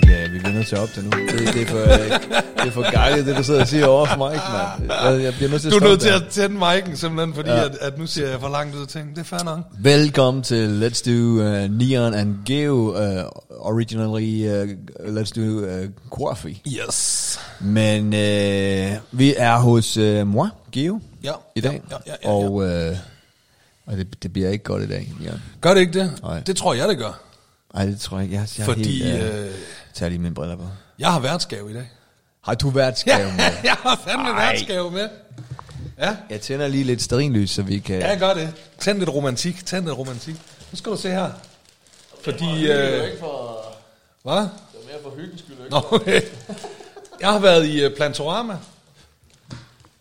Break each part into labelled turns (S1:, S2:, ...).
S1: nødt til at optage nu. Det, det, er for, øh, det er for gakket, det du sidder og siger over for mig, mand. Jeg, jeg bliver nødt til at
S2: Du er
S1: stoppe
S2: nødt til
S1: der.
S2: at tænde mic'en simpelthen, fordi ja. at, at nu ser jeg for langt ud og tænker, det er fair nok.
S1: Velkommen til Let's Do uh, Neon and Geo, uh, originally uh, Let's Do uh, Coffee.
S2: Yes.
S1: Men uh, vi er hos uh, moi, Geo,
S2: Ja.
S1: i dag.
S2: Ja, ja, ja, ja.
S1: Og, uh, og det, det bliver ikke godt i dag, Neon.
S2: Gør det ikke det?
S1: Nej.
S2: Det tror jeg, det gør.
S1: Ej, det tror jeg ikke. Jeg, jeg er
S2: Fordi
S1: helt, uh,
S2: øh,
S1: tager lige mine briller på.
S2: jeg har værtsgave i dag.
S1: Har du været
S2: Ja,
S1: skrevet med?
S2: jeg har fandme værtsgave med. Ja,
S1: Jeg tænder lige lidt sterinlys, så vi kan...
S2: ja, jeg gør det. Tænd lidt romantik, tænd lidt romantik. Nu skal du se her. Fordi... Øh, hvad?
S3: Det var mere for hyggens skyld, ikke?
S2: Nå, okay. Jeg har været i øh, Plantorama,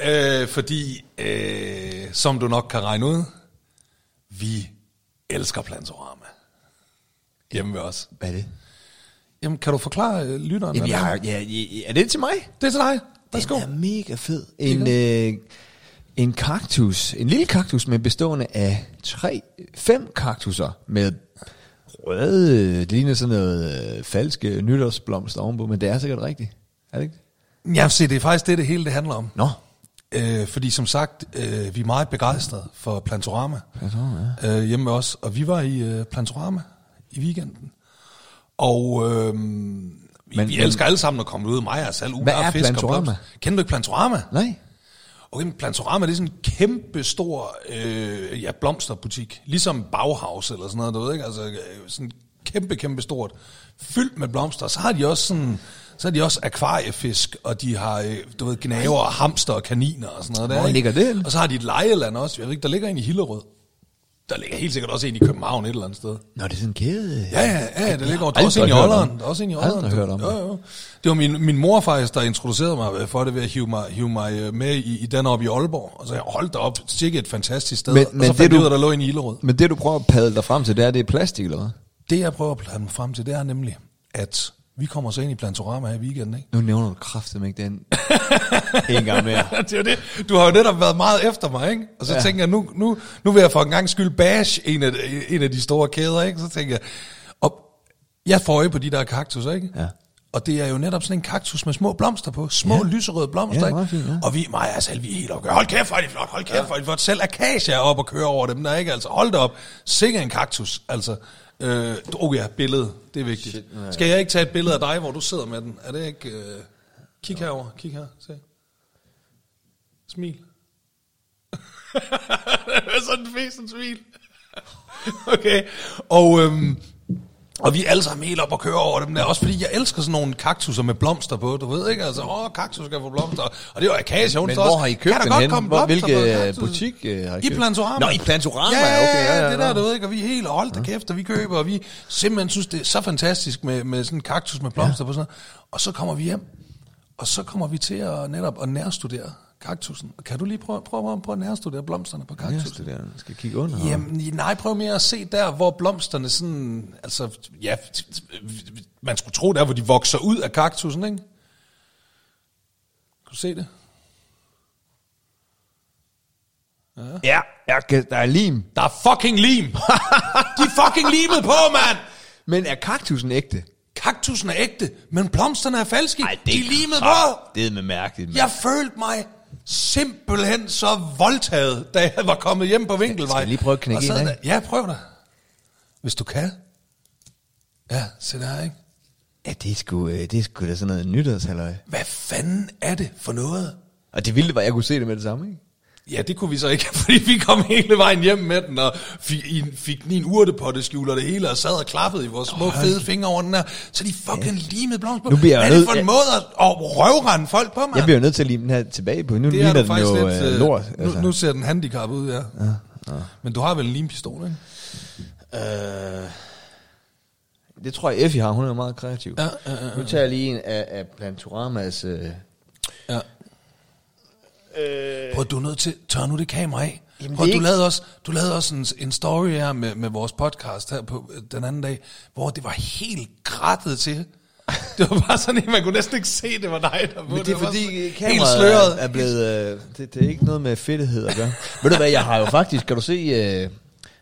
S2: øh, fordi, øh, som du nok kan regne ud, vi elsker Plantorama. Hjemme ved os.
S1: Hvad er det?
S2: Jamen, kan du forklare øh, lytteren?
S1: Jamen,
S2: hvad
S1: jeg
S2: det er?
S1: har, ja, ja, er det til mig?
S2: Det er til dig. Værsgo.
S1: Den er mega fed. En, øh, en kaktus, en lille kaktus, men bestående af tre, fem kaktusser med røde, det ligner sådan noget øh, falske nytårsblomster ovenpå, men det er sikkert rigtigt. Er det ikke?
S2: Ja, se, det er faktisk det, det hele det handler om.
S1: Nå,
S2: Øh, fordi som sagt, øh, vi er meget begejstrede for Plantorama
S1: Plantorama,
S2: øh, hjemme med os. Og vi var i øh, Plantorama i weekenden. Og øh, vi,
S1: Men-
S2: vi elsker alle sammen at komme ud. Mig og Sal, Ulla
S1: Hvad er
S2: og Fisk
S1: Plantorama?
S2: og blomst. Kender du ikke Plantorama?
S1: nej.
S2: Okay, men Plantorama det er sådan en kæmpe stor øh, ja, blomsterbutik. Ligesom Bauhaus eller sådan noget, du ved ikke? Altså øh, sådan kæmpe, kæmpe stort. Fyldt med blomster. Så har de også sådan... Så har de også akvariefisk, og de har, øh, du ved, gnaver og hamster og kaniner og sådan noget der.
S1: Hvor
S2: ikke?
S1: ligger det henne?
S2: Og så har de et lejeland også. Jeg ved ikke, der ligger en i Hillerød. Der ligger helt sikkert også en i København et eller andet sted.
S1: Nå, det er sådan en kæde.
S2: Ja, ja, ja, det ligger over. Der er
S1: aldrig
S2: også en i
S1: hørt om
S2: Olleren.
S1: det.
S2: Der er også en i
S1: Aldrig
S2: Olleren.
S1: hørt om
S2: Jo,
S1: det.
S2: jo. Det var min, min mor faktisk, der introducerede mig øh, for det ved at hive mig, hive mig øh, med i, i den op i Aalborg. Og så jeg holdt op, sikkert et fantastisk sted.
S1: Men-
S2: Men, og
S1: men
S2: så fandt
S1: det
S2: jeg ud
S1: du-
S2: af, der lå en i Ilderød.
S1: Men det, du prøver at padle dig frem til, det er, det er plastik, eller hvad?
S2: Det jeg prøver at plante mig frem til, det er nemlig, at vi kommer så ind i Plantorama her i weekenden, ikke?
S1: Nu nævner du kraftedeme ikke den en gang mere.
S2: det er jo det. Du har jo netop været meget efter mig, ikke? Og så ja. tænker jeg, nu, nu, nu vil jeg for en gang skyld bash en af, en af de store kæder, ikke? Så tænker jeg, og jeg får øje på de der kaktuser, ikke?
S1: Ja.
S2: Og det er jo netop sådan en kaktus med små blomster på. Små ja. lyserøde blomster,
S1: Ja,
S2: ikke?
S1: meget fint, ja.
S2: Og vi, mig og selv, vi er helt oppe. Hold kæft, hvor er det flot, hold kæft, ja. hvor er det flot. Selv akacia er op og kører over dem der, ikke? Altså, hold da op. Sikke en kaktus, altså. Øh, oh ja, billede, det er vigtigt. Shit, Skal jeg ikke tage et billede af dig, hvor du sidder med den? Er det ikke... Øh, kig herover, kig her, se. Smil. sådan en fesen smil. okay, og, øhm, og vi er alle sammen helt op og kører over dem der. Også fordi jeg elsker sådan nogle kaktuser med blomster på, du ved ikke? Altså, åh, kaktus skal få blomster. Og det var akacia, hun
S1: Men
S2: står
S1: hvor
S2: også,
S1: har I købt
S2: "Kan der
S1: den
S2: godt
S1: henne?
S2: komme
S1: Hvor-
S2: blomster på
S1: hvilke, øh,
S2: kaktusen?"
S1: butik, øh, har I
S2: I
S1: købt?
S2: Plantorama.
S1: Nå, i Plantorama,
S2: ja,
S1: okay, ja, ja,
S2: det
S1: nå.
S2: der, du ved ikke? Og vi er helt, hold da kæft, og vi køber, og vi simpelthen synes, det er så fantastisk med, med sådan en kaktus med blomster ja. på sådan noget. Og så kommer vi hjem, og så kommer vi til at netop at nærstudere kaktusen. Kan du lige prøve, prøve, prøve, prøve at nærstudere blomsterne på kaktusen?
S1: Næste der, skal kigge under.
S2: Jamen, nej, prøv mere at se der, hvor blomsterne sådan, altså, ja, man skulle tro der, hvor de vokser ud af kaktusen, ikke? Kan du se det?
S1: Ja, jeg kan, der er lim.
S2: Der er fucking lim! de er fucking limet på, mand!
S1: Men er kaktusen ægte?
S2: Kaktusen er ægte, men blomsterne er falske. Ej, de er limet på!
S1: Det er med mærkeligt. mand.
S2: Jeg følte mig simpelthen så voldtaget, da jeg var kommet hjem på Vinkelvej.
S1: Skal jeg lige prøve at knække
S2: Og sad
S1: en af?
S2: der- Ja, prøv da. Hvis du kan. Ja, se der, ikke?
S1: Ja, det er sgu, øh, det er sgu da sådan noget nytårshalløj.
S2: Hvad fanden er det for noget?
S1: Og det vilde var, at jeg kunne se det med det samme, ikke?
S2: Ja, det kunne vi så ikke, fordi vi kom hele vejen hjem med den, og fik, i, fik den i en urtepotteskjul og det hele, og sad og klappede i vores små fede fingre over den her, så de fucking limede blomster på.
S1: Nu bliver jeg
S2: Hvad er det
S1: nødt-
S2: for en
S1: jeg-
S2: måde at, at røvrende folk på, mand?
S1: Jeg bliver jo nødt til at lime den her tilbage på. Nu
S2: det er
S1: ligner
S2: du
S1: den
S2: faktisk
S1: jo
S2: lidt...
S1: øh,
S2: øh,
S1: lort.
S2: nu, altså. nu ser den handicap ud, ja. ja, ja. Men du har vel en limpistol, ikke?
S1: Øh, det tror jeg, Effie har. Hun er meget kreativ.
S2: Ja, ja, ja,
S1: Nu tager jeg lige en af, af Plantoramas... Øh,
S2: Ja. Øh... Prøv, du er nødt til... Tør nu det kamera af.
S1: Jamen,
S2: Jamen, Prøv,
S1: det er
S2: du,
S1: ikke-
S2: lavede også, du lavede også en, en story her med, med vores podcast her på øh, den anden dag, hvor det var helt grættet til. Det var bare sådan, at man kunne næsten ikke se, det var dig, der
S1: men det er
S2: var
S1: fordi øh,
S2: sådan helt
S1: kameraet er, er
S2: sløret.
S1: blevet... Øh, det, det er ikke noget med fedtighed at gøre. Ved du hvad, jeg har jo faktisk... Kan du se... Øh,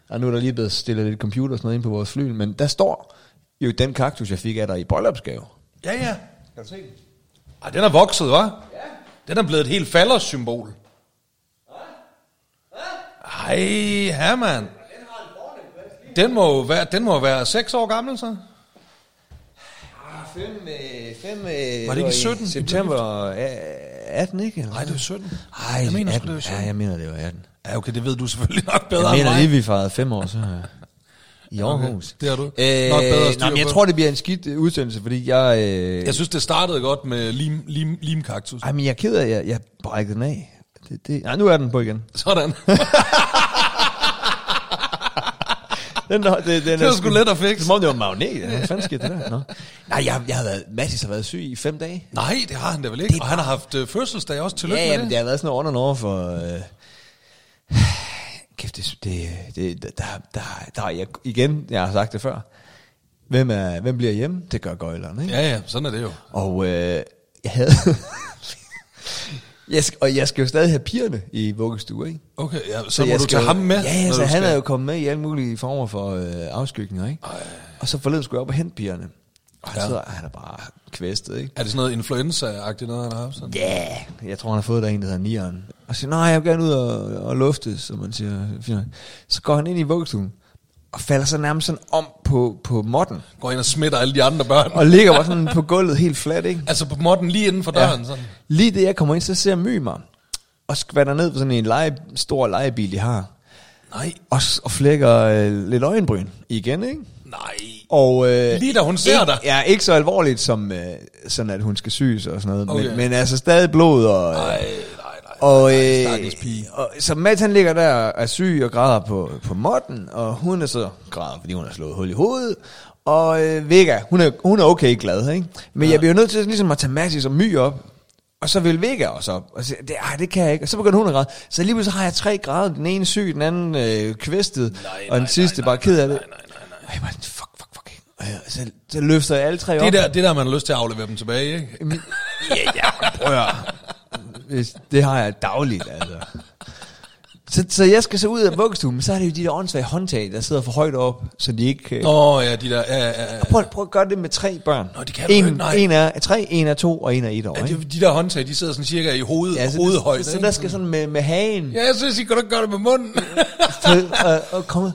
S1: og nu er der lige blevet stillet lidt computer og sådan noget ind på vores fly, men der står jo den kaktus, jeg fik af dig i bryllupsgave.
S2: Ja, ja. Kan du se den? Ej, den er vokset, var? Ja. Den er blevet et helt faldersymbol. Ej, ja, mand. Den må jo være, den må jo være 6 år gammel, så. Ah,
S1: 5,
S2: øh,
S1: 5, var det
S2: i 17?
S1: September øh, 18, ikke?
S2: Nej, det er 17.
S1: Ej,
S2: jeg mener, sgu,
S1: 18.
S2: det er 17.
S1: Ja, jeg mener, det var 18.
S2: Ja, okay, det ved du selvfølgelig nok bedre
S1: Jeg
S2: end
S1: mener
S2: mig.
S1: lige, vi fejrede fem år, så øh, i Aarhus.
S2: det har du nok
S1: Øh,
S2: bedre styr
S1: nej, men jeg
S2: på.
S1: tror, det bliver en skidt øh, udsendelse, fordi jeg... Øh,
S2: Jeg synes, det startede godt med lim, lim, limkaktus.
S1: ej, men jeg er ked af, at jeg, jeg brækkede den af. Det, det, nej, nu er den på igen.
S2: Sådan.
S1: Den, den, den
S2: Det var sgu let at fikse.
S1: Som om det var magnet. Hvad fanden sker det der? Nå. Nej, jeg, jeg har været, Mathis har været syg i fem dage.
S2: Nej, det har han da vel ikke. Og han har haft øh, fødselsdag også. Tillykke
S1: ja,
S2: med
S1: men
S2: det.
S1: det har været sådan noget under over for... Øh, kæft, det, det, det der, der, der, jeg, igen, jeg har sagt det før. Hvem, er, hvem bliver hjemme? Det gør gøjlerne, ikke?
S2: Ja, ja, sådan er det jo.
S1: Og øh, jeg havde... jeg skal, og jeg skal jo stadig have pigerne i vuggestue, ikke?
S2: Okay, ja, så, så må
S1: jeg
S2: du
S1: skal
S2: tage
S1: jo-
S2: ham med.
S1: Ja, ja
S2: når
S1: så
S2: du
S1: han
S2: skal.
S1: er jo kommet med i alle mulige former for øh, afskygninger, ikke? Ej. Og så forleden skulle jeg op og hente pigerne. Og han,
S2: Ja.
S1: ja. sidder, han er bare kvæstet, ikke?
S2: Er det sådan noget influenza-agtigt noget, han har haft? Sådan?
S1: Ja, yeah. jeg tror, han har fået der en, der hedder Nieren. Og siger, nej, jeg vil gerne ud og, og lufte, som man siger. Fint nok. Så går han ind i vuggestuen, og falder så nærmest sådan om på, på modden.
S2: Går ind og smitter alle de andre børn.
S1: Og ligger bare sådan på gulvet helt fladt, ikke?
S2: Altså på modden lige inden for døren. Ja. Sådan.
S1: Lige det, jeg kommer ind, så ser My mig. Og skvatter ned på sådan en lege, stor legebil, de har.
S2: Nej,
S1: Og, s- og flækker øh, lidt øjenbryn igen, ikke?
S2: nej.
S1: Og, øh,
S2: Lige da hun ser
S1: ikke,
S2: dig.
S1: Ja, ikke så alvorligt som øh, sådan, at hun skal syes og sådan noget.
S2: Okay.
S1: Men, men altså stadig blod og... Øh,
S2: Nej, nej, nej.
S1: Og,
S2: nej,
S1: øh,
S2: stakkels pige.
S1: og så Mads han ligger der og er syg og græder på, på modden, og hun er så græder, fordi hun har slået hul i hovedet. Og øh, Vega, hun er, hun er okay glad, ikke? Men ja. jeg bliver nødt til ligesom at tage Mads som my op, og så vil Vega også op, og siger, det, ej, det kan jeg ikke. Og så begynder hun at græde. Så lige pludselig har jeg tre grader, den ene syg, den anden øh, kvæstet, og den sidste bare ked af det.
S2: Nej, nej, nej.
S1: Og jeg bare, fuck, fuck, fuck. Og jeg, så, så løfter jeg alle tre op.
S2: Det er der, det er der, man har lyst til at aflevere dem tilbage, ikke?
S1: Jamen, ja, ja, prøv at høre. Hvis- Det har jeg dagligt, altså. Så, så jeg skal så ud af vuggestuen, men så er det jo de der åndssvage håndtag, der sidder for højt op, så de ikke... Øh...
S2: Nå, ja, de der... Ja, ja, ja.
S1: Prøv, prøv at gøre det med tre børn.
S2: Nå, det kan du
S1: en,
S2: ikke, nej.
S1: en er tre, en er to, og en er et år, ikke?
S2: De, de der håndtag, de sidder sådan cirka i hoved, ja,
S1: så,
S2: hovedhøjde.
S1: så, så
S2: ikke?
S1: der skal sådan med, med hagen,
S2: Ja, jeg synes, I kan da ikke gøre det med munden.
S1: til, øh, og komme,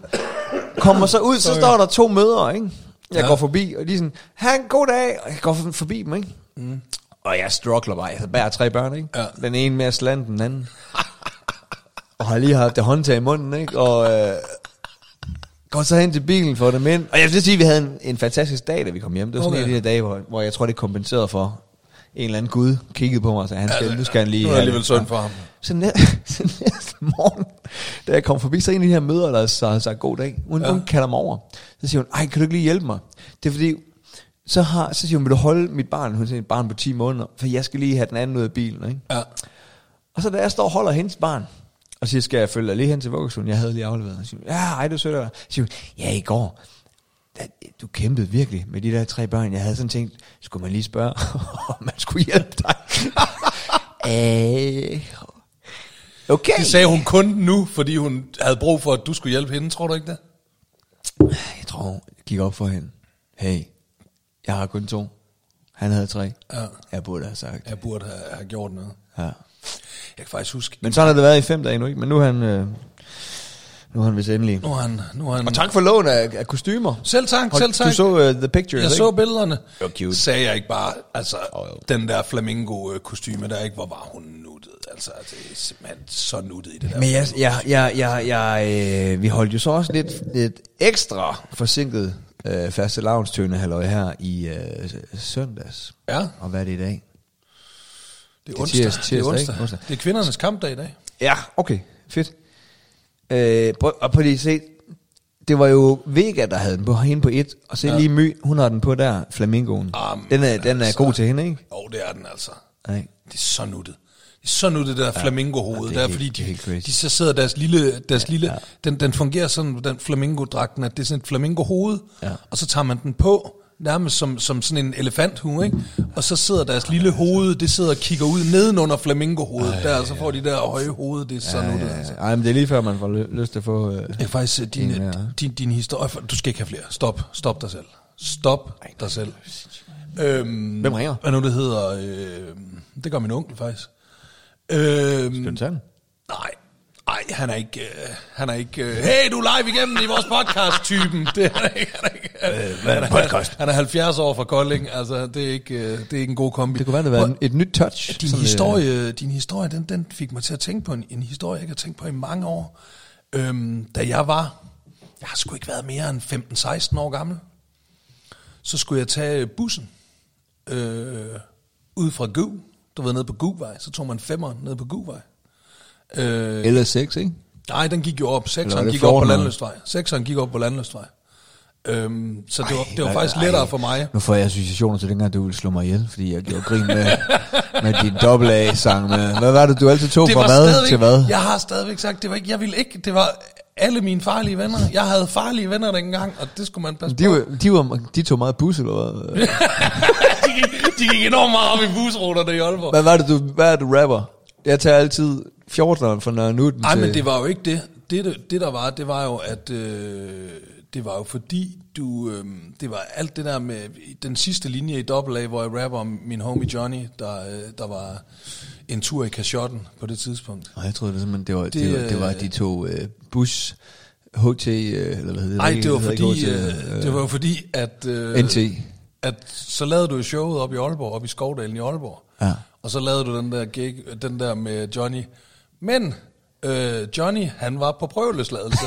S1: kommer så ud, så står der to mødre, ikke? Jeg
S2: Ja.
S1: ja. går forbi, og de er sådan, ha' en god dag, og jeg går for- forbi dem, ikke? Mm. Og jeg struggler bare, jeg bærer tre børn, ikke?
S2: Ja.
S1: Den ene med at slande den anden. og har lige haft det håndtag i munden, ikke? Og øh, går så hen til bilen for dem ind. Og jeg vil sige, at vi havde en, en fantastisk dag, da vi kom hjem. Det var sådan
S2: Okay.
S1: okay. en af de der dage, hvor, hvor jeg tror, det kompenserede for en eller anden gud kiggede på mig og sagde, han skal,
S2: Altså,
S1: nu skal han lige...
S2: nu er det
S1: have
S2: alligevel
S1: lidt."
S2: synd for ham.
S1: Så, næ- så næste morgen, da jeg kom forbi, så en af de her møder, der så havde sagt god dag, hun,
S2: Ja.
S1: ja. hun kalder mig over. Så siger hun, ej, kan du ikke lige hjælpe mig? Det er fordi, så, har, så siger hun, vil du holde mit barn? Hun siger, et barn på 10 måneder, for jeg skal lige have den anden ud af bilen. Ikke?
S2: ja.
S1: Og så da jeg står og holder hendes barn, og siger, skal jeg følge dig lige hen til vuggestuen? Jeg havde lige afleveret. Så siger hun, ja, ej, du sødt af dig. Så siger hun, ja, i går, da, du kæmpede virkelig med de der tre børn. Jeg havde sådan tænkt, skulle man lige spørge, om man skulle hjælpe dig? øh, okay.
S2: Det sagde hun kun nu, fordi hun havde brug for, at du skulle hjælpe hende. Tror du ikke det?
S1: Jeg tror, hun gik op for hende. Hey, jeg har kun to. Han havde tre.
S2: Ja.
S1: Jeg burde have sagt.
S2: Jeg burde have, have gjort noget.
S1: Ja.
S2: Jeg kan faktisk huske...
S1: Men sådan har det været i fem dage nu, ikke? Men nu er han, øh, nu er han vist endelig.
S2: Nu har han... Nu har han
S1: Og tak for lån af, af kostymer.
S2: Selv tak,
S1: Hold-
S2: selv tak.
S1: Du så uh, The Pictures,
S2: Jeg
S1: ikke?
S2: så billederne.
S1: Det var cute.
S2: Sagde jeg ikke bare, altså,
S1: Jo, jo.
S2: den der flamingo-kostyme der, ikke? Hvor var hun nuttet? Altså, det er simpelthen så nuttet i det der.
S1: Men jeg, jeg, jeg, jeg, jeg, øh, vi holdt jo så også lidt, lidt ekstra forsinket øh, faste lavnstøne halløj her i øh, s- søndags.
S2: Ja,
S1: Og hvad er det i dag?
S2: det
S1: det
S2: er
S1: er
S2: onsdag.
S1: tirs-
S2: det er
S1: tirsdag,
S2: onsdag.
S1: ikke? Onsdag.
S2: Det er kvindernes kampdag i dag.
S1: Ja, okay, fedt. Øh, prøv, og prøv lige at se, det var jo Vega, der havde den på, hende på et, og se ja. lige My, hun har den på der, flamingoen.
S2: Jamen,
S1: den er, den er
S2: altså.
S1: god til hende, ikke?
S2: Jo, det er den altså.
S1: Nej.
S2: Det er så nuttet. Det er så nuttet, det der ja, flamingo-hoved.
S1: ja,
S2: Det
S1: det
S2: er,
S1: er
S2: der,
S1: helt-
S2: fordi
S1: det er helt
S2: de,
S1: crazy.
S2: de så sidder deres lille... Deres ja, lille ja. Den, den fungerer sådan, den flamingo-dragten, at det er sådan et flamingo-hoved, ja.
S1: Ja.
S2: og så tager man den på, nærmest som, som sådan en elefanthue, ikke? Og så sidder deres lille hoved, det sidder og kigger ud nedenunder flamingo-hovedet der, og så får de der høje hoved, det er så nuttet. altså.
S1: Ja, ej, men det er lige før, man får ly- lyst til at få... Øh,
S2: Det er faktisk øh, din,
S1: En mere.
S2: din, din historie. Du skal ikke have flere. Stop. Stop dig selv. Stop dig selv. Øhm,
S1: Hvem ringer?
S2: Hvad nu det hedder? Øh, det gør min onkel faktisk. Øhm,
S1: Skal du tage den?
S2: Nej. Nej, han er ikke... Øh, han er ikke øh, hey, du er live igennem i vores podcast-typen. Det er han ikke. Han er, ikke, øh,
S1: hvad er en podcast?
S2: Han er 70 år fra Kolding. Altså, det er ikke, øh, det er ikke en god kombi.
S1: Det kunne være, det var en, et nyt touch.
S2: Din
S1: Sådan, øh,
S2: historie, din historie den, den fik mig til at tænke på en, en historie, jeg ikke har tænkt på i mange år. Øhm, da jeg var, jeg har sgu ikke været mere end 15-16 år gammel, så skulle jeg tage bussen øh, ud fra Gu. Du ved, nede på Guvej. Så tog man femmeren ned på Guvej. Øh,
S1: Eller sex, ikke?
S2: nej, den gik jo op.
S1: Eller var
S2: Sekseren
S1: det
S2: gik op på
S1: 14'eren?
S2: Landløstvej. Sekseren gik op på Landløstvej. Øhm, så det var, det var
S1: Ej,
S2: faktisk
S1: ej.
S2: lettere for mig.
S1: Nu får jeg associationer til dengang, du ville slå mig ihjel, fordi jeg gjorde grin med, med din dobbelt A-sang. Med, hvad var det, du altid tog fra hvad
S2: stadigvæk-
S1: til hvad?
S2: Jeg har stadigvæk sagt, det var ikke, jeg ville ikke, det var alle mine farlige venner. Jeg havde farlige venner dengang, og det skulle man passe
S1: De,
S2: på.
S1: var, de, var, de tog meget bus, eller hvad?
S2: de, gik, de gik enormt meget op i busruterne i Aalborg.
S1: Hvad var det, du, hvad er det, du rapper? Jeg tager altid 14'eren fra Nørre Nutten
S2: Nej,
S1: til...
S2: men det var jo ikke det. Det, det- det der var, det var jo, at øh, det var jo fordi, du, øh, det var alt det der med den sidste linje i dobbelt A, hvor jeg rapper om min homie Johnny, der, øh, der var en tur i kashotten på det tidspunkt.
S1: Nå, jeg troede det simpelthen, det var, det,
S2: Det,
S1: det, var, det var
S2: øh,
S1: de to øh, bus, HT, øh, eller hvad hedder det?
S2: Nej,
S1: ikke?
S2: det var
S1: hedder ikke
S2: fordi,
S1: HT,
S2: øh, det var jo fordi, at... Øh,
S1: NT.
S2: at så lavede du jo showet op i Aalborg, op i Skovdalen i Aalborg.
S1: Ja.
S2: Og så lavede du den der gig, den der med Johnny. Men øh, Johnny, han var på prøveløsladelse.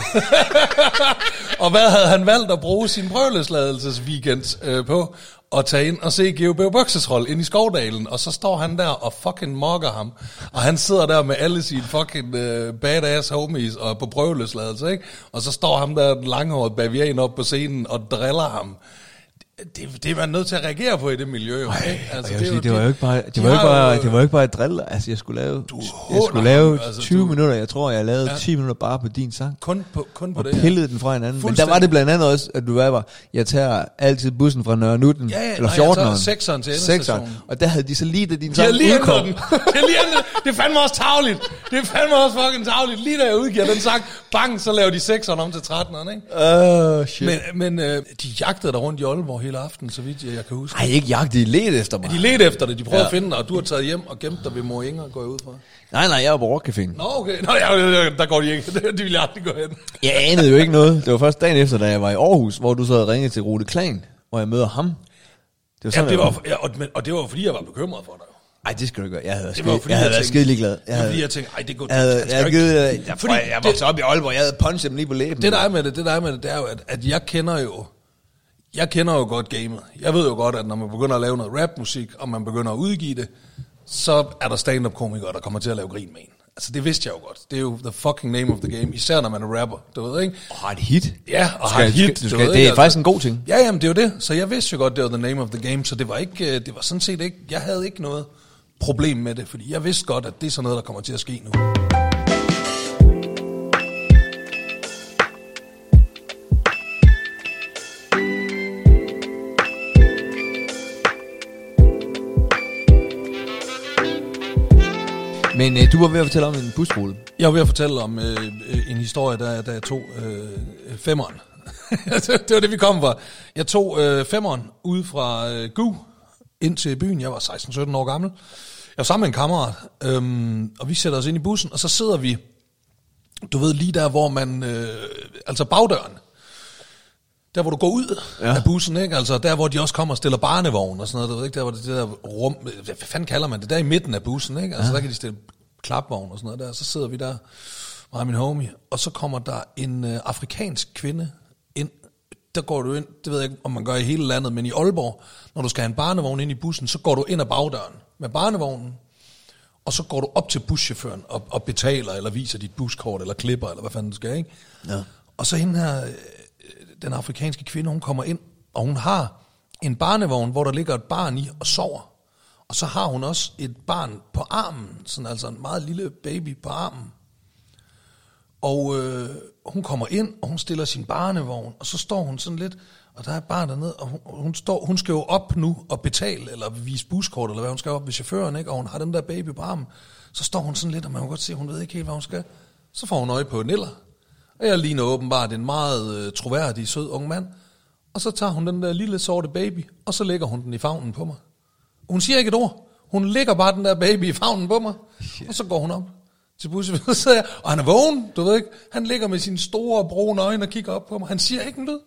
S2: og hvad havde han valgt at bruge sin prøveløsladelsesweekend øh, på? At tage ind og se G.O.B. Buksesrold ind i Skovdalen. Og så står han der og fucking mokker ham. Og han sidder der med alle sine fucking øh, badass homies og er på prøveløsladelse, ikke? Og så står ham der, den langhårede bavian op på scenen og driller ham det, det er man nødt til at reagere på i det miljø. Jo. Ej,
S1: Altså, det, var, det var jo ikke bare, det var jo ikke bare, det var jo ikke bare et drill. Altså, jeg skulle lave, jeg
S2: håner
S1: skulle lave
S2: ham, altså,
S1: 20
S2: du-
S1: minutter. Jeg tror, jeg lavede 10 minutter bare på din sang.
S2: kun på, kun på
S1: Og
S2: det her.
S1: pillede den fra hinanden. Men der var
S2: Fuldstændig.
S1: det blandt andet også, at du var, jeg tager altid bussen fra Nørre Nutten,
S2: Ja, ja,
S1: eller
S2: nej, jeg tager
S1: 14'eren.
S2: sekseren til
S1: Sekseren.
S2: endestationen.
S1: Og der havde de så lige, da din
S2: De har
S1: sang
S2: lige ændret
S1: udkom.
S2: den. De har lige ændret. Det er fandme også tavligt. Det er fandme også fucking tavligt. Lige da jeg udgiver den sang, bang, så laver de 6'eren om til 13'eren, ikke?
S1: Åh, shit. Men,
S2: Men, men øh, de jagtede dig rundt i Aalborg hele aften, så vidt jeg, jeg kan huske.
S1: ej, ikke jagt, de led efter mig.
S2: De ledte efter det, de prøvede
S1: Ja.
S2: ja. at finde dig, og du har taget hjem og gemt dig ved mor Inger, går jeg ud fra.
S1: Nej, nej, jeg var på rockcaféen.
S2: Nå, okay. Nå, ja, ja, der går de ikke. De vil aldrig gå hen.
S1: Jeg anede jo ikke noget. Det var først dagen efter, da jeg var i Aarhus, hvor du så havde ringet til Rute Klan, hvor jeg møder ham. Det var
S2: Ja, det
S1: jeg-
S2: var, ja, og, men, og det var fordi, jeg var bekymret for dig. jo.
S1: Ej, det skal du ikke gøre. Jeg havde,
S2: Det
S1: skide,
S2: var jo
S1: jeg,
S2: fordi,
S1: jeg havde været
S2: tænkte,
S1: skide ligeglad.
S2: det
S1: Jeg
S2: var
S1: havde,
S2: fordi, jeg tænkte, ej, det går
S1: jeg havde, jeg
S2: han skal
S1: havde
S2: jo ikke-
S1: givet, jeg, fordi
S2: Fordi
S1: jeg
S2: det-
S1: voksede op i Aalborg, jeg havde punchet dem lige på læben.
S2: Det der er med det, det der er med det, det er jo, at, at jeg kender jo, jeg kender jo godt gamet. Jeg ved jo godt, at når man begynder at lave noget rapmusik, og man begynder at udgive det, så er der stand-up komikere, der kommer til at lave grin med en. Altså det vidste jeg jo godt. Det er jo the fucking name of the game, især når man er rapper, du ved ikke?
S1: Og har et hit.
S2: Ja, og
S1: Skal-
S2: har et
S1: skal-
S2: hit.
S1: du
S2: du
S1: skal-
S2: ved,
S1: det
S2: ikke? altså.
S1: er faktisk en god ting.
S2: Ja, jamen det er jo det. Så jeg vidste jo godt, det var the name of the game, så det var, ikke, øh, det var sådan set ikke, jeg havde ikke noget problem med det, fordi jeg vidste godt, at det er sådan noget, der kommer til at ske nu.
S1: Men øh, du var ved at fortælle om en busrute.
S2: Jeg var ved at fortælle om øh, øh, en historie, der, da jeg tog øh, femmeren. det var det, vi kom fra. Jeg tog øh, femmeren ude fra øh, Gu ind til byen. Jeg var 16-17 år gammel. Jeg var sammen med en kammerat, øhm, og vi sætter os ind i bussen, og så sidder vi, du ved, lige der, hvor man, øh, altså bagdøren, der hvor du går ud ja. af bussen, ikke? Altså der hvor de også kommer og stiller barnevogn og sådan noget, du ved ikke, der hvor det, det der rum, hvad fanden kalder man det, der i midten af bussen, ikke? Altså ja. der kan de stille klapvogn og sådan noget der, så sidder vi der, mig og min homie, og så kommer der en øh, afrikansk kvinde ind, der går du ind, det ved jeg ikke, om man gør i hele landet, men i Aalborg, når du skal have en barnevogn ind i bussen, så går du ind ad bagdøren med barnevognen, og så går du op til buschaufføren og, og betaler, eller viser dit buskort, eller klipper, eller hvad fanden du skal, ikke? Ja. Og så hende her, øh, den afrikanske kvinde, hun kommer ind, og hun har en barnevogn, hvor der ligger et barn i og sover. Og så har hun også et barn på armen, sådan altså en meget lille baby på armen. Og øh, hun kommer ind, og hun stiller sin barnevogn, og så står hun sådan lidt, og der er et barn dernede, og hun, hun, står, hun skal jo op nu og betale, eller vise buskort, eller hvad hun skal op ved chaufføren, ikke? og hun har den der baby på armen. Så står hun sådan lidt, og man kan godt se, at hun ved ikke helt, hvad hun skal. Så får hun øje på Niller. Og jeg ligner åbenbart en meget øh, troværdig, sød ung mand. Og så tager hun den der lille sorte baby, og så lægger hun den i favnen på mig. Hun siger ikke et ord. Hun lægger bare den der baby i favnen på mig, yeah. og så går hun op til bussen. Så sidder jeg, og han er vågen, du ved ikke. Han ligger med sine store, brune øjne og kigger op på mig. Han siger ikke en lyd.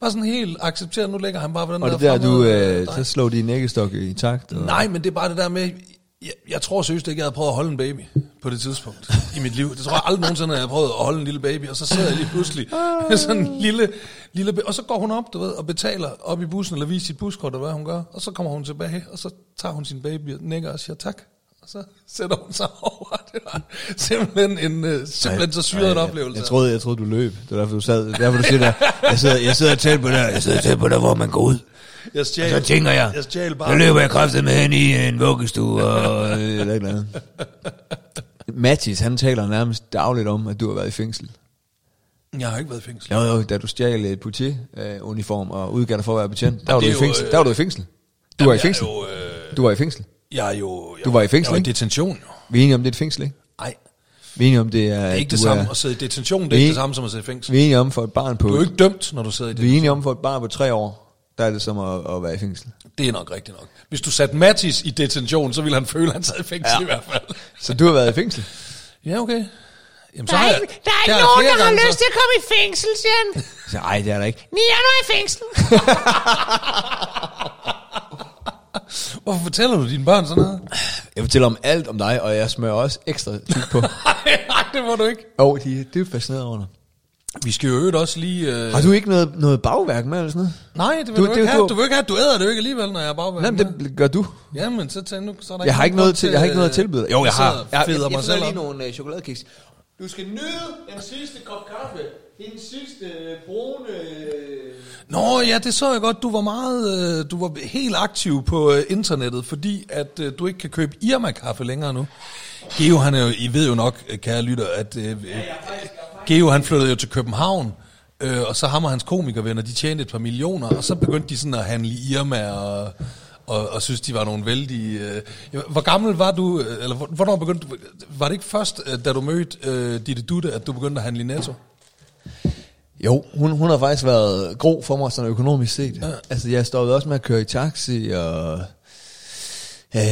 S2: Bare sådan helt accepteret, nu ligger han bare på den
S1: Og
S2: der
S1: det der, du
S2: fremrede-
S1: øh, så slår din æggestok i takt. Og,
S2: Nej, men det er bare det der med, jeg, jeg tror seriøst ikke, jeg havde prøvet at holde en baby på det tidspunkt i mit liv. Det tror jeg aldrig nogensinde, at jeg havde prøvet at holde en lille baby, og så sidder jeg lige pludselig med sådan en lille, lille ba- og så går hun op, du ved, og betaler op i bussen, eller viser sit buskort, eller hvad hun gør, og så kommer hun tilbage, og så tager hun sin baby og nikker og siger tak. Og så sætter hun sig over. Det var simpelthen, en, øh, simpelthen så syret
S1: jeg-
S2: en oplevelse.
S1: Jeg troede, jeg troede, du løb. Det var derfor, du sad. Det er derfor, du siger der. Jeg sidder, jeg sidder tæt på der. Jeg sidder tæt på der, hvor man går ud.
S2: jeg stjæl,
S1: Så tænker jeg.
S2: Jeg stjal
S1: Så
S2: bare.
S1: løber jeg kraftet med hen i en vuggestue og øh, eller et eller andet. Mathis, han taler nærmest dagligt om, at du har været i fængsel.
S2: Jeg har ikke været i fængsel.
S1: Jo, jo, da du stjal et politi-uniform og udgav dig for at være betjent, der var, du i
S2: det er jo,
S1: fængsel.
S2: øh,
S1: der var du i fængsel. Du var i
S2: Jamen, jeg er
S1: fængsel.
S2: jo, øh,
S1: Du var i fængsel.
S2: Jeg er jo... Jeg,
S1: Du var i
S2: Jeg
S1: fængsel,
S2: var i
S1: ikke?
S2: detention, jo.
S1: Vi er enige om, det er et fængsel, ikke?
S2: Ej,
S1: Vi er enige om, det er...
S2: Det er ikke det samme at sidde i detention, det er ikke det samme som at sidde i fængsel.
S1: Vi er enige om for et barn på...
S2: Du er jo ikke dømt, når du sidder i
S1: Vi
S2: det.
S1: er enige om for et barn på tre år, der er det som at, at være i fængsel.
S2: Det er nok rigtigt nok. Hvis du satte Mathis i detention, så ville han føle, at han sad i fængsel ja. i hvert fald.
S1: Så du har været i fængsel?
S2: Ja, okay. Jamen,
S3: Der er ikke, der er ikke nogen, der har lyst til at komme i fængsel, siger han.
S1: Så, ej, det er der ikke.
S3: Ni er nu i fængsel.
S2: Hvorfor fortæller du dine børn sådan noget?
S1: Jeg fortæller om alt om dig, og jeg smører også ekstra tyk på.
S2: Nej, nej, det må du ikke.
S1: og de det er fascineret over dig.
S2: Vi skal jo i øvrigt også lige... Øh...
S1: Har du ikke noget, noget bagværk med eller sådan noget?
S2: Nej, det vil
S1: Du-
S2: du, du,
S1: det-
S2: ikke
S1: du-
S2: have. Du vil ikke have, du æder det jo ikke alligevel, når jeg er bagværd.
S1: Nej, men det gør du.
S2: Jamen, så tag nu... Så er der
S1: Jeg har ikke
S2: nogen
S1: noget
S2: grund
S1: til, jeg har ikke noget at tilbyde dig. Jo, jeg har.
S2: øh, sidder og feder mig selv op.
S1: nogle øh, chokoladekiks. Du skal nyde den sidste kop kaffe. Den sidste brune...
S2: Nå ja, det så jeg godt. Du var meget, øh, du var helt aktiv på øh, internettet, fordi at øh, du ikke kan købe Irma-kaffe længere nu. Geo, han er jo, I ved jo nok, øh, kære lytter, at øh, øh, Geo, han flyttede jo til København, øh, og så ham og hans komikervenner, de tjente et par millioner, og så begyndte de sådan at handle Irma og... Og, og synes, de var nogle vældige... Øh, ja, hvor gammel var du, øh, eller hvor- hvornår begyndte du... Var det ikke først, øh, da du mødte øh, Ditte Dutte, at du begyndte at handle i Netto?
S1: Jo, hun, hun har faktisk været gro for mig sådan økonomisk set. Ja. Altså, jeg stoppede også med at køre i taxi, og... Øh,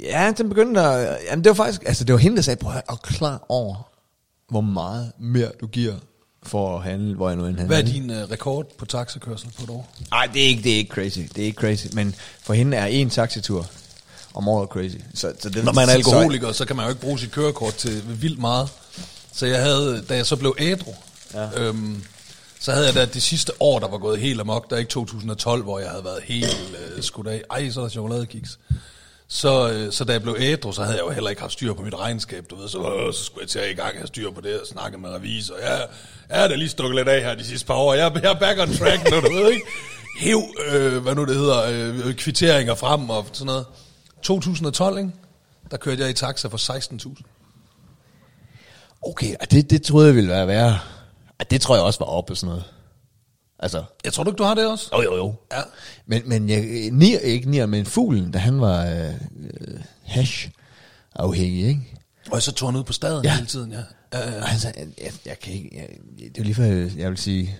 S1: ja, den begyndte at... Jamen, det var faktisk... Altså, det var hende, der sagde, prøv at høre, er du klar over, hvor meget mere du giver for at handle, hvor jeg nu end handler.
S2: Hvad er din øh, rekord på taxakørsel på et år?
S1: Nej, det er ikke, det er ikke crazy. Det er ikke crazy. Men for hende er en taxitur om året crazy. Så, så det,
S2: Når man er alkoholiker, så kan man jo ikke bruge sit kørekort til vildt meget. Så jeg havde, da jeg så blev ædru, ja. øhm, så havde jeg da det sidste år, der var gået helt amok. Der er ikke 2012, hvor jeg havde været helt øh, skudt af. Ej, så er der chokoladekiks. Så, øh, så da jeg blev ædru, så havde jeg jo heller ikke haft styr på mit regnskab, du ved. Så, øh, så skulle jeg til at i gang og have styr på det og snakke med revisor. Jeg, jeg er da lige stukket lidt af her de sidste par år. Jeg, jeg er back on track nu, du ved ikke. Hæv, øh, hvad nu det hedder, øh, kvitteringer frem og sådan noget. 2012, ikke? Der kørte jeg i taxa for 16.000.
S1: Okay, og det, det troede jeg ville være værre. Og det tror jeg også var op og sådan noget. Altså,
S2: Jeg tror du ikke, du har det også?
S1: Jo, jo, jo.
S2: Ja.
S1: Men, men jeg, nier, ikke nier, men fuglen, da han var øh, øh, hash afhængig, ikke?
S2: Og så tog han ud på staden
S1: Ja.
S2: hele tiden, ja. Ja, ja.
S1: Øh, Og han sagde, jeg, jeg kan ikke, jeg, det er jo lige før, jeg- jeg vil sige,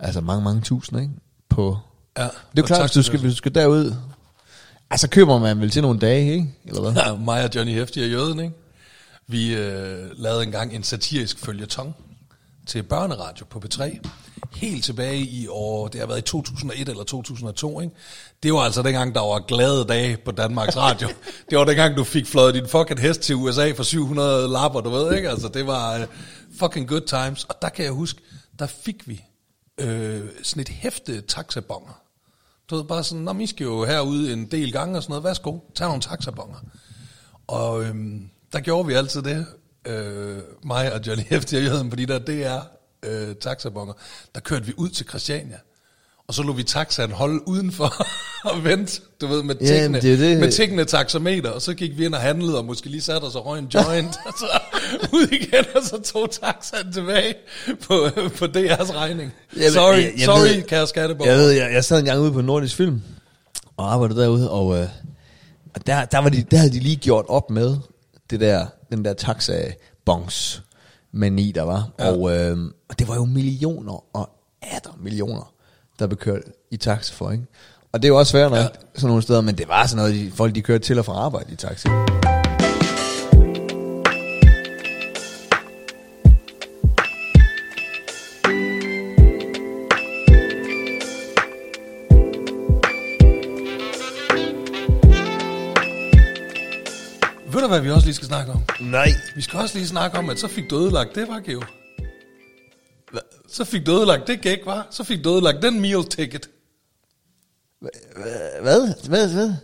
S1: altså mange, mange tusinder, ikke? På,
S2: Ja,
S1: det er jo
S2: på
S1: klart, hvis du, skal, hvis du skal derud, altså køber man vel til nogle dage, ikke? Eller hvad?
S2: ja. Mig og Johnny Hefti og Jøden, ikke? Vi øh, lavede engang en satirisk følgetong til børneradio på P3. Helt tilbage i år, det har været i 2001 eller 2002, ikke? Det var altså dengang, der var glade dage på Danmarks Radio. det var dengang, du fik fløjet din fucking hest til USA for 700 lapper, du ved, ikke? Altså, det var øh, fucking good times. Og der kan jeg huske, der fik vi øh, sådan et hæfte taxabonger. Du ved, bare sådan, Nå, men I skal jo herude en del gange og sådan noget. Værsgo, tag nogle taxabonger. Og øhm, der gjorde vi altid det, øh, mig og Johnny F. Jørgen, på de der DR øh, taxabonger. Der kørte vi ud til Christiania. Og så lå vi taxaen holde udenfor og vente, du ved, med
S1: Ja, men
S2: tingene,
S1: det er det.
S2: med tingene taxameter. Og så gik vi ind og handlede, og måske lige satte os og røg en joint. og så ud igen, og så tog taxaen tilbage på, på DR's regning.
S1: Jamen,
S2: sorry,
S1: jeg- jeg
S2: sorry,
S1: ved-
S2: kære skatteborg.
S1: Jeg ved, jeg, jeg sad engang ude på Nordisk Film, og arbejdede derude, og, øh, og der, der, var de, der havde de lige gjort op med det der, den der taxa bongs mani der var. Ja. Og, øh, og det var jo millioner og 18 millioner, der blev kørt i taxa for, ikke? Og det er jo også svært nok, ja. sådan nogle steder, men det var sådan noget, de, folk de kørte til og fra arbejde i taxa.
S2: Ved du, hvad vi også lige skal snakke om?
S1: Nej.
S2: Vi skal også lige snakke om, at så fik du ødelagt det, var Geo? Så fik du ødelagt det gæk, var? Så fik du ødelagt den meal ticket.
S1: Hvad? Hvad? Hvad?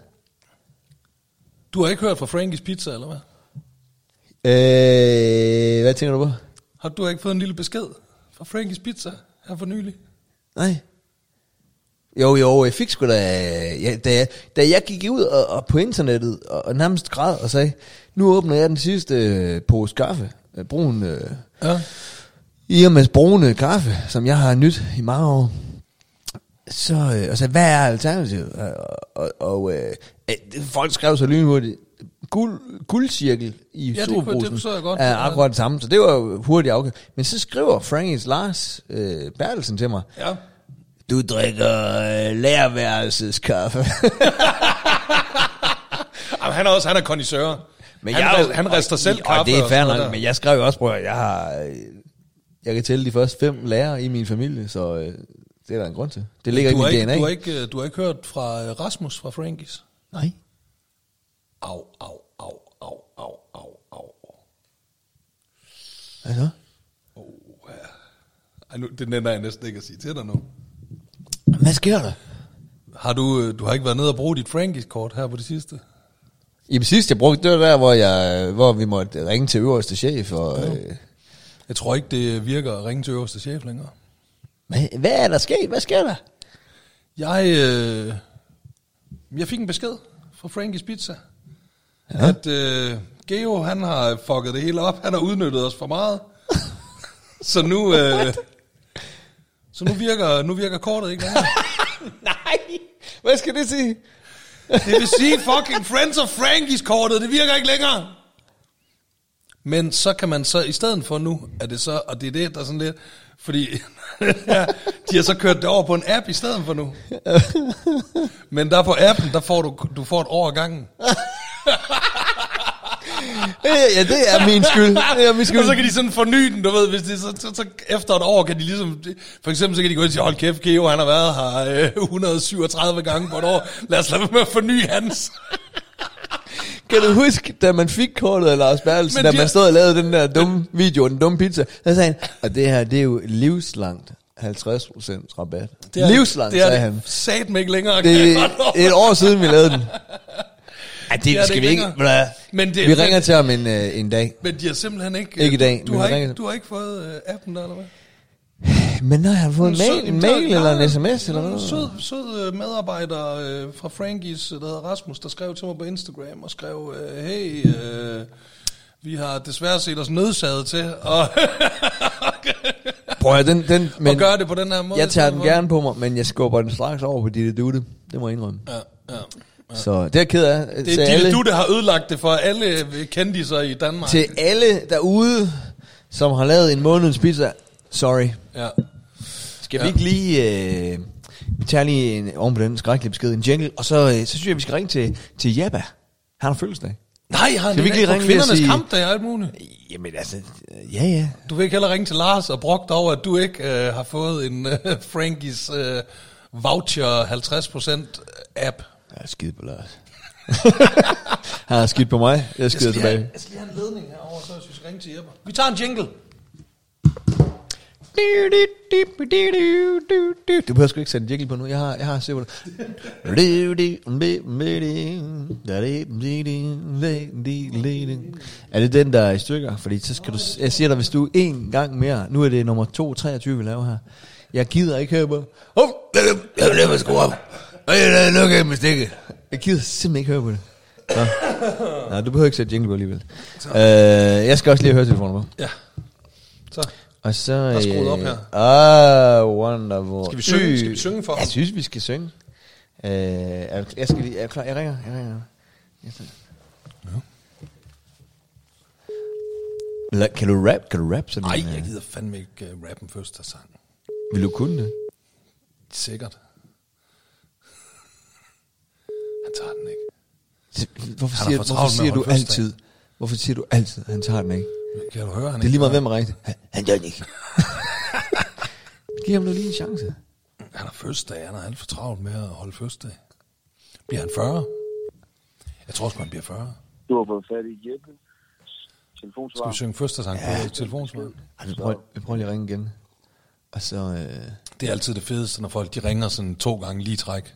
S2: Du har ikke hørt fra Frankies Pizza, eller hvad?
S1: Øh, hvad tænker du på?
S2: Har du ikke fået en lille besked fra Frankies Pizza her for nylig?
S1: Nej. Jo, jo, jeg fik sgu da... Ja, da, jeg, da jeg gik ud og, og på internettet og, og nærmest græd og sagde, nu åbner jeg den sidste øh, pose kaffe, øh, brun... Øh,
S2: Ja.
S1: Irmas brune øh, kaffe, som jeg har nyt i mange år. Så, øh, og så hvad er alternativet? Øh, Og, og øh, øh, det- folk skrev så lynhurtigt, guld, guldcirkel i
S2: det-
S1: superbrusen
S2: det forstår jeg godt.
S1: er akkurat det samme, så det var jo hurtigt afgjort. Men så skriver Frankis Lars øh, Bertelsen til mig,
S2: Ja.
S1: du drikker øh, lærerværelseskaffe.
S2: Jamen, han er også han er kondisør. Men han,
S1: er
S2: jeg,
S1: jo-
S2: han rester
S1: og-
S2: selv
S1: og
S2: kaffe.
S1: det er fair
S2: sådan noget
S1: nok,
S2: der.
S1: men jeg skrev jo også, prøv at høre, jeg har... øh, Jeg kan tælle de første fem lærere i min familie, så øh, det er der en grund til. Det ligger
S2: du har
S1: ikke i min
S2: ikke,
S1: DNA.
S2: du har ikke, øh, du har ikke hørt fra øh, Rasmus fra Frankies?
S1: Nej.
S2: Au, au, au, au, au, au, au.
S1: Hvad så?
S2: Ej, nu, det nænder jeg næsten ikke at sige til dig nu.
S1: Hvad sker der?
S2: Har du, øh, du har ikke været nede og bruge dit Frankies-kort her på det sidste?
S1: I sidst jeg brugte, det var der, hvor, jeg, hvor vi måtte ringe til øverste chef. Og, øh,
S2: Jeg tror ikke, det virker at ringe til øverste chef længere.
S1: hvad, hvad er der sket? Hvad sker der?
S2: Jeg, øh, jeg fik en besked fra Frankies Pizza, ja.
S1: Ja.
S2: at øh, Geo han har fucket det hele op. Han har udnyttet os for meget. så nu... Øh, så nu virker, nu virker kortet ikke længere.
S1: Nej, hvad skal det sige?
S2: Det vil sige fucking Friends of Frankies kortet, det virker ikke længere. Men så kan man så, i stedet for nu, er det så, og det er det, der er sådan lidt, fordi ja, de har så kørt det over på en app i stedet for nu. Men der på appen, der får du, du får et år ad gangen.
S1: Ja, det er min skyld. Det er min skyld.
S2: Og så kan de sådan forny den, du ved, hvis det, så, så, så, efter et år kan de ligesom, for eksempel så kan de gå ind og sige, hold kæft, Geo, han har været her øh, 137 gange på et år, lad os lade være med at forny hans.
S1: Kan du huske, da man fik kortet af Lars Bertelsen,
S2: Men
S1: da
S2: de-
S1: man stod og lavede den der dumme video, den dumme pizza, så sagde han, og det her, det er jo livslangt 50% rabat. Det er, livslangt,
S2: det er
S1: sagde
S2: det
S1: han.
S2: satme ikke længere. kan
S1: Det
S2: jeg
S1: er
S2: godt love.
S1: et år siden, vi lavede den. Ej, det, det
S2: det
S1: skal
S2: ikke
S1: vi ikke...
S2: længere.
S1: ved du hvad?
S2: Men det-
S1: vi
S2: men-
S1: ringer til ham en, øh, en dag.
S2: Men de har simpelthen ikke...
S1: Ikke i dag,
S2: Du,
S1: men
S2: har
S1: jeg
S2: ikke,
S1: ringer-
S2: du har ikke fået øh, appen der, eller hvad?
S1: Men når jeg har fået en
S2: Sød-
S1: mail, en
S2: der-
S1: mail eller
S2: nej,
S1: en sms eller
S2: en
S1: noget.
S2: Sød, sød øh, medarbejder øh, fra Frankies, der hedder Rasmus, der skrev til mig på Instagram og skrev, øh, hey, øh, vi har desværre set os nødsaget til at,
S1: Prøv at høre, den, den,
S2: at
S1: men
S2: gøre det på den her måde.
S1: jeg tager den
S2: i stedet
S1: gerne på mig, men jeg skubber den straks over på dit dutte. Det må jeg indrømme.
S2: for. Ja, ja.
S1: Så det er jeg ked af.
S2: Det
S1: Til
S2: er
S1: alle-
S2: Dille Dutte har ødelagt det for alle øh, kendiser i Danmark.
S1: Til alle derude, som har lavet en månedens pizza, sorry.
S2: Ja.
S1: Skal vi
S2: Ja.
S1: ikke lige... Øh, vi tager lige en, oven på den skrækkelige besked, en jingle, og så, øh, så synes jeg, vi skal ringe til, til Jabba. Han har fødselsdag.
S2: Nej, har
S1: Skal vi ikke lige ringe lige og
S2: kvindernes
S1: sige-
S2: kamp, der er alt muligt.
S1: Jamen altså, øh, ja ja.
S2: Du vil ikke heller ringe til Lars og brokke dig over, at du ikke øh, har fået en øh, Frankies øh, voucher 50% app.
S1: Jeg er skidt på Lars. Han har skidt på mig. Jeg skider
S2: skal, lige have,
S1: tilbage.
S2: jeg skal lige have en ledning herover, så hvis vi skal ringe til Jeppe. Vi tager en jingle.
S1: Du behøver sgu ikke sætte en jingle på nu. Jeg har, jeg har sikkert. Er det den, der er i stykker? Fordi så skal du... Jeg siger dig, hvis du en gang mere... Nu er det nummer 223, vi laver her. Jeg gider ikke høre på... Hov, lad dem- lad dem- lad mig skrue op. Ej, lad- luk af med stikket. Jeg gider simpelthen ikke høre på det. Nå. Nå, du behøver ikke sætte jingle på alligevel. Øh, jeg skal også lige høre telefonen på.
S2: Ja. Så.
S1: Og så... Der er
S2: skruet op her.
S1: Ah, wonderful.
S2: Skal vi synge? Skal vi synge for
S1: Jeg
S2: ham?
S1: synes, vi skal synge. Øh, er, du- jeg skal lige... Er du klar? Jeg ringer. Jeg ringer. Jeg ringer. La, kan du rap? Kan du rap sådan
S2: Nej,
S1: en, øh,
S2: øh, jeg gider fandme ikke uh, rappen første sang.
S1: Vil du kunne det?
S2: Sikkert. Han tager den ikke.
S1: Hvorfor
S2: Han har
S1: siger,
S2: for travlt
S1: hvorfor
S2: med at
S1: siger du
S2: holde fødselsdag.
S1: altid? Hvorfor siger du altid, han tager den ikke?
S2: Kan du høre, han
S1: Det er lige
S2: ikke?
S1: meget, hvem er rigtigt. Han, han gør den ikke. Giv ham nu lige en chance.
S2: Han har fødselsdag, han er alt for travlt med at holde fødselsdag. Bliver han 40? Jeg tror også, han bliver 40.
S4: Du har fået fat i Jeppe.
S2: Skal
S4: Telefonsvar.
S2: vi synge fødselsdagssang ja. på telefonsvaren?
S1: Ej, vi prøver, vi prøver lige at ringe igen. Og så... Øh,
S2: Det er altid det fedeste, når folk de ringer sådan to gange lige i træk.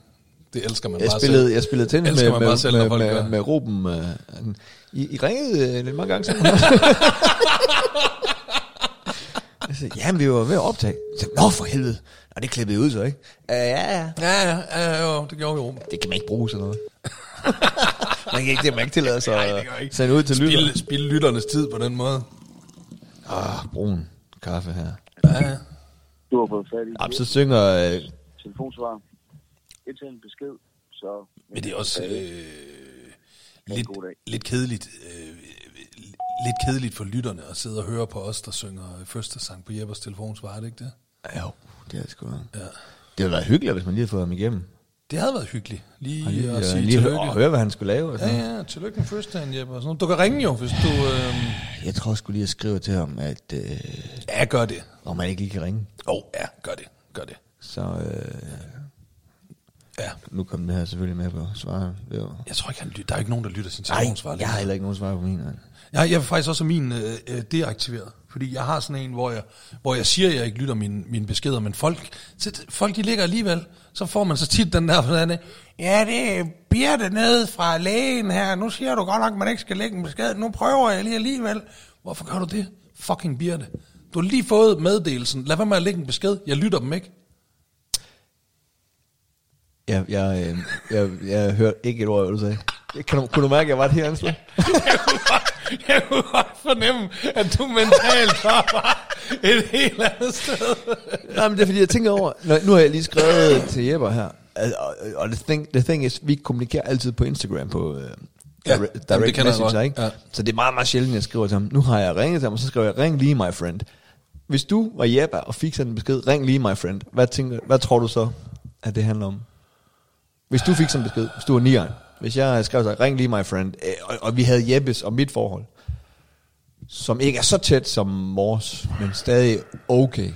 S2: Det elsker man
S1: jeg,
S2: bare
S1: spillede,
S2: selv.
S1: jeg spillede tennis
S2: Elsker
S1: med,
S2: man
S1: med,
S2: bare selv, når
S1: med,
S2: folk
S1: med,
S2: gør.
S1: med, med Ruben. Øh, han- I, I ringede øh, lidt mange gange sammen. Jeg sagde, Jamen, vi var ved at optage. Jeg sagde, Nå, for helvede. Og det klippede I ud så, ikke? Ja, ja, ja.
S2: Ja, ja, ja, jo, det gjorde vi jo.
S1: Det kan man ikke bruge sådan noget. man kan ikke, det kan man ikke tillade sig
S2: Nej, det gør jeg
S1: at
S2: ikke.
S1: sende ud til lytterne.
S2: Spil, spil lytternes tid på den måde.
S1: Ah, brun kaffe her.
S2: Ja, ja.
S4: Du har fået fat i
S1: Jamen,
S4: Jeppe.
S1: så synger... Øh,
S4: Telefonsvar. Et til en besked, så...
S2: Men det er også øh, lidt,
S4: god dag.
S2: lidt kedeligt. Øh, lidt kedeligt for lytterne at sidde og høre på os, der synger første sang på Jeppers telefonsvar, er det ikke det?
S1: jo, det er det sgu.
S2: Ja.
S1: Det ville være hyggeligt, hvis man lige havde fået ham igennem.
S2: Det havde været hyggeligt lige,
S1: Og
S2: lige
S1: lige,
S2: at
S1: øh,
S2: sige
S1: lige høre,
S2: tillykke.
S1: og høre, hvad han skulle lave. Og sådan. noget.
S2: Ja, ja, tillykke med fødselsdagen, Jeppe. Og sådan. noget. Du kan ringe jo, hvis du... Øh...
S1: Jeg tror sgu lige, at skrive til ham, at øh,
S2: Ja, gør det.
S1: om han ikke lige kan ringe.
S2: Jo, oh, ja, gør det. Gør det.
S1: Så øh,
S2: Ja.
S1: nu kom det her selvfølgelig med på svaret. Det var...
S2: Jeg tror ikke, han lytter. Der er ikke nogen, der lytter sin telefonsvar.
S1: Nej, jeg har heller ikke nogen svar på min. nej.
S2: Jeg, jeg vil faktisk også have min øh, øh, deaktiveret, fordi jeg har sådan en, hvor jeg, hvor jeg siger, at jeg ikke lytter mine, mine beskeder, men folk, så, folk de ligger alligevel, så får man så tit den der, sådan, øh, ja, det er Birte ned fra lægen her, nu siger du godt nok, at man ikke skal lægge en besked, nu prøver jeg lige alligevel. Hvorfor gør du det? Fucking Birte. Du har lige fået meddelelsen, lad være med at lægge en besked, jeg lytter dem ikke.
S1: Jeg, jeg, øh, jeg, jeg hørte ikke et ord, hvad du sagde. Kan du, kunne du mærke, at jeg var et helt andet sted?
S2: Jeg kunne godt- jeg kunne godt fornemme, at du mentalt var bare et helt andet sted.
S1: Nej, men det er fordi, jeg tænker over, Nå, nu har jeg lige skrevet til Jepper her, og, og, og the, thing, the thing is, vi kommunikerer altid på Instagram på øh,
S2: Ja,
S1: dire-
S2: jamen, det
S1: direct
S2: kender jeg godt.
S1: message, ikke?
S2: Ja.
S1: Ja. Så det er meget, meget sjældent, jeg skriver til ham, nu har jeg ringet til ham, og så skriver jeg, ring lige, my friend. Hvis du var Jepper og fik sådan en besked, ring lige, my friend, hvad, tænker, hvad tror du så, at det handler om? Hvis du fik sådan en besked, hvis du var nieren, hvis jeg skrev så, ring lige, my friend, øh, og, og vi havde Jeppes og mit forhold, som ikke er så tæt som vores, men stadig okay.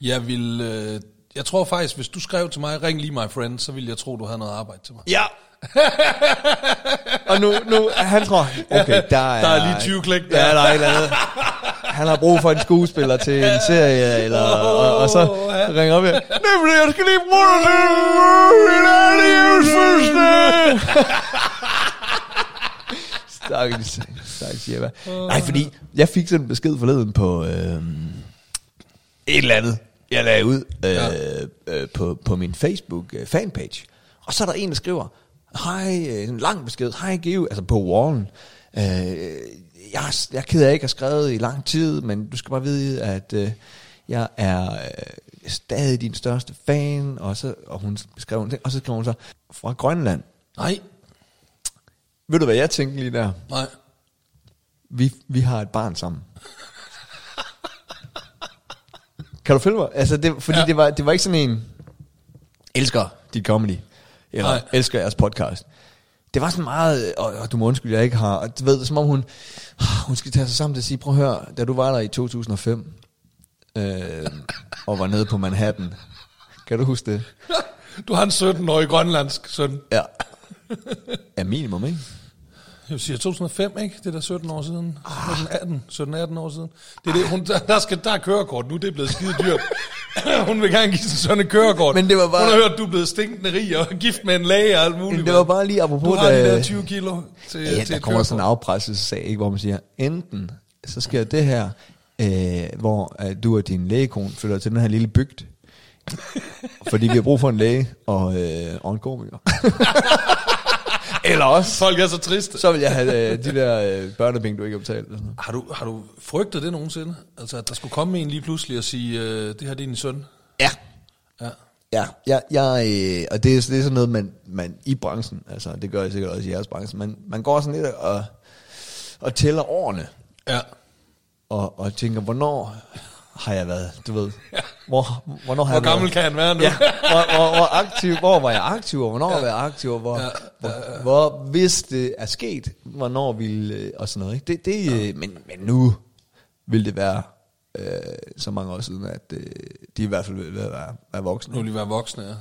S2: Jeg vil, øh, jeg tror faktisk, hvis du skrev til mig, ring lige my friend, så ville jeg tro, du havde noget arbejde til mig.
S1: Ja. og nu, nu, han tror, okay, der er...
S2: Der er lige 20 klik
S1: der.
S2: der.
S1: Ja, der er et eller andet. Han har brug for en skuespiller til en serie, eller, og, og så
S2: ja.
S1: ringer op her. Det er fordi, jeg skal lige bruge det til min alleves fødselsdag. Stakkels, stakkels Jeppe. Nej, fordi jeg fik sådan en besked forleden på... Øh, et eller andet, jeg lagde ud øh,
S2: Ja.
S1: ja. øh, på, på min Facebook-fanpage. Og så er der en, der skriver, hej, øh, en lang besked, hej Geo, altså på wallen. Øh, jeg, er s- jeg er ked af, at jeg ikke har skrevet i lang tid, men du skal bare vide, at øh, jeg er øh, stadig din største fan. Og, så, og hun skrev en ting, og så skrev hun så, fra Grønland.
S2: Nej,
S1: Ved du, hvad jeg tænkte lige der?
S2: nej.
S1: Vi, vi har et barn sammen. kan du følge mig? Altså, det, fordi
S2: Ja.
S1: ja. det, var, det var ikke sådan en, elsker dit comedy, eller
S2: Nej.
S1: Nej. elsker jeres podcast. Det var sådan meget, og, og du må undskylde, jeg ikke har, og du ved, som om hun, "Ah, hun skal tage sig sammen til at sige, prøv at høre, da du var der i 2005, øh, og var nede på Manhattan, kan du huske det?
S2: Du har en 17-årig grønlandsk søn.
S1: Ja. Ja, minimum, ikke?
S2: Jeg siger 2005, ikke? Det er da 17 år siden.
S1: Ah.
S2: 18, 17-18 år siden. Det er det, hun, der, der, skal, der er kørekort nu, det er blevet skide dyrt. hun vil gerne give sin søn et kørekort.
S1: Men det var bare-
S2: Hun har hørt, du er blevet stinkende rig og gift med en læge og alt muligt.
S1: Men det var
S2: mand.
S1: bare lige apropos,
S2: Du har de
S1: da-
S2: der 20 kilo til,
S1: Ja,
S2: til
S1: der kommer
S2: et kørekort.
S1: sådan en afpresselsessag, ikke, hvor man siger, enten så sker det her, øh, hvor øh, du og din lægekone flytter til den her lille bygd, fordi vi har brug for en læge og, øh, og en komiker. Eller også,
S2: Folk er så triste.
S1: så vil jeg have øh, de der øh, børnepenge, du ikke har betalt. eller sådan noget.
S2: Har du, har du frygtet det nogensinde? Altså, at der skulle komme en lige pludselig og sige, øh, det her det er din søn?
S1: Ja.
S2: Ja.
S1: Ja, jeg, jeg, øh, og det er, det er sådan noget, man, man i branchen, altså det gør jeg sikkert også i jeres branche, man, man går sådan lidt og, og tæller årene,
S2: Ja.
S1: og, og tænker, hvornår har jeg været, du ved. Hvor, hvornår har
S2: Hvor
S1: jeg været-
S2: gammel kan han være nu?
S1: Ja, hvor, hvor, hvor, aktiv, hvor var jeg aktiv, og hvornår ja. var jeg aktiv, og hvor, ja. hvor, hvor, hvis det er sket, hvornår vil, øh, og sådan noget. Ikke? Det, det, ja. men, men nu vil det være øh, så mange år siden, at øh, de i hvert fald vil være, være voksne.
S2: Nu vil de være voksne, ja.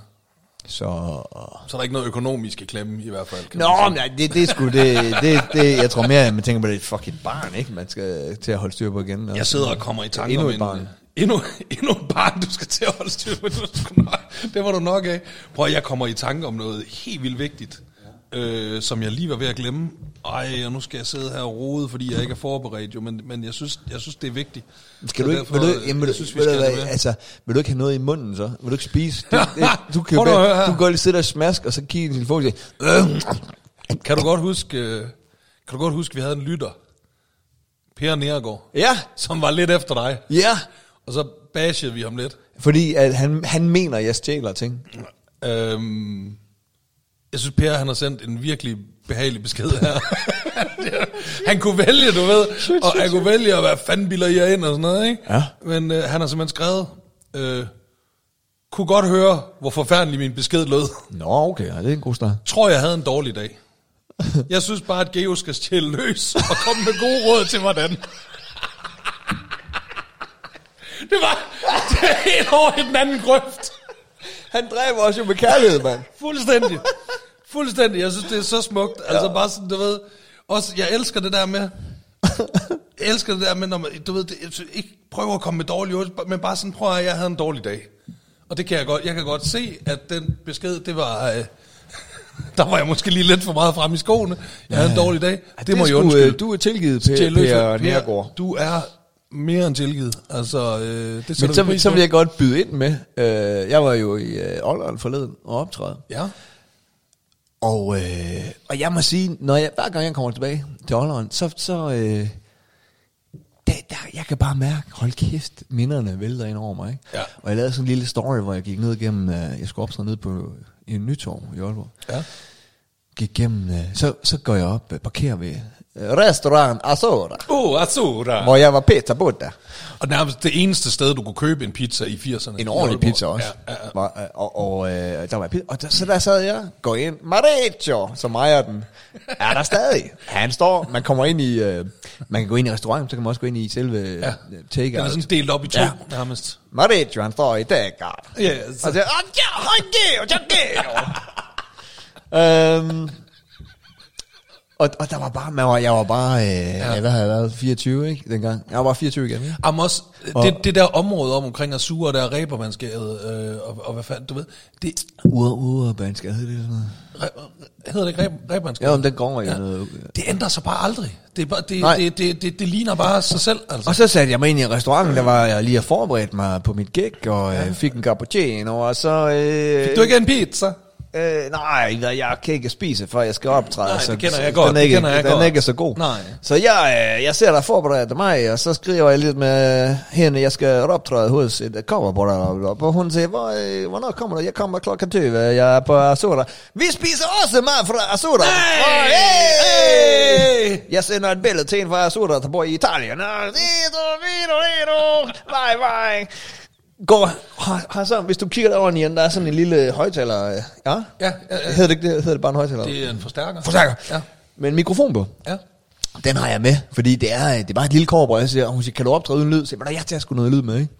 S1: Så...
S2: Så er der ikke noget økonomisk at klemme, i hvert fald. kan man
S1: Nå,
S2: sige.
S1: men nej, det, det er sgu det, det, det, jeg tror mere, at man tænker på, det er et fucking barn, ikke? Man skal til at holde styr på igen. og-
S2: Jeg sidder og kommer i tanke
S1: Endnu
S2: om
S1: et
S2: en, øh,
S1: barn.
S2: Endnu, endnu et barn, du skal til at holde styr på. Du skal nok- Det var du nok af. Prøv, at, jeg kommer i tanke om noget helt vildt vigtigt, øh, som jeg lige var ved at glemme. Ej, og nu skal jeg sidde her og rode, fordi jeg ikke er forberedt, jo, men, men jeg, synes, jeg synes, det er vigtigt.
S1: Skal
S2: Så
S1: du ikke,
S2: derfor,
S1: vil du,
S2: øh,
S1: jamen, vil, du,
S2: jeg synes, vi
S1: vil,
S2: skal
S1: du,
S2: have det
S1: hvad,
S2: med.
S1: altså, vil du ikke have noget i munden så? Vil du ikke spise? Det, det, du kan jo
S2: Prøv nu at høre
S1: bare,
S2: her.
S1: du kan godt lige sidde og smaske, og så kigge i din telefon og sige, øh,
S2: Kan du godt huske, øh, kan du godt huske, vi havde en lytter, Per Nergård,
S1: ja,
S2: som var lidt efter dig,
S1: ja.
S2: og så bashede vi ham lidt.
S1: Fordi at han, han mener, at jeg stjæler ting.
S2: Øhm, jeg synes, Per han har sendt en virkelig behagelig besked her. han kunne vælge, du ved, og han kunne vælge at være fanden bilder jer ind og sådan noget, ikke?
S1: Ja.
S2: Men øh, han har simpelthen skrevet, øh, kunne godt høre, hvor forfærdelig min besked lød.
S1: Nå, okay, ja, det er en god start.
S2: Tror, jeg havde en dårlig dag. Jeg synes bare, at Geo skal stjæle løs og komme med gode råd til, hvordan. Det var det er helt over i den anden grøft.
S1: Han dræber også jo med kærlighed, mand.
S2: Fuldstændig. Fuldstændig. Jeg synes, det er så smukt. Altså bare sådan, du ved... Også, jeg elsker det der med... Jeg elsker det der med, når man, du ved, det, jeg- ikke prøver at komme med dårlige ord, men bare sådan, prøv at høre, jeg havde en dårlig dag. Og det kan jeg godt, jeg kan godt se, at den besked, det var, øh, der var jeg måske lige lidt for meget frem i skoene. Jeg havde en dårlig dag. Det, det må jeg
S1: sgu, øh,
S2: undskylde.
S1: Du er tilgivet, Per,
S2: Til løs-
S1: per
S2: Per,
S1: Nergård.
S2: Du er mere end tilgivet. Altså, øh, det
S1: Men
S2: sætter vi
S1: så,
S2: pris
S1: så
S2: på.
S1: vil jeg godt byde ind med, øh, jeg var jo i øh, Ålderen forleden og optræde.
S2: Ja.
S1: Og, øh, og jeg må sige, når jeg, hver gang jeg kommer tilbage til Ålderen, så, så øh, der, der, jeg kan bare mærke, hold kæft, minderne vælter ind over mig. Ikke?
S2: Ja.
S1: Og jeg lavede sådan en lille story, hvor jeg gik ned igennem, øh, jeg skulle optræde ned på i en nytorv i Aalborg.
S2: Ja.
S1: Gik igennem, øh, så, så går jeg op, øh, parkerer ved øh, restaurant Azora,
S2: Uh, Azura.
S1: hvor jeg var Peter Buddha.
S2: Og nærmest det eneste sted, du kunne købe en pizza i 80'erne.
S1: En ordentlig
S2: I Aalborg.
S1: pizza også.
S2: Ja, ja, ja.
S1: Var, øh, og, og øh, der var pizza. Og der, så der sad jeg, går ind, Mareccio, som ejer den, er der stadig. Han står, man kommer ind i, øh, man kan gå ind i restauranten, så kan man også gå ind i selve ja. take
S2: Den er sådan delt op i to, ja.
S1: Ja.
S2: nærmest.
S1: Mareccio, han står i dækkert.
S2: Ja,
S1: Og
S2: så,
S1: så, oh, ja, høj, geo, ja, geo. øhm, og, og der var bare, man var, jeg var bare, øh, ja. hvad havde jeg været, 24, ikke, dengang? Jeg var bare 24 igen, ikke?
S2: Jamen også, det, det der område om omkring Azura, der er Rebermandsgade, øh, og, og hvad fanden, du ved, det
S1: Ure, ure, bansker, hed det sådan noget.
S2: Re- hedder det ikke Re- Rebermandsgade?
S1: Ja, men den går i noget.
S2: Det ændrer sig bare aldrig. Det, er bare,
S1: Nej.
S2: det, det, det, det, det ligner bare sig selv, altså.
S1: Og så satte jeg mig ind i restauranten, der var jeg lige har forberedt mig på mit gig, og øh, fik en cappuccino, og så... Øh,
S2: Du er ikke en pizza.
S1: Øh, nej, hvad, jeg kan ikke spise, før jeg skal optræde.
S2: Nej,
S1: så,
S2: det kender jeg
S1: så
S2: godt,
S1: Den er
S2: det
S1: ikke,
S2: kender jeg
S1: den
S2: godt.
S1: er ikke så god.
S2: Nej.
S1: Så jeg, øh, jeg ser dig forberedt mig, og så skriver jeg lidt med hende, jeg skal optræde hos et cover på dig. Og hun siger, Hvor, øh, hvornår kommer du? Jeg kommer klokken 20, jeg er på Azura. Vi spiser også mad fra Azura.
S2: Nej!
S1: Og, hey! Jeg sender et billede til en fra Azura, der bor i Italien. Og, Vito, Vito, Vito, vej, vej. Går, har, har så, hvis du kigger derovre, Jan, der er sådan en lille højtaler. øh, Ja?
S2: Ja, ja, ja.
S1: Hedder det ikke det? Hedder det bare en højtaler?
S2: Det er en forstærker.
S1: Forstærker.
S2: Ja.
S1: Med en mikrofon på.
S2: ja.
S1: Den har jeg med, fordi det er, øh, det er bare et lille kår, hvor jeg siger, og hun siger, kan du optræde uden lyd? Så jeg, "Men jeg tager sgu noget lyd med, ikke?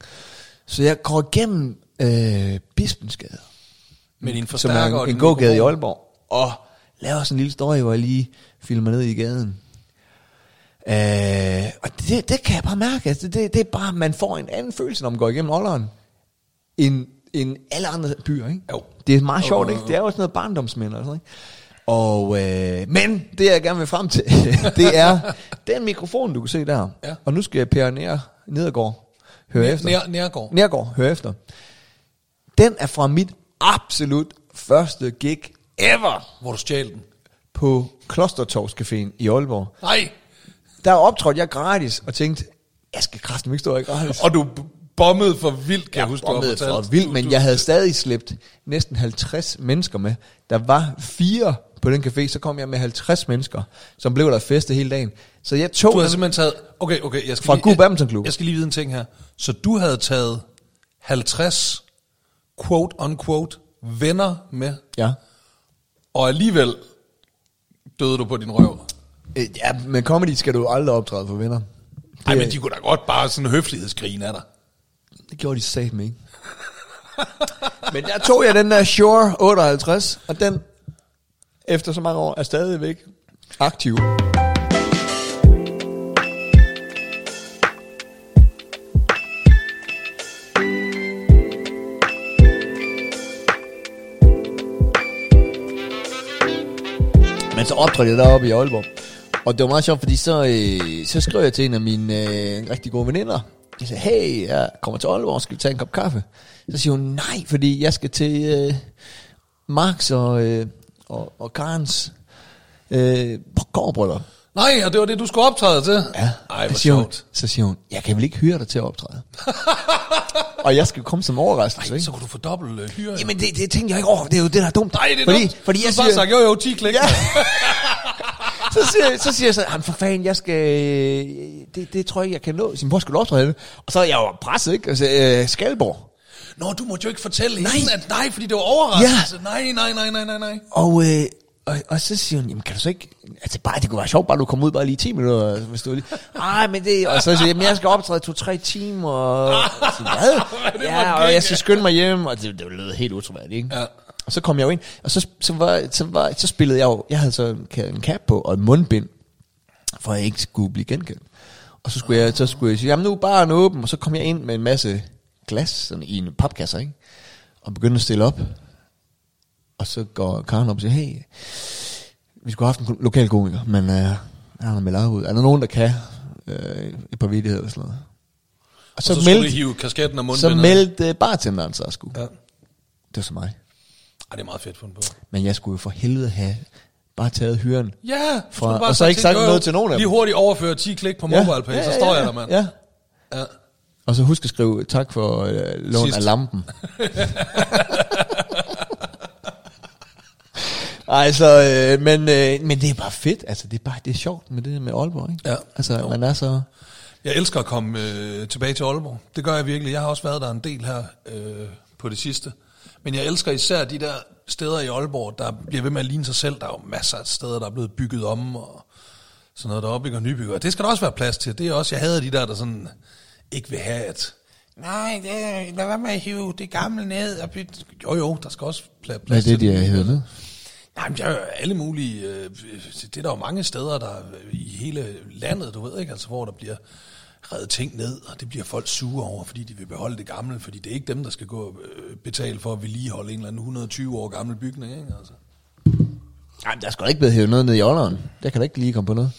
S1: Så jeg går igennem øh, Bispensgade,
S2: Men en
S1: som er
S2: forstærker og
S1: en, en
S2: den
S1: gågade i
S2: mikrofon.
S1: Aalborg, og laver sådan en lille story, hvor jeg lige filmer ned i gaden. Øh, og det, det kan jeg bare mærke, altså, det, det er bare, man får en anden følelse, når man går igennem ålderen, end, end alle andre byer, ikke?
S2: Jo.
S1: Det er meget sjovt, ikke? Det er jo sådan noget barndomsmind og sådan noget, ikke? Og, øh, men det jeg gerne vil frem til, det er den mikrofon, du kan se der.
S2: Ja.
S1: Og nu skal Per Nær, Nedergaard høre
S2: Nær-
S1: efter.
S2: Nær- Nærgaard.
S1: Nærgaard, høre efter. Den er fra mit absolut første gig ever
S2: Hvor du stjal den.
S1: på Klostertorvscaféen i Aalborg.
S2: Nej.
S1: Der optrådte jeg gratis og tænkte, jeg skal kraften ikke stå her gratis.
S2: Og du b- bombede for vildt, kan jeg, huske, du har
S1: bombede for
S2: fortalt.
S1: vildt,
S2: Du-
S1: men
S2: du-
S1: jeg havde stadig slæbt næsten 50 mennesker med. Der var fire på den café, så kom jeg med 50 mennesker, som blev der festet hele dagen. Så jeg tog...
S2: Du havde simpelthen taget... Okay, okay, jeg skal
S1: Fra
S2: lige,
S1: Gud Badminton Klub.
S2: Jeg skal lige vide en ting her. Så du havde taget 50, quote unquote, venner med,
S1: Ja.
S2: og alligevel døde du på din røv.
S1: Øh, ja, men comedy skal du aldrig optræde for venner.
S2: Nej, men de kunne da godt bare sådan en høflighedsgrin af dig.
S1: Det gjorde de satme ikke. Men der tog jeg den der Shure 58, og den, efter så mange år, er stadigvæk aktiv. Men så optrådte jeg deroppe i Aalborg. Og det var meget sjovt, fordi så, øh, så skrev jeg til en af mine øh, rigtig gode veninder. Jeg sagde, hey, jeg kommer til Aalborg, skal vi tage en kop kaffe? Så siger hun, nej, fordi jeg skal til øh, Marks og, øh, og, og Karens øh, gårdbryllup.
S2: Nej, og det var det, du skulle optræde til. Ej, hvor
S1: så siger hun,
S2: sjovt.
S1: så siger hun, jeg kan vel ikke hyre dig til at optræde. og jeg skal jo komme som overraskelse,
S2: Ej,
S1: ikke?
S2: så kunne du få dobbelt øh, hyre.
S1: Jamen, det, det tænkte jeg ikke over, det er jo det, der er dumt.
S2: Nej, det er
S1: fordi,
S2: dumt.
S1: Fordi jeg
S2: du har
S1: siger,
S2: bare sagt, jo, jo, 10 klik. Ja.
S1: så, siger, så siger jeg så, han for fanden, jeg skal, øh, det, det tror jeg ikke, jeg kan nå. Sin mor skal du optræde. Og så er jeg jo presset, ikke? Altså, øh, Skalborg.
S2: Nå, du måtte jo ikke fortælle nej. hende, at nej, fordi det var overraskelse. Ja. Nej, nej, nej, nej, nej, nej.
S1: Og, øh, og, og så siger hun, jamen kan du så ikke, altså bare, det kunne være sjovt, bare du kom ud bare lige 10 minutter, hvis du lige, ej, men det, og så siger jeg, "Jamen, jeg skal optræde 2-3 timer, og jeg siger,
S2: Det
S1: hvad?
S2: var
S1: ja,
S2: gik,
S1: og jeg
S2: ja.
S1: skal skynde mig hjem, og det, det lød helt utroværdigt, ikke?
S2: Ja.
S1: Og så kom jeg jo ind, og så, så, var, så, var, så spillede jeg jo, jeg havde så en ka- en cap på, og en mundbind, for at jeg ikke skulle blive genkendt. Og så skulle jeg, så skulle jeg sige, jamen nu er baren åben, og så kom jeg ind med en masse glas sådan i en papkasse, ikke? Og begyndte at stille op. Og så går Karen op og siger, hey, vi skulle have haft en ko- lokal komiker, men øh, han har meldt ud. Er der nogen, der kan øh, et par vidigheder eller sådan noget? Og så,
S2: Så, så skulle du
S1: meldte,
S2: hive kasketten og
S1: så
S2: mundbindet.
S1: meldte øh, bartenderen sig sgu.
S2: Ja.
S1: Ja. Det var så mig.
S2: Ej, det er meget fedt fundet på.
S1: Men jeg skulle jo for helvede have bare taget hyren.
S2: Ja, du
S1: Fra-
S2: skulle bare
S1: og så
S2: have
S1: ikke
S2: til
S1: sagt
S2: hende, jo, jo,
S1: noget til nogen af
S2: Lige
S1: dem.
S2: hurtigt overføre 10 klik på mobile pay, så står jeg der, mand.
S1: Ja.
S2: Ja.
S1: Og så husk at skrive tak for øh, lån
S2: Sidst.
S1: af lampen. Ej, så, øh, men, øh, men det er bare fedt. Altså, det er bare det er sjovt med det der med Aalborg, ikke?
S2: Ja.
S1: Altså,
S2: Jo.
S1: man er så...
S2: Jeg elsker at komme øh, tilbage til Aalborg. Det gør jeg virkelig. Jeg har også været der en del her øh, på det sidste. Men jeg elsker især de der steder i Aalborg, der bliver ved med at ligne sig selv. Der er jo masser af steder, der er blevet bygget om og sådan noget, der opbygger og nybygger. Og Det skal der også være plads til. Det er også, jeg hader de der, der sådan ikke vil have at... Nej, det, er- lad være med at hive det gamle ned og bytte... Jo, jo, der skal også pla- plads
S1: Hvad er det,
S2: til
S1: de har heddet?
S2: Nej, men der er jo alle mulige... Øh, det er der jo mange steder, der er i hele landet, du ved ikke, altså hvor der bliver reddet ting ned, og det bliver folk sure over, fordi de vil beholde det gamle, fordi det er ikke dem, der skal gå og øh, betale for at vedligeholde en eller anden 120 år gammel bygning, ikke? Altså.
S1: Ej, men der skal da ikke blevet hævet noget ned i ålderen. Der kan da ikke lige komme på noget.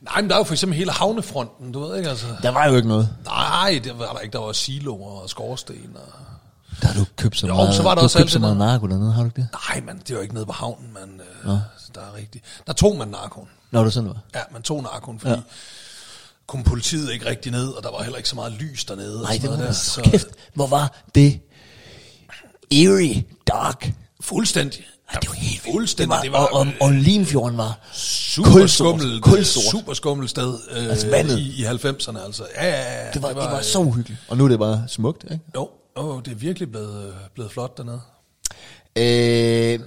S2: Nej, men der er jo for eksempel hele havnefronten, du ved ikke, altså.
S1: Der var jo ikke noget.
S2: Nej, det var der ikke. Der var siloer og skorsten og...
S1: Der har du købt så
S2: Jo,
S1: meget,
S2: så var der
S1: du har
S2: også
S1: købt
S2: alt
S1: så
S2: det
S1: meget
S2: der.
S1: narko dernede, har du ikke det?
S2: Nej, man, det var ikke nede på havnen, man. Øh, Der er rigtigt. Der tog man narkoen.
S1: Nå, det er sådan noget.
S2: Ja, man tog narkoen, fordi ja. kom politiet ikke rigtig ned, og der var heller ikke så meget lys dernede. og
S1: Nej,
S2: sådan
S1: det var
S2: noget
S1: da
S2: der,
S1: så kæft. Hvor var det eerie, dark.
S2: Fuldstændig.
S1: Ej, det var helt vildt.
S2: Fuldstændig.
S1: Det var, og, og, og Limfjorden var
S2: super
S1: kulsort,
S2: skummel,
S1: kulsort.
S2: super skummel sted øh,
S1: Altså, vandet.
S2: i, i 90'erne. Altså. Ja, ja, ja,
S1: Det var, det var, det var
S2: øh,
S1: så uhyggeligt. Og nu er det bare smukt, ikke?
S2: Jo, jo, det er virkelig blevet, øh, blevet flot dernede.
S1: Øh,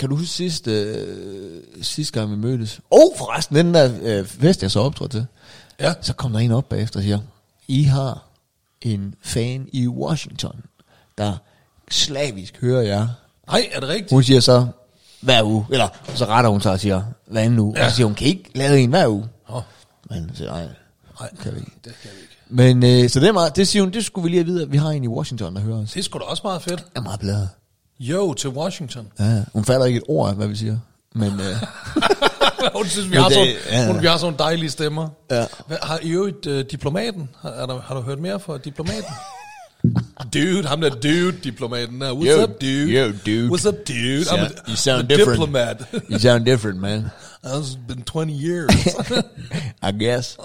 S1: kan du huske sidste, øh, sidste gang, vi mødtes? Åh, oh, forresten, den der øh, fest, jeg så optrådte til.
S2: Ja.
S1: Så kom der en op bagefter og siger, I har en fan i Washington, der slavisk hører jer.
S2: Nej, er det rigtigt?
S1: Hun siger så, hver uge. Eller så retter hun sig og siger, hver anden uge. Ja. Og så siger hun, kan I ikke lave en hver uge?
S2: Åh,
S1: Men hun siger, nej,
S2: nej,
S1: kan vi ikke.
S2: det kan vi ikke.
S1: Men øh, så det er meget, det siger hun, det skulle vi lige have videre, vi har en i Washington, der hører os.
S2: Det er sgu da også meget fedt.
S1: Jeg er meget bladet.
S2: Jo, til Washington.
S1: Ja, ja. hun fatter ikke et ord af, hvad vi siger. Men øh,
S2: hun synes, vi
S1: Men
S2: har,
S1: det-
S2: sådan,
S1: ja, ja.
S2: hun, vi har sådan dejlige stemmer.
S1: Ja.
S2: Hvad, har i øvrigt øh, diplomaten? Har, er der, har du hørt mere fra diplomaten? dude, ham der dude, diplomaten der. What's
S1: Yo,
S2: up, dude?
S1: yo, dude.
S2: What's up, dude? I'm a,
S1: you sound
S2: I'm a
S1: different.
S2: diplomat.
S1: you sound different, man.
S2: It's been 20 years.
S1: I guess.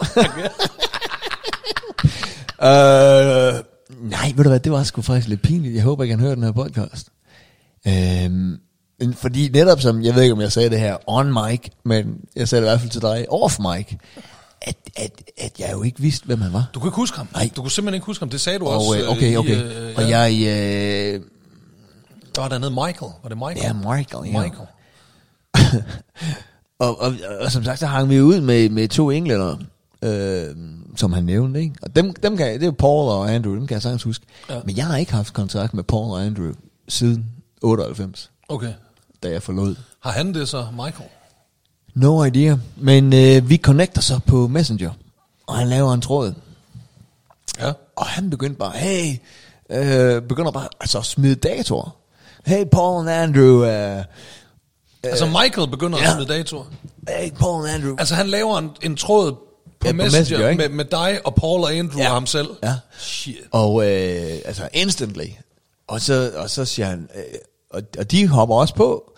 S1: øh, nej, ved du hvad, det var sgu faktisk lidt pinligt. Jeg håber ikke, han hører den her podcast. Øhm, men fordi netop som, jeg ved ikke, om jeg sagde det her on mic, men jeg sagde det i hvert fald til dig, off mic, at, at, at jeg jo ikke vidste, hvem han var.
S2: Du kunne ikke huske ham.
S1: Nej.
S2: Du kunne simpelthen ikke huske ham. Det sagde du
S1: Og
S2: også.
S1: øh, okay,
S2: i,
S1: okay.
S2: øh,
S1: Og
S2: ja.
S1: jeg, øh,
S2: Der var dernede Michael. Var det Michael?
S1: ja, Michael, ja.
S2: Michael.
S1: Og, og, og som sagt, så hang vi ud med, med to englænder, øh, som han nævnte, ikke? Og dem, dem kan, jeg- det er jo Paul og Andrew, dem kan jeg sagtens huske. Ja. Men jeg har ikke haft kontakt med Paul og Andrew siden 98,
S2: Okay.
S1: da jeg forlod.
S2: Har han det så, Michael?
S1: No idea. Men øh, vi connecter så på Messenger, og han laver en tråd.
S2: Ja.
S1: Og han begyndte bare, hey, øh, begynder bare altså, at smide datoer. Hey, Paul og Andrew, øh,
S2: Altså, Michael begynder
S1: ja.
S2: at smide datoer.
S1: hey, Paul og Andrew.
S2: Altså, han laver en, en tråd på
S1: Ja,
S2: ja,
S1: på
S2: Messenger,
S1: Messenger, ikke?
S2: med, med dig og Paul og Andrew
S1: Ja.
S2: ja. og ham selv.
S1: Ja.
S2: Shit.
S1: Og øh, altså instantly. Og så, og så siger han, øh, og, og de hopper også på,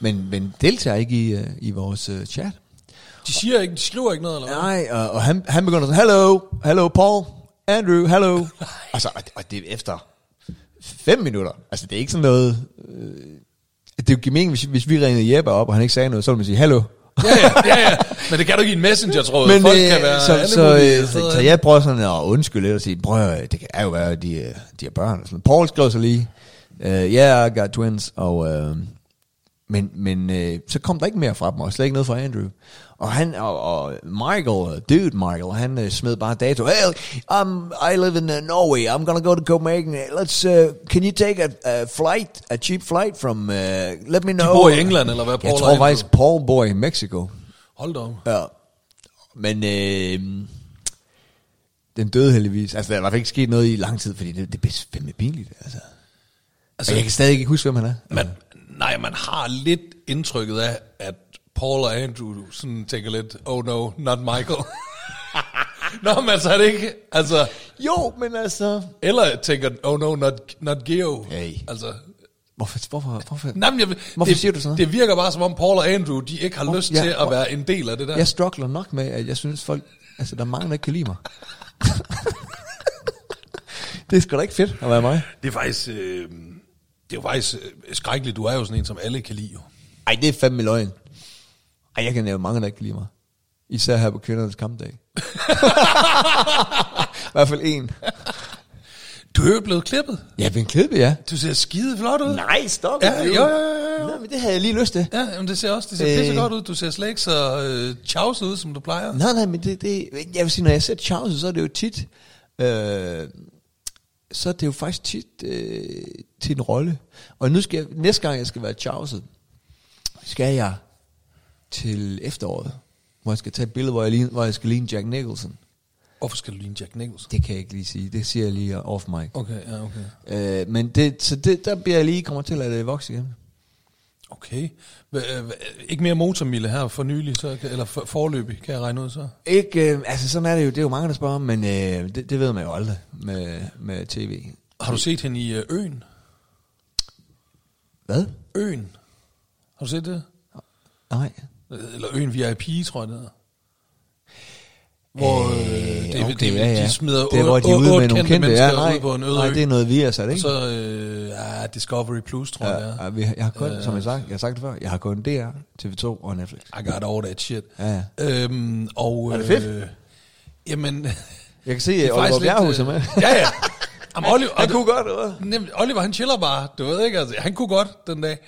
S1: men, men deltager ikke i, øh, i vores øh, chat.
S2: De siger ikke, de skriver ikke noget, eller hvad?
S1: Nej, og, og han, han begynder sådan, hello, hello Paul, Andrew, hello. altså, og, og det er efter fem minutter. Altså, det er ikke sådan noget... Øh, det ville give mening, hvis, hvis vi ringede Jeppe op, og han ikke sagde noget, så ville man sige, hello.
S2: Ja, ja, ja, ja. Men det kan du ikke i en messenger, tror jeg. Folk kan være
S1: øh, så,
S2: alle
S1: så,
S2: mulige
S1: øh,
S2: steder
S1: så, så,
S2: hen.
S1: jeg prøver sådan at undskylde lidt og sige, prøv at høre, det kan er jo være, at de, øh, de er børn. Og sådan. Paul skrev så lige, øh, yeah, I got twins, og... Øh, men, men øh, så kom der ikke mere fra dem, og slet ikke noget fra Andrew. Og han, og, og Michael, dude Michael, han øh, smed bare dato. Hey, I'm, I live in uh, Norway, I'm gonna go to Copenhagen, let's, uh, can you take a, a flight, a cheap flight from, uh, let me know.
S2: bor i England, eller hvad, Paul
S1: Jeg
S2: og
S1: tror
S2: Andrew?
S1: faktisk, Paul bor i Mexico.
S2: Hold da op.
S1: Ja. Men øh, den døde heldigvis. Altså, der var ikke sket noget i lang tid, fordi det, det er fandme pinligt. Altså. altså.
S2: Altså-
S1: Og jeg kan stadig ikke huske, hvem han er.
S2: Man, nej, man har lidt indtrykket af, at Paul og Andrew sådan tænker lidt, oh no, not Michael. Nå, men altså er det ikke, altså,
S1: Jo, men altså...
S2: eller tænker, oh no, not, not Geo.
S1: Hey.
S2: Altså,
S1: Hvorfor? hvorfor, hvorfor?
S2: nej, men jeg,
S1: Hvorfor
S2: det,
S1: siger du sådan noget?
S2: Det virker bare som om Paul og Andrew, de ikke har
S1: Hvor-
S2: lyst
S1: ja,
S2: til
S1: hvor-
S2: at være en del af det der.
S1: Jeg struggler nok med, at jeg synes, folk... Altså, der er mange, der ikke kan lide mig. det er sgu da ikke fedt at være mig.
S2: Det er faktisk, øh, det er jo faktisk øh, skrækkeligt, du er jo sådan en, som alle kan lide jo.
S1: Ej, det er fandme løgn. Ej, jeg kan nævne mange, der ikke kan lide mig. Især her på kvindernes kampdag. I hvert fald en.
S2: Du er jo blevet klippet.
S1: Ja, Ben Kledby, ja.
S2: Du ser skide flot ud.
S1: Nej, stop.
S2: Ja,
S1: det er
S2: jo, jo, jo, jo.
S1: Nej, men det havde jeg lige lyst til.
S2: Ja, jamen det ser også, det ser
S1: Øh.
S2: øh. pisse godt ud. Du ser slet ikke så øh, tjavset ud, som du plejer.
S1: Nej, nej, men det, det, jeg vil sige, når jeg ser Charles, så er det jo tit, øh, så er det jo faktisk tit øh, til en rolle. Og nu skal jeg, næste gang jeg skal være Charles, skal jeg til efteråret, hvor jeg skal tage et billede, hvor jeg, ligner, hvor jeg skal ligne Jack Nicholson.
S2: Hvorfor skal du ligne Jack Nicholson?
S1: Det kan jeg ikke lige sige, det siger jeg lige off mic.
S2: Okay, ja, okay.
S1: Øh, men det, så det, der bliver jeg lige kommer til at lade det vokse igen.
S2: Okay. Hva- øh, Ikke mere motormille her for nylig, så, kan- eller for, forløbig, kan jeg regne ud så?
S1: Ikke, øh, altså sådan er det jo, det er jo mange, der spørger om, men øh, det, det ved man jo aldrig med, med tv.
S2: Har du set hende i øh, Øen?
S1: Hvad?
S2: Øen? Har du set det?
S1: Nej.
S2: Øh, Eller Øen VIP, tror jeg det hedder. Hvor øh, det, okay, det, de smider
S1: det er, hvor de er ude med nogle kendte,
S2: mennesker
S1: ja, nej,
S2: ud på en øde
S1: nej,
S2: ø.
S1: det er noget vi har sat,
S2: Og
S1: ikke?
S2: så øh, ja, Discovery Plus, tror jeg. det er.
S1: ja, ja, vi, har- jeg har kun,
S2: Øh.
S1: som jeg, sagt, jeg har sagt det før, jeg har kun DR, TV2 og Netflix.
S2: I got all that shit.
S1: Ja,
S2: Øhm, og,
S1: Er det fedt?
S2: Øh, jamen, det
S1: Jeg kan se, at
S2: er
S1: Oliver
S2: faktisk lidt,
S1: Bjerghus er
S2: øh,
S1: med.
S2: ja, ja. Jamen, Oliver,
S1: Han
S2: og
S1: kunne godt, eller
S2: det, nemt, Oliver, han chiller bare, du ved ikke, altså, han kunne godt den dag.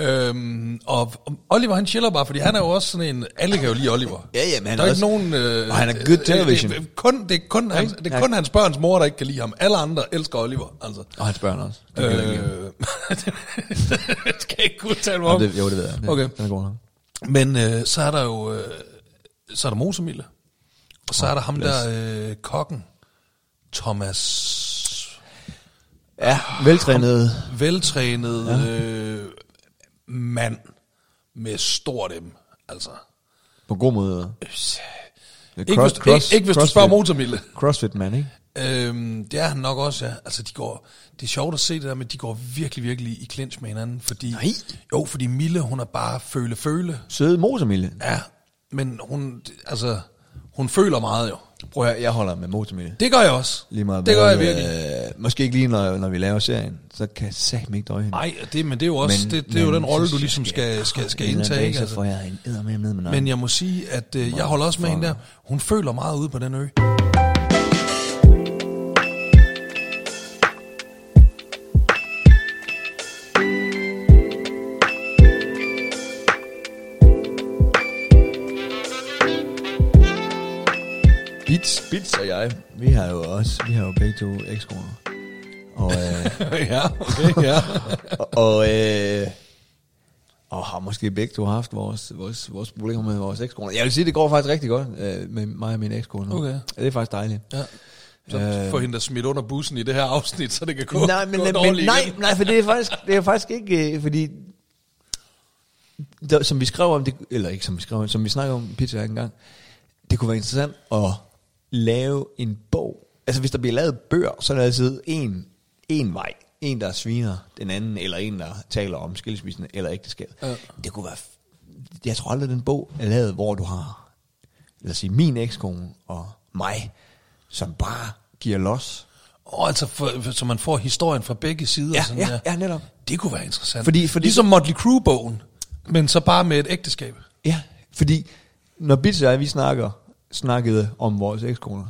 S2: Øhm, og og Oliver, han chiller bare, fordi han er jo også sådan en, alle kan jo lide Oliver.
S1: Ja, ja, men han
S2: der er
S1: er
S2: ikke
S1: også-
S2: nogen... Øh,
S1: Og han er good
S2: øh,
S1: television.
S2: Det, det, kun, det, er kun, hans, det er
S1: Ja.
S2: kun hans børns mor, der ikke kan lide ham. Alle andre elsker Oliver, altså.
S1: Og hans børn også. Det kan jeg ikke lide.
S2: Øh, det skal jeg ikke udtale mig
S1: Nå,
S2: om.
S1: det, jo, det ved jeg. Det,
S2: Okay.
S1: Den er god nok.
S2: Men øh, så er der jo øh, så er der Mosemille. Og så er der ham der øh, kokken Thomas
S1: Ja, veltrænet.
S2: veltrænet ja. øh, mand med stort M. Altså
S1: På god måde.
S2: ikke, hvis, cross, ikke, ikke hvis du spørger Mosemille.
S1: Crossfit man, ikke?
S2: Øhm, det er han nok også, ja. Altså, de går, det er sjovt at se det der, men de går virkelig, virkelig i clinch med hinanden, fordi...
S1: Nej.
S2: Jo, fordi Mille, hun er bare føle-føle.
S1: Søde Mosemille.
S2: Ja, men hun, altså, hun føler meget jo.
S1: Prøv at høre, jeg holder med motormælk.
S2: Det gør jeg også.
S1: Lige meget
S2: det
S1: hvad,
S2: gør jeg virkelig.
S1: Øh, måske ikke lige, når, når vi laver serien. Så kan jeg satme ikke døje hende.
S2: Nej, og det, men det er jo også men, det, det er jo den rolle, du ligesom skal, skal, skal indtage. Ikke?
S1: Ikke? Så
S2: Altså.
S1: får jeg en æder med ned med
S2: Men jeg må sige, at øh, jeg holder også med hende der. Hun føler meget ude på den ø.
S1: Bits, Bits og jeg, vi har jo også, vi har jo begge to ekskoner. Og, øh,
S2: ja, okay, ja.
S1: og, øh, og har måske begge to haft vores, vores, vores problemer med vores ekskoner. Jeg vil sige, det går faktisk rigtig godt øh, med mig og min ekskone.
S2: Okay.
S1: Ja, Det er faktisk dejligt.
S2: ja. Så
S1: Øh.
S2: får hende der smidt under bussen i det her afsnit, så det kan gå,
S1: nej, men,
S2: gå
S1: men,
S2: dårligt
S1: nej,
S2: igen.
S1: nej, for det er faktisk, det er faktisk ikke, øh, fordi der, som vi skrev om, det, eller ikke som vi skrev om, som vi snakkede om i Pizza en gang, det kunne være interessant at lave en bog. Altså hvis der bliver lavet bøger, så er der altid en, en vej. En, der sviner den anden, eller en, der taler om skilsmissen eller ægteskab. Ja. Det kunne være... f- Jeg tror aldrig, den bog er lavet, hvor du har, lad os sige, min ekskone og mig, som bare giver los.
S2: Og altså, for, for, så man får historien fra begge sider.
S1: Ja,
S2: sådan
S1: ja,
S2: der.
S1: ja, netop.
S2: Det kunne være interessant.
S1: Fordi- fordi-
S2: ligesom Motley Crue-bogen, men så bare med et ægteskab.
S1: Ja, fordi når Bits og jeg, vi snakker, snakkede om vores ekskoner,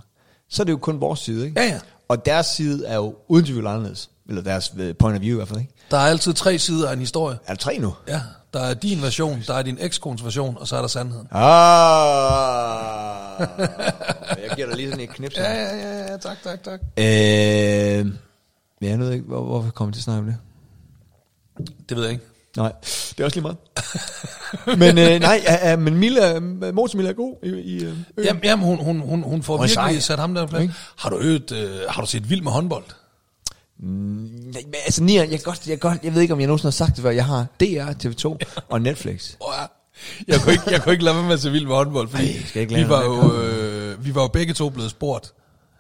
S1: så er det jo kun vores side, ikke?
S2: Ja, ja.
S1: Og deres side er jo uden tvivl anderledes. Eller deres øh, point of view i hvert fald, ikke?
S2: Der er altid tre sider af en historie.
S1: Er der tre nu?
S2: Ja, der er din version, der er din ekskones version, og så er der sandheden.
S1: Ah, jeg giver dig lige sådan et knips. her.
S2: ja, ja, ja tak, tak, tak.
S1: Øh, men jeg ved ikke, hvor, hvorfor kommer jeg til at snakke om det?
S2: Det ved jeg ikke.
S1: Nej, det er også lige meget. men øh, nej, ja, ja, men Mille, Motormille er god i, i øh, øen.
S2: Jamen, jamen hun, hun, hun, hun får
S1: Hun er sej.
S2: virkelig sat ham der på plads.
S1: Ikke?
S2: Har du, øvet, øh, har du set vild med håndbold?
S1: Nej, men altså Nier, jeg, kan godt, jeg, kan godt, jeg ved ikke, om jeg nogensinde har sagt det før. Jeg har DR, TV2 og Netflix.
S2: Prøv at høre. Jeg kunne, ikke, jeg kunne ikke lade være med at se vild med håndbold, fordi
S1: Ej, skal jeg ikke lade
S2: vi, var
S1: være
S2: jo, øh, vi var jo begge to blevet spurgt,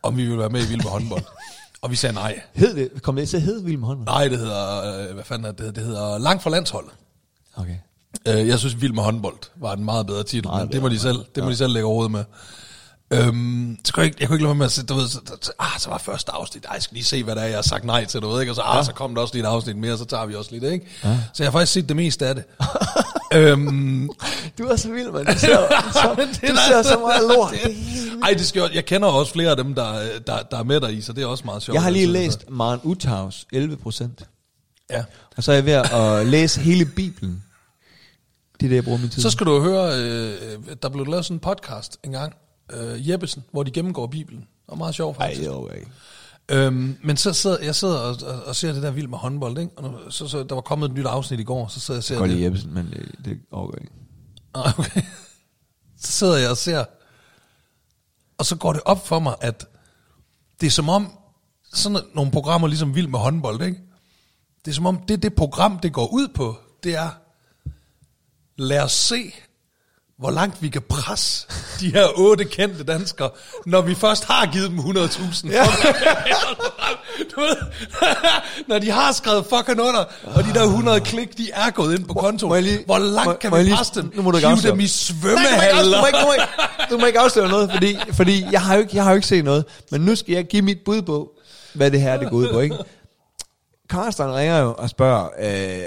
S2: om vi ville være med i vild med håndbold. og vi sagde nej.
S1: Hed det? Kom det til at hedde Wilhelm Holmer?
S2: Nej, det hedder, øh, hvad fanden er det, det hedder langt fra landsholdet.
S1: Okay.
S2: Øh, jeg synes, Vild med håndbold var en meget bedre titel,
S1: Meget
S2: men det må, de selv, det må de selv lægge overhovedet med. Øhm, så kunne jeg, ikke, jeg kunne ikke lade være med at sætte, du ved, så, så, ah, så var første afsnit, ej, jeg skal lige se, hvad der er, jeg har sagt nej til, du ved ikke, og så, ah, så kom der også lige et afsnit mere, så tager vi også lidt, ikke? Ja. Så jeg har faktisk set det meste af det. øhm,
S1: Du er så vild, mand. Du ser, så,
S2: det er
S1: du
S2: da-
S1: ser så meget lort. Det er helt
S2: ej, det skal jo, jeg kender også flere af dem, der, øh, der, der er med dig i, så det er også meget sjovt.
S1: Jeg har lige
S2: Altså,
S1: læst Maren Uthaus 11 procent.
S2: Ja.
S1: Og så er jeg ved at øh, læse hele Bibelen. Det er det, jeg bruger min tid.
S2: Så skal du høre, øh, der blev lavet sådan en podcast engang, øh, Jeppesen, hvor de gennemgår Bibelen. Og meget sjovt
S1: Ej,
S2: faktisk.
S1: det er ikke.
S2: Øhm, men så sidder jeg sidder og, og, og ser det der vild med håndbold, ikke? Og nu, så, så, der var kommet et nyt afsnit i går, så sidder jeg og ser
S1: Godt
S2: det.
S1: lige Jeppesen, men det, det overgår ikke.
S2: Ah, Okay. Så sidder jeg og ser, og så går det op for mig, at det er som om, sådan nogle programmer ligesom vild med håndbold, ikke? Det er som om, det det program, det går ud på, det er, lad os se, hvor langt vi kan presse de her otte kendte danskere, når vi først har givet dem 100.000. Ja. du ved, når de har skrevet fucking under, og de der 100 klik, de er gået ind på
S1: må jeg
S2: kontoen.
S1: lige-
S2: Hvor
S1: må-
S2: langt kan
S1: må jeg
S2: vi
S1: lige-
S2: presse dem?
S1: nu må du ikke
S2: Hiv
S1: afsløre.
S2: dem i
S1: Nej,
S2: svømmehaller.
S1: du må ikke, du må ikke, du må ikke, du må ikke afsløre noget, fordi, fordi jeg, har jo ikke, jeg har jo ikke set noget. Men nu skal jeg give mit bud på, hvad det her det går ud på, ikke? Karsten ringer jo og spørger, øh,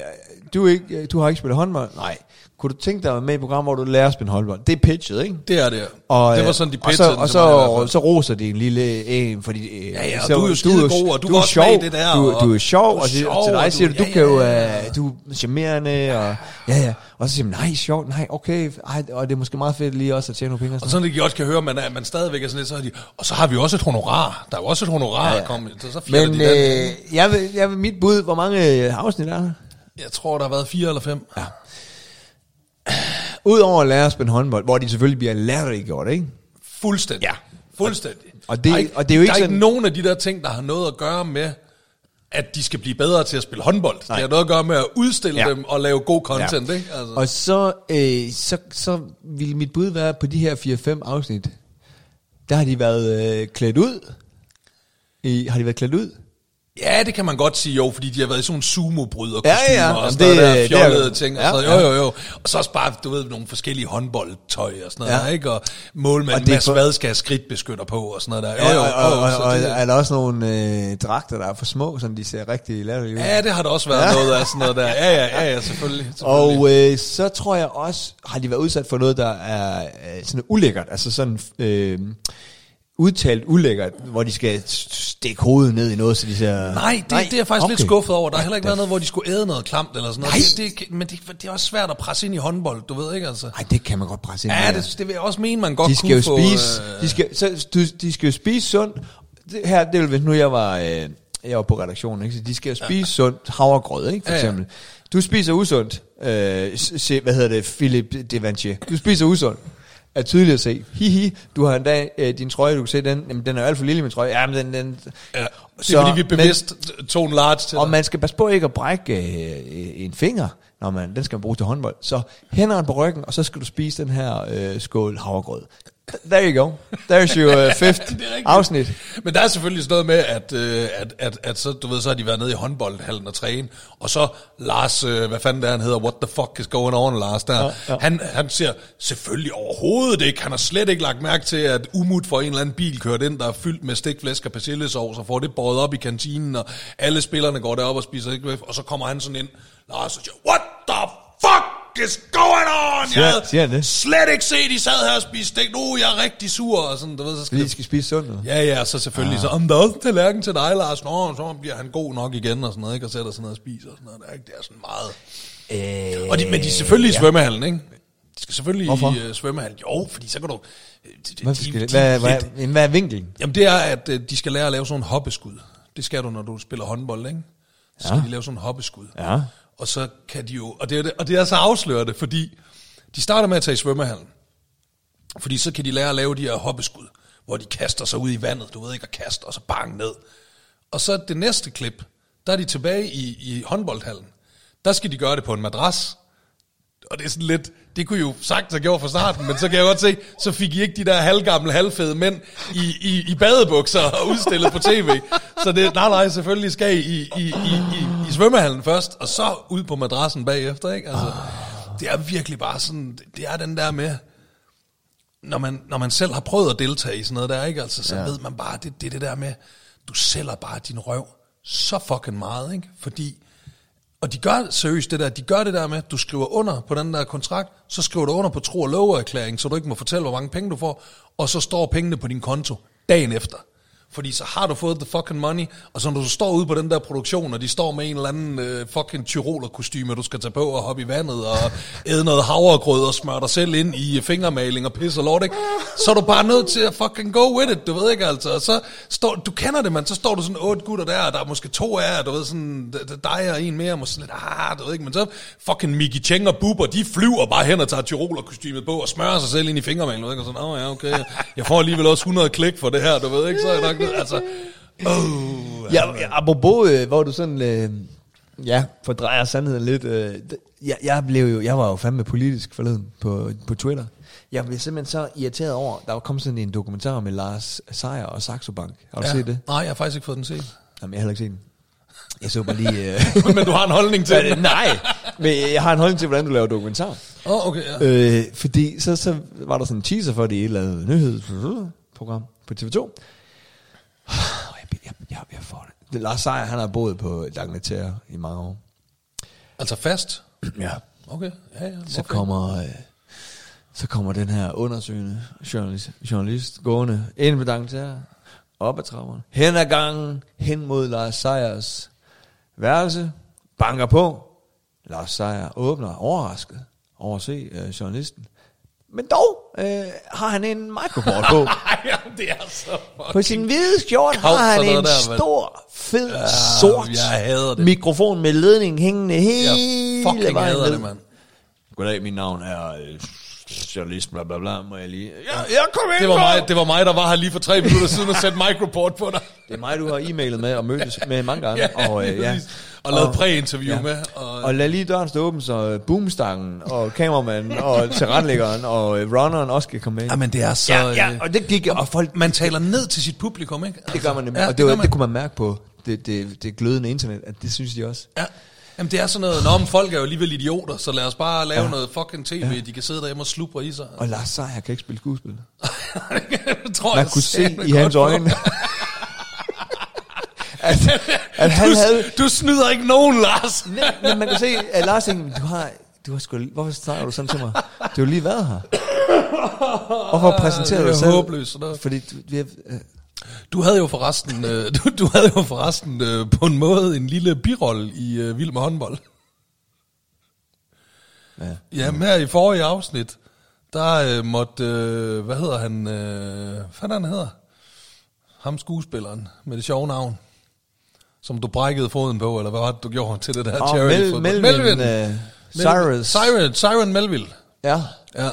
S1: du, er ikke, øh, du har ikke spillet håndbold? Nej. Kunne du tænke dig at være med i et program, hvor du lærer at spille håndbold? Det er pitchet, ikke?
S2: Det er det.
S1: Og,
S2: det var
S1: øh,
S2: sådan, de
S1: og
S2: pitchede
S1: så,
S2: den
S1: og
S2: til mig i hvert
S1: så,
S2: fald.
S1: så roser de en lille en, fordi... øh,
S2: Ja, ja, og
S1: så-
S2: du er jo skidegod, og du var
S1: er
S2: også med i det der,
S1: Du,
S2: og
S1: du er sjov,
S2: du er
S1: og, til-
S2: sjov,
S1: til
S2: og
S1: dig
S2: du-
S1: siger du, du,
S2: ja,
S1: kan jo,
S2: ja,
S1: øh, du er charmerende, og ja, ja. Og så siger man, nej, sjovt, nej, okay, ej, og det er måske meget fedt lige også at tjene nogle penge og
S2: Og
S1: sådan
S2: sådan, at de også kan høre, at man, er, man stadigvæk er sådan lidt, så har de, og så har vi også et honorar. Der er jo også et honorar, ja, ja. Kom, så, så fjerner
S1: noget.
S2: Men,
S1: Men
S2: de den.
S1: øh, jeg, vil, jeg vil mit bud, hvor mange øh, afsnit er der?
S2: Jeg tror, der har været fire eller fem. Ja.
S1: Udover at lære at spille håndbold, hvor de selvfølgelig bliver latterliggjort, ikke?
S2: Fuldstændig. Ja. Fuldstændig.
S1: Og det-
S2: Der
S1: og det er jo ikke
S2: der er
S1: sådan-
S2: ikke nogen af de der ting, der har noget at gøre med, at de skal blive bedre til at spille håndbold. Nej.
S1: Nej.
S2: Det har noget at gøre med at udstille
S1: Ja.
S2: ja. dem og lave god content, ja. ikke? Altså.
S1: Og så, øh, så, så ville mit bud være på de her 4-5 afsnit. Der har de været øh, klædt ud. I, har de været klædt ud?
S2: Ja, det kan man godt sige, jo, fordi de har været i sådan nogle sumo-bryder
S1: Ja, ja.
S2: og
S1: Jamen,
S2: sådan
S1: det-
S2: noget der
S1: det er
S2: fjollede
S1: jo-
S2: ting, og
S1: ja,
S2: sådan, jo,
S1: ja.
S2: jo, jo. Og så også bare, du ved, nogle forskellige håndboldtøj og sådan noget
S1: Ja.
S2: der, ikke? Og
S1: Og
S2: målmanden
S1: det er
S2: Mads
S1: for-
S2: Vad skal have skridtbeskytter på og sådan noget der.
S1: Ja,
S2: Jo, jo,
S1: og, og, og,
S2: så
S1: og,
S2: det-
S1: er der også nogle øh, dragter, der er for små, som de ser rigtig latterlige ud?
S2: Ja, det har der også været noget af sådan noget der. Ja, ja, ja, ja selvfølgelig. selvfølgelig.
S1: Og øh, så tror jeg også, har de været udsat for noget, der er øh, sådan ulækkert, altså sådan øh, udtalt ulækkert, hvor de skal s- stikke hovedet ned i noget, så de ser...
S2: Nej, det, nej, det er jeg faktisk okay. lidt
S1: okay.
S2: skuffet over. Der har heller ikke været noget, hvor de skulle æde noget klamt eller sådan noget.
S1: Nej.
S2: Det, det, men det, det er også svært at presse ind i håndbold, du ved ikke altså.
S1: Nej, det kan man godt presse ind
S2: Ja,
S1: med,
S2: det, det vil jeg også mene, man godt
S1: de skal
S2: kunne
S1: jo
S2: få...
S1: spise,
S2: øh,
S1: de skal, så, du, de skal jo spise sundt. Det, her, det vil, hvis nu jeg var, øh, jeg var på redaktionen, ikke? så de skal jo spise ja. sundt havregrød, ikke, for
S2: Ja, ja.
S1: eksempel. Du spiser usundt, øh, se, hvad hedder det, Philip Devanchier. Du spiser usundt. Er tydeligt at se. Hihi, du har en dag øh, din trøje, du kan se den, jamen, den er jo alt for lille, min trøje. Ja, men den, den,
S2: Ja, det er fordi, vi bevidst tog en large til
S1: og
S2: dig.
S1: man skal passe på ikke at brække øh, en finger, når man, den skal man bruge til håndbold. Så hænderne på ryggen, og så skal du spise den her øh, skål havregrød. There you go. There's your uh, fifth
S2: Det er rigtigt.
S1: afsnit.
S2: Men der er selvfølgelig sådan noget med, at, øh, at, at, at så, du ved, så har de været nede i håndboldhallen og træne, og så Lars, øh, hvad fanden der han hedder, what the fuck is going on, Lars der, ja, ja. Han, han siger selvfølgelig overhovedet ikke, han har slet ikke lagt mærke til, at Umut får en eller anden bil kørt ind, der er fyldt med stikflæsk og persillesovs, og får det båret op i kantinen, og alle spillerne går derop og spiser ikke og så kommer han sådan ind, Lars og siger, what the fuck is going on?
S1: Siger-
S2: Jeg havde
S1: siger han det?
S2: slet ikke set, I sad her og spiste stik, nu er jeg rigtig sur, og sådan, du ved, så skal
S1: Fordi
S2: det
S1: de skal spise sundt. eller?
S2: Ja, ja, så selvfølgelig. Ah. Så om der er også en tallerken til dig, Lars. Nå, så bliver han god nok igen og sådan noget, ikke? Og sætter sig ned og spiser og sådan noget. der, ikke? Det er sådan meget... Øh, og de, men de er selvfølgelig i svømmehallen, ikke? De skal selvfølgelig
S1: Hvorfor?
S2: i uh, svømmehallen. Jo, fordi så kan du... øh, de- de-
S1: Hvad,
S2: de-
S1: skal det,
S2: de er
S1: hvad, hvad,
S2: lidt-
S1: jamen, hvad er vinklen?
S2: Jamen det er, at øh, de skal lære at lave sådan en hoppeskud. Det skal du, når du spiller håndbold, ikke? Så skal
S1: Ja.
S2: de lave sådan en hoppeskud.
S1: Ja.
S2: Og så kan de jo... Og det, er det, og det er så afslørende, fordi de starter med at tage i svømmehallen. Fordi så kan de lære at lave de her hoppeskud, hvor de kaster sig ud i vandet, du ved ikke, og kaster, og så bang ned. Og så det næste klip, der er de tilbage i, i håndboldhallen. Der skal de gøre det på en madras. Og det er sådan lidt, det kunne I jo sagtens have gjort fra starten, men så kan jeg godt se, så fik I ikke de der halvgamle, halvfede mænd i, i, i badebukser og udstillet på tv. Så det, nej, nej, selvfølgelig skal I i, i, i, i, i svømmehallen først, og så ud på madrassen bagefter, ikke? Altså, det er virkelig bare sådan, det er den der med, når man, når man selv har prøvet at deltage i sådan noget der, ikke? Altså, så ja. ved man bare, det, det er det der med, du sælger bare din røv så fucking meget, ikke? Fordi, og de gør seriøst det der, de gør det der med, du skriver under på den der kontrakt, så skriver du under på tro- og loveerklæring, så du ikke må fortælle, hvor mange penge du får, og så står pengene på din konto dagen efter. Fordi så har du fået the fucking money, og så når du står ude på den der produktion, og de står med en eller anden øh, fucking tyroler-kostyme, du skal tage på og hoppe i vandet, og æde noget havregrød og smøre dig selv ind i fingermaling og pisse og lort, ikke? Så er du bare nødt til at fucking go with it, du ved ikke altså. Og så står, du kender det, man, så står du sådan otte gutter der, og der er måske to af jer, du ved sådan, d- d- dig og en mere, måske lidt, ah, du ved ikke, men så fucking Mickey Cheng og Bubber, de flyver bare hen og tager tyroler-kostymet på og smører sig selv ind i fingermaling, du ved ikke, og sådan, åh oh, ja, okay, jeg får alligevel også 100 klik for det her, du ved ikke, så er jeg nok, nødt- altså, oh,
S1: Ja, ja, apropos, øh, hvor du sådan, øh, ja, fordrejer sandheden lidt. Øh, d- jeg, jeg, blev jo, jeg var jo fandme politisk forleden på, på Twitter. Jeg blev simpelthen så irriteret over, der var kommet sådan en dokumentar med Lars Seier og Saxo Bank. Har du ja.
S2: ja.
S1: set det?
S2: Nej, jeg har faktisk ikke fået den set.
S1: Jamen, jeg har heller ikke set den. Jeg så bare lige... Øh,
S2: Men du har en holdning til
S1: øh,
S2: den.
S1: nej, men jeg har en holdning til, hvordan du laver dokumentar.
S2: Åh, oh, okay, ja.
S1: Øh, fordi så, så var der sådan en teaser for det i et eller andet nyhedsprogram på TV2. Og jeg, jeg, jeg, jeg får det. det. Lars Seier, han har boet på Langletære i mange år.
S2: Altså fast?
S1: Ja.
S2: Okay, ja, ja.
S1: Så
S2: okay.
S1: kommer... Øh, så kommer den her undersøgende journalist, journalist gående ind på Langletære, op ad trapperne, hen ad gangen, hen mod Lars Seiers værelse, banker på. Lars Seier åbner overrasket over at se øh, journalisten. Men dog øh, har han en microboard på.
S2: Ej, det er så
S1: På sin hvide skjort
S2: Kav,
S1: har han
S2: sådan
S1: en
S2: noget der, mand.
S1: stor, fed, ja, sort
S2: jeg hader det.
S1: mikrofon med ledning hængende hele
S2: Jeg fucking
S1: vejen
S2: hader
S1: ned.
S2: det, mand.
S1: Goddag, mit navn er øh, journalist, bla bla bla, må jeg lige... Ja, jeg kom ind
S2: Det var, mig, det var mig, der var her lige for tre minutter siden og sendte microport på dig.
S1: Det er mig, du har e-mailet med og mødtes med mange gange.
S2: Ja,
S1: og,
S2: lige præcis. Og
S1: lavet
S2: lavede præinterview med, og-
S1: Og lad lige døren stå åben, så øh, boomstangen og kameramanden og tilrettelæggeren og øh, runneren også kan komme ind.
S2: Jamen, det er så... øh,
S1: ja, ja, og det gik, og folk
S2: Man taler ned til sit publikum, ikke? Altså,
S1: Det gør man nemlig, ja, og det, det,
S2: gør
S1: var, det kunne man mærke på det, det, det glødende internet, at det synes de også.
S2: Ja. Jamen det er sådan noget, når folk er jo alligevel idioter, så lad os bare lave ja. noget fucking tv, ja. de kan sidde derhjemme og slubre i sig.
S1: Og Lars Seier kan ikke spille skuespil.
S2: det tror
S1: Man kunne se
S2: satme
S1: i
S2: godt
S1: hans
S2: på.
S1: øjne, at, at han
S2: du,
S1: havde...
S2: du snyder ikke nogen, Lars.
S1: Nej, men man kan se, at Lars tænkte, du har, du har sgu, hvorfor snakker du sådan til mig? Du har lige været her. Hvorfor præsenterer
S2: det
S1: du
S2: er
S1: dig selv?
S2: håbløst, sådan noget.
S1: Fordi du, vi er, øh,
S2: Du havde jo forresten, øh, du, du havde jo forresten øh, på en måde en lille birolle i øh, Vild med håndbold.
S1: ja.
S2: Jamen her i forrige afsnit, der øh, måtte, øh, hvad hedder han, øh, hvad fanden han hedder? Ham skuespilleren med det sjove navn, som du brækkede foden på, eller hvad var det, du gjorde til det der
S1: Og
S2: charity
S1: øh, ah, Mel,
S2: fodbold?
S1: Melvin,
S2: Melvin.
S1: øh,
S2: Melvin.
S1: Cyrus.
S2: Siren, Siren Melville.
S1: Ja.
S2: Ja.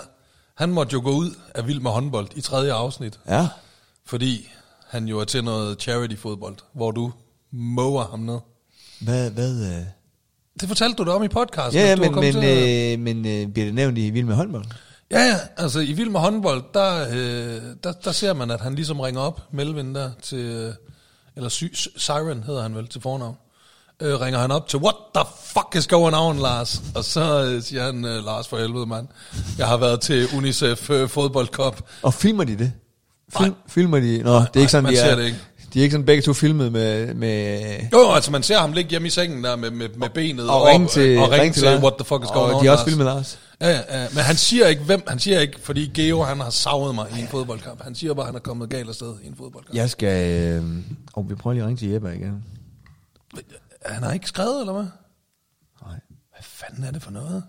S2: Han måtte jo gå ud af Vild med håndbold i tredje afsnit,
S1: Ja.
S2: fordi han jo er til noget charity fodbold, hvor du mower ham ned.
S1: Hvad, hvad? Øh?
S2: Det fortalte du da om i podcasten.
S1: Ja, ja,
S2: at du var
S1: men,
S2: kommet
S1: men,
S2: til at-
S1: øh, men øh, bliver det nævnt i Vild med håndbold?
S2: Ja, ja, altså i Vild med håndbold, der, øh, der, der ser man, at han ligesom ringer op, Melvin der, til, øh, eller sy, Sy- Siren hedder han vel til fornavn, øh, ringer han op til, what the fuck is going on, Lars? Og så øh, siger han, øh, Lars for helvede, mand, jeg har været til UNICEF øh, fodboldkop.
S1: Og filmer de det? Film, filmer de? Nå, det er ikke sådan,
S2: man
S1: de
S2: ser
S1: er,
S2: det ikke.
S1: de er ikke sådan begge to filmet med... med
S2: Jo, altså man ser ham ligge hjemme i sengen der med, med, med benet
S1: og,
S2: op,
S1: ringe til,
S2: og ringe til,
S1: Lars.
S2: what the fuck is going
S1: og
S2: on,
S1: de har også
S2: Lars?"
S1: filmet Lars.
S2: Ja, ja, ja, men han siger ikke, hvem, han siger ikke, fordi Geo, han har savet mig i en fodboldkamp. Han siger bare, at han er kommet galt afsted i en fodboldkamp.
S1: Jeg skal... Øh, og vi prøver lige at ringe til Jeppe igen.
S2: øh, Han har ikke skrevet, eller hvad?
S1: Nej.
S2: Hvad fanden er det for noget?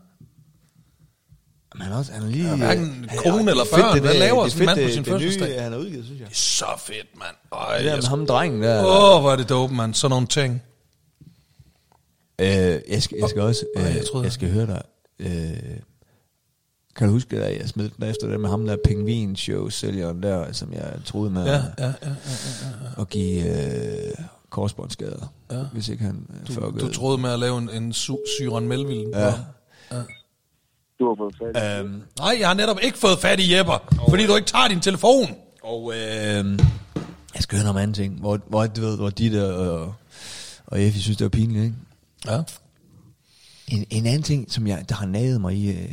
S1: Men han er også, han er lige...
S2: Ja, hverken
S1: han er-
S2: kone
S1: det er
S2: eller
S1: fedt,
S2: børn.
S1: det
S2: Hvad
S1: der-
S2: laver
S1: det er
S2: sådan en
S1: fedt,
S2: mand på
S1: det-
S2: sin
S1: det nye,
S2: fødselsdag?
S1: han har udgivet, synes jeg.
S2: Så fedt, mand. Øj,
S1: Det der
S2: jeg
S1: med
S2: skulle-
S1: ham drengen der.
S2: Åh, oh, hvor er det dope, mand. Sådan nogle ting.
S1: Øh, jeg, skal, jeg skal også...
S2: Åh,
S1: Øh,
S2: jeg
S1: jeg,
S2: troede-
S1: jeg skal høre dig. Øh, kan du huske, at jeg smed den efter det med ham der pingvin show sælgeren der, som jeg troede med
S2: Ja,
S1: ja.
S2: ja, ja.
S1: at give øh, korsbåndsskader, ja. hvis ikke han øh, fuckede.
S2: Du troede med at lave en, en su- Syren Melville.
S1: Ja.
S4: Du har fået fat. Øh.
S1: Øhm,
S2: Nej, jeg har netop ikke fået fat i Jepper, oh, fordi du ikke tager din telefon.
S1: og øhm, jeg skal høre noget om anden ting, hvor, hvor, du ved, hvor de der og, og Effie synes, det var pinligt, ikke?
S2: Ja.
S1: En, en anden ting, som jeg, der har naget mig i, øh,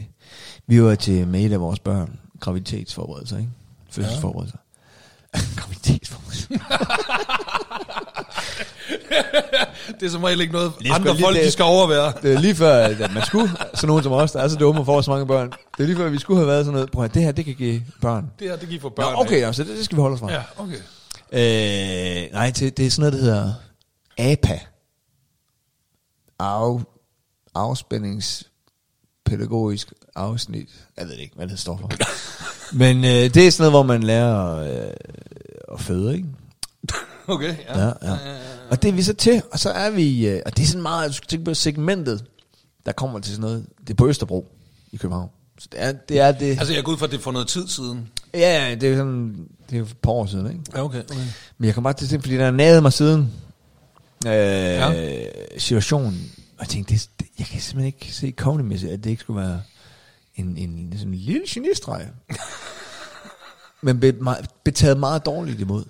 S1: vi var til med et af vores børn, graviditetsforberedelser, ikke? Fødselsforberedelser. Ja. graviditetsforberedelser.
S2: Det er som regel ikke noget,
S1: Lige sgu
S2: andre
S1: lige
S2: folk,
S1: det-
S2: de skal overvære.
S1: Det er lige før, at man skulle, sådan nogen som os, der er så dumme og får så mange børn, det er lige før, at vi skulle have været sådan noget, prøv at høre, det her, det kan give børn.
S2: Det her, det gik for børn.
S1: Nå, okay, altså, det, det skal vi holde os fra.
S2: Ja, okay.
S1: Øh, nej, det, det er sådan noget, der hedder APA. Af, afspændingspædagogisk afsnit. Jeg ved ikke, hvad det står for. Men øh, det er sådan noget, hvor man lærer øh, at føde, ikke?
S2: Okay, ja.
S1: Ja, ja. Og det er vi så til, og så er vi... Øh, og det er sådan meget, du skal tænke på segmentet, der kommer til sådan noget. Det er på Østerbro i København. Så det er det. Er det
S2: Altså, jeg går ud fra, at det er for noget tid siden.
S1: ja, ja, det er jo sådan... Det er jo for et par år siden, ikke?
S2: Ja, okay. okay.
S1: Men jeg kom bare til at tænke, fordi den har naget mig siden øh,
S2: Ja.
S1: ja. situationen. Og jeg tænkte, det, det, jeg kan simpelthen ikke se comedymæssigt, at det ikke skulle være en, en, sådan en lille genistreg. Men blev meget, blev taget meget dårligt imod.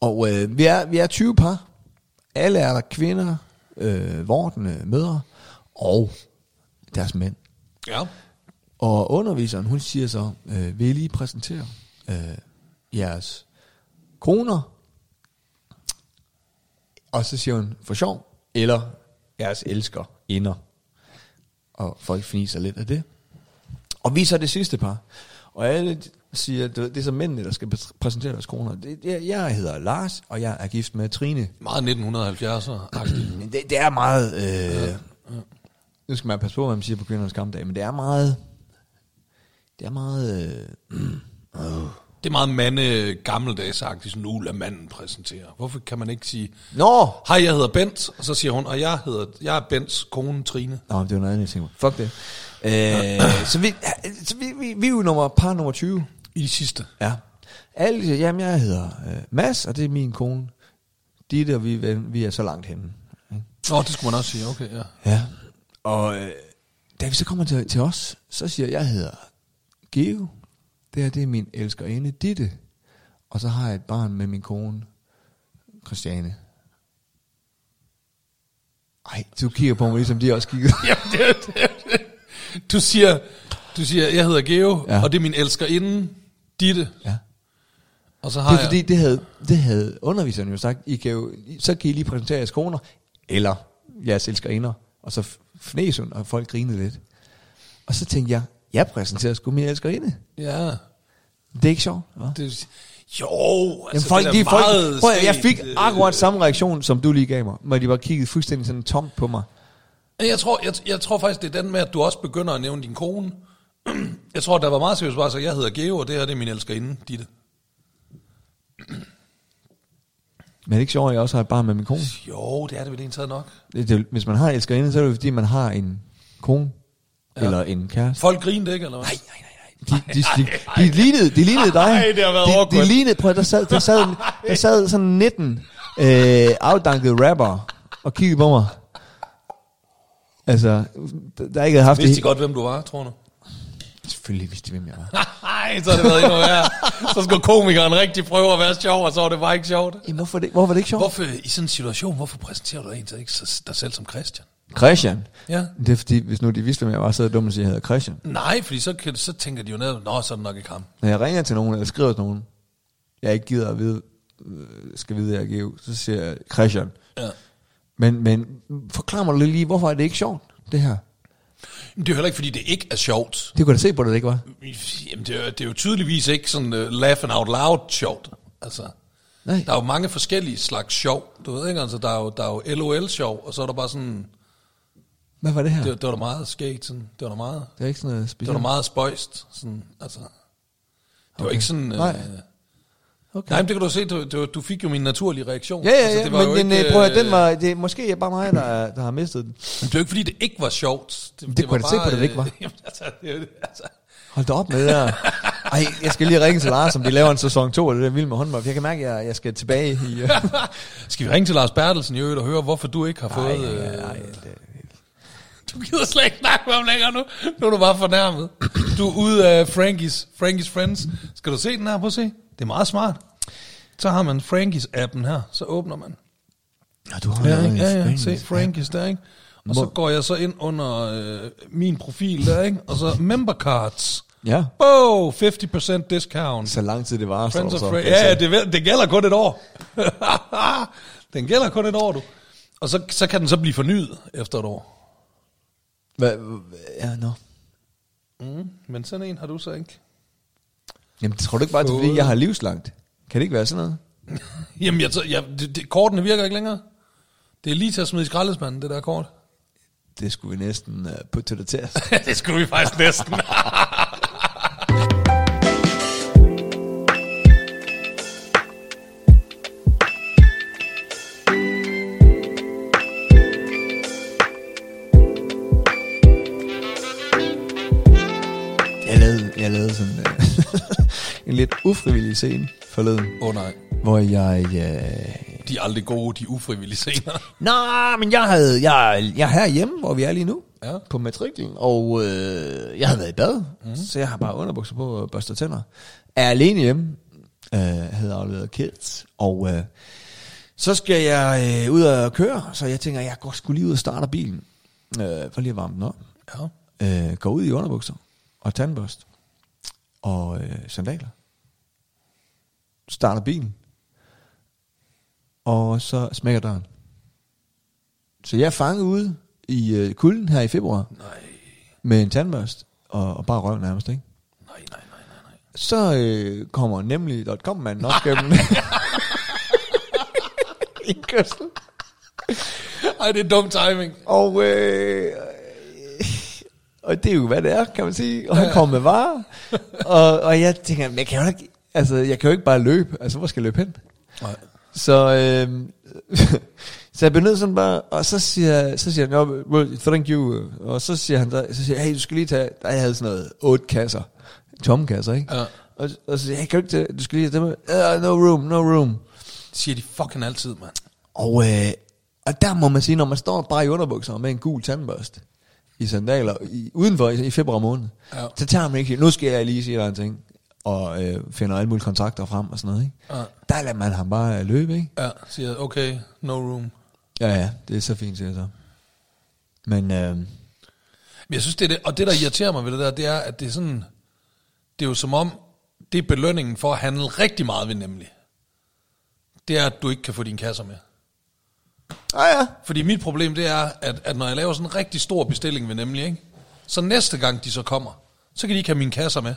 S1: Og øh, vi, er, vi er 20 par. Alle er der kvinder, øh, vortende mødre og deres mænd.
S2: Ja.
S1: Og underviseren, hun siger så, øh, vil I lige præsentere øh, jeres koner? Og så siger hun, for sjov, eller jeres elsker, inder. Og folk fniser lidt af det. Og vi er så det sidste par. Og alle siger, du ved, det er så mændene, der skal præs- præsentere deres koner. Det, jeg, jeg hedder Lars, og jeg er gift med Trine.
S2: Meget 1970'er-agtigt.
S1: Men det, det er meget... Øh, Nu skal man passe på, hvad man siger på kvindernes kampdag, men det er meget... Det er meget... Øh,
S2: Det er meget mande gammeldagsagtigt, sådan nu lader manden præsentere. Hvorfor kan man ikke sige,
S1: Nå!
S2: hej, jeg hedder Bent, og så siger hun, og jeg, hedder, jeg er Bents kone Trine.
S1: Nå, men det var noget andet, jeg tænkte på. Fuck det. Øh, så vi, så vi, vi, vi er jo nummer, par nummer 20.
S2: I det sidste.
S1: Ja. Alle siger, jamen jeg hedder øh, Mads, og det er min kone. Ditte og vi, er ven- vi er så langt henne.
S2: Nå, det skulle man også sige, okay, ja.
S1: Ja. Og øh, da vi så kommer til, til os, så siger jeg, jeg hedder Geo. Det her, det er min elskerinde Ditte. Og så har jeg et barn med min kone, Christiane. Ej, du kigger på mig, ligesom de også kiggede.
S2: Jamen, det, er- det, er- det. er- Du siger, du siger, jeg hedder Geo,
S1: Ja.
S2: ja. og det er min elskerinde, Ditte.
S1: Ja.
S2: Og så har
S1: Det er fordi,
S2: jeg...
S1: det havde, det havde underviseren jo sagt, I kan jo, så kan I lige præsentere jeres koner, eller jeres elskerinder. Og så f- fnæs hun, og folk grinede lidt. Og så tænkte jeg, jeg præsenterer sgu min elskerinde.
S2: Ja.
S1: Det er ikke sjovt, hva?
S2: Det, vil sige- jo, altså,
S1: Jamen, folk,
S2: det er
S1: de,
S2: da
S1: folk,
S2: meget
S1: prøv, at- jeg
S2: sent,
S1: fik
S2: øh,
S1: akkurat samme reaktion, som du lige gav mig, når de bare kiggede fuldstændig sådan tomt på mig.
S2: Jeg tror, jeg, jeg tror faktisk, det er den med, at du også begynder at nævne din kone. Jeg tror, der var meget seriøst bare, så jeg hedder Geo, og det her det er min elskerinde, Ditte.
S1: Men er det ikke sjovt, at jeg også har et barn med min kone?
S2: Jo, det er det vel en taget nok.
S1: Det, det, hvis man har en elskerinde, så er det jo fordi, man har en kone, ja. eller en kæreste.
S2: Folk griner det ikke, eller hvad? Nej,
S1: De, de, de, de, lignede, de lignede dig.
S2: Ej, det har været
S1: de, de
S2: awkward.
S1: lignede, prøv, at- der sad, der sad, der sad sådan 19 øh, afdankede rapper og kiggede på mig. Altså, der- der ikke havde haft
S2: Vidste de
S1: det.
S2: godt, hvem du var, tror du?
S1: Selvfølgelig vidste de, hvem jeg var.
S2: Nej, så har det været endnu værre. Så skulle komikeren rigtig prøve at være sjov, og så var det bare ikke sjovt.
S1: Jamen, hvorfor, det, hvorfor var det ikke sjovt?
S2: Hvorfor i sådan en situation, hvorfor præsenterer du en så ikke så- dig selv som Christian?
S1: Christian.
S2: Ja.
S1: Det er fordi, hvis nu de vidste, hvem jeg var, så er det dumt at sige, at jeg hedder Christian.
S2: Nej, fordi så, kan, så tænker de jo ned, nå, så er det nok ikke ham.
S1: Når jeg ringer til nogen, eller skriver til nogen, jeg ikke gider at vide, øh, skal vide, at jeg giver, så siger jeg Christian.
S2: Ja.
S1: Men, men forklar mig lige, hvorfor er det ikke sjovt, det her?
S2: Men det er jo heller ikke, fordi det ikke er sjovt.
S1: Det kunne jeg da se på, at det ikke var.
S2: Jamen, det er, jo- det er jo tydeligvis ikke sådan uh, laughing out loud sjovt. Altså,
S1: Nej.
S2: der er jo mange forskellige slags sjov. Du ved ikke, altså, der er jo, der er jo LOL-sjov, og så er der bare sådan,
S1: Hvad var det her?
S2: det,
S1: Det,
S2: det var da meget skægt, sådan, det var da meget,
S1: det er ikke sådan noget
S2: det
S1: specielt.
S2: var da meget spøjst, sådan, altså. Det var
S1: Mm. Okay.
S2: ikke sådan... øh,
S1: Nej. Okay.
S2: Nej, men det kan du se, du, du, du fik jo min naturlige reaktion.
S1: Ja, ja,
S2: Altså,
S1: ja,
S2: det var
S1: men
S2: jo
S1: den,
S2: ikke,
S1: øh, prøv at,
S2: øh,
S1: den var, det, måske er det bare mig, der, er- der har mistet den.
S2: Men det var ikke, fordi det ikke var sjovt.
S1: Det kunne jeg da se på, at det ikke var.
S2: øh, Jamen, altså, det, er jo det, altså.
S1: Hold da op med det der. Ej, jeg skal lige ringe til Lars, om de laver en sæson 2 eller det der vild med håndbold. for Jeg kan mærke, at jeg, jeg skal tilbage i... øh,
S2: Skal vi ringe til Lars Bertelsen i øvrigt og høre, hvorfor du ikke har fået... øh, Nej, nej, nej. Du gider slet ikke snakke med ham længere nu. Nu er du bare fornærmet. Du er ude af Frankies, Frankies Friends. Skal du se den her? Prøv at se. Det er meget smart. Så har man Frankies-appen her. Så åbner man.
S1: Nå, du har
S2: Ja,
S1: lavet
S2: ikke?
S1: en
S2: ja, ja.
S1: spring.
S2: Se, Frankies der, ikke? Og så
S1: Må-
S2: går jeg så ind under øh, min profil der, ikke? Og så member cards.
S1: Ja.
S2: Oh, 50% discount.
S1: Så lang tid det var, står
S2: Friends
S1: der
S2: of
S1: så.
S2: Friends. Ja, ja, det, ved- det gælder kun et år. den gælder kun et år, du. Og så, så kan den så blive fornyet efter et år.
S1: Hva- hva- Ja, nå.
S2: Mm. Men sådan en har du så ikke.
S1: Jamen, tror du ikke bare, det er, fordi jeg har livslangt? Kan det ikke være sådan noget?
S2: Jamen, jeg, t- jeg, det, det, kortene virker ikke længere. Det er lige til at smide i skraldespanden, det der kort.
S1: Det skulle vi næsten uh, putte til det til.
S2: det skulle vi faktisk næsten.
S1: Jeg lavede, jeg lavede sådan uh, en lidt ufrivillig scene forleden,
S2: Åh oh, nej.
S1: hvor jeg... Uh,
S2: De er aldrig gode, de er ufrivillige scener.
S1: Nå, men jeg, havde, jeg, jeg er herhjemme, hvor vi er lige nu, ja.
S2: Ja.
S1: på matriklen, og øh, jeg havde været i bad, mm. så jeg har bare underbukser på og børster tænder. Er alene hjemme, øh, havde afleveret kids, og øh, så skal jeg øh, ud og køre, så jeg tænker, jeg går sgu lige ud og starter bilen, øh, for lige at varme den op.
S2: Ja.
S1: Øh, går ud i underbukser, og tandbørst, og øh, sandaler. Starter bilen, og så smækker døren. Så jeg er fanget ude i øh, kulden her i februar
S2: Nej,
S1: med en tandbørst og, og bare røv nærmest, ikke?
S2: nej, nej, nej, nej, nej.
S1: Så øh, kommer nemlig .com-manden op gennem indkørslen.
S2: Ej, det er dum timing.
S1: Og, øh, og det er jo, hvad det er, kan man sige. Og han kommer med varer. Og, og jeg tænker, men jeg kan jo ikke, altså, jeg kan jo ikke bare løbe. Altså, hvor skal jeg løbe hen?
S2: Nej.
S1: Så, øh, så jeg blev nødt sådan bare, og så siger, så siger han, "Nå, well, thank you, og så siger han, så, så siger, jeg, hey, du skal lige tage, der jeg havde sådan noget, otte kasser, tomme kasser, ikke?
S2: Ja.
S1: Og, og så siger jeg, hey, kan du ikke tage, du skal lige tage dem, uh, no room, no room.
S2: Det siger de fucking altid, mand.
S1: Og, øh, og der må man sige, når man står bare i underbukser og med en gul tandbørste i sandaler i, udenfor i, i februar måned, ja.
S2: Ja.
S1: så tager man ikke, nu skal jeg lige sige dig en ting, og øh, finder alle mulige kontakter frem og sådan noget, ikke?
S2: Ja.
S1: Der lader man ham bare øh, løbe, ikke?
S2: Ja, siger okay, no room.
S1: Ja, ja, det er så fint, siger jeg så. Men øh,
S2: Men jeg synes, det er det, og det, der irriterer mig ved det der, det er, at det er sådan, det er jo som om, det er belønningen for at handle rigtig meget ved nemlig. Det er, at du ikke kan få dine kasser med.
S1: ah ja,
S2: Fordi mit problem, det er, at, at når jeg laver sådan en rigtig stor bestilling ved nemlig, ikke? så næste gang de så kommer, så kan de ikke have mine kasser med.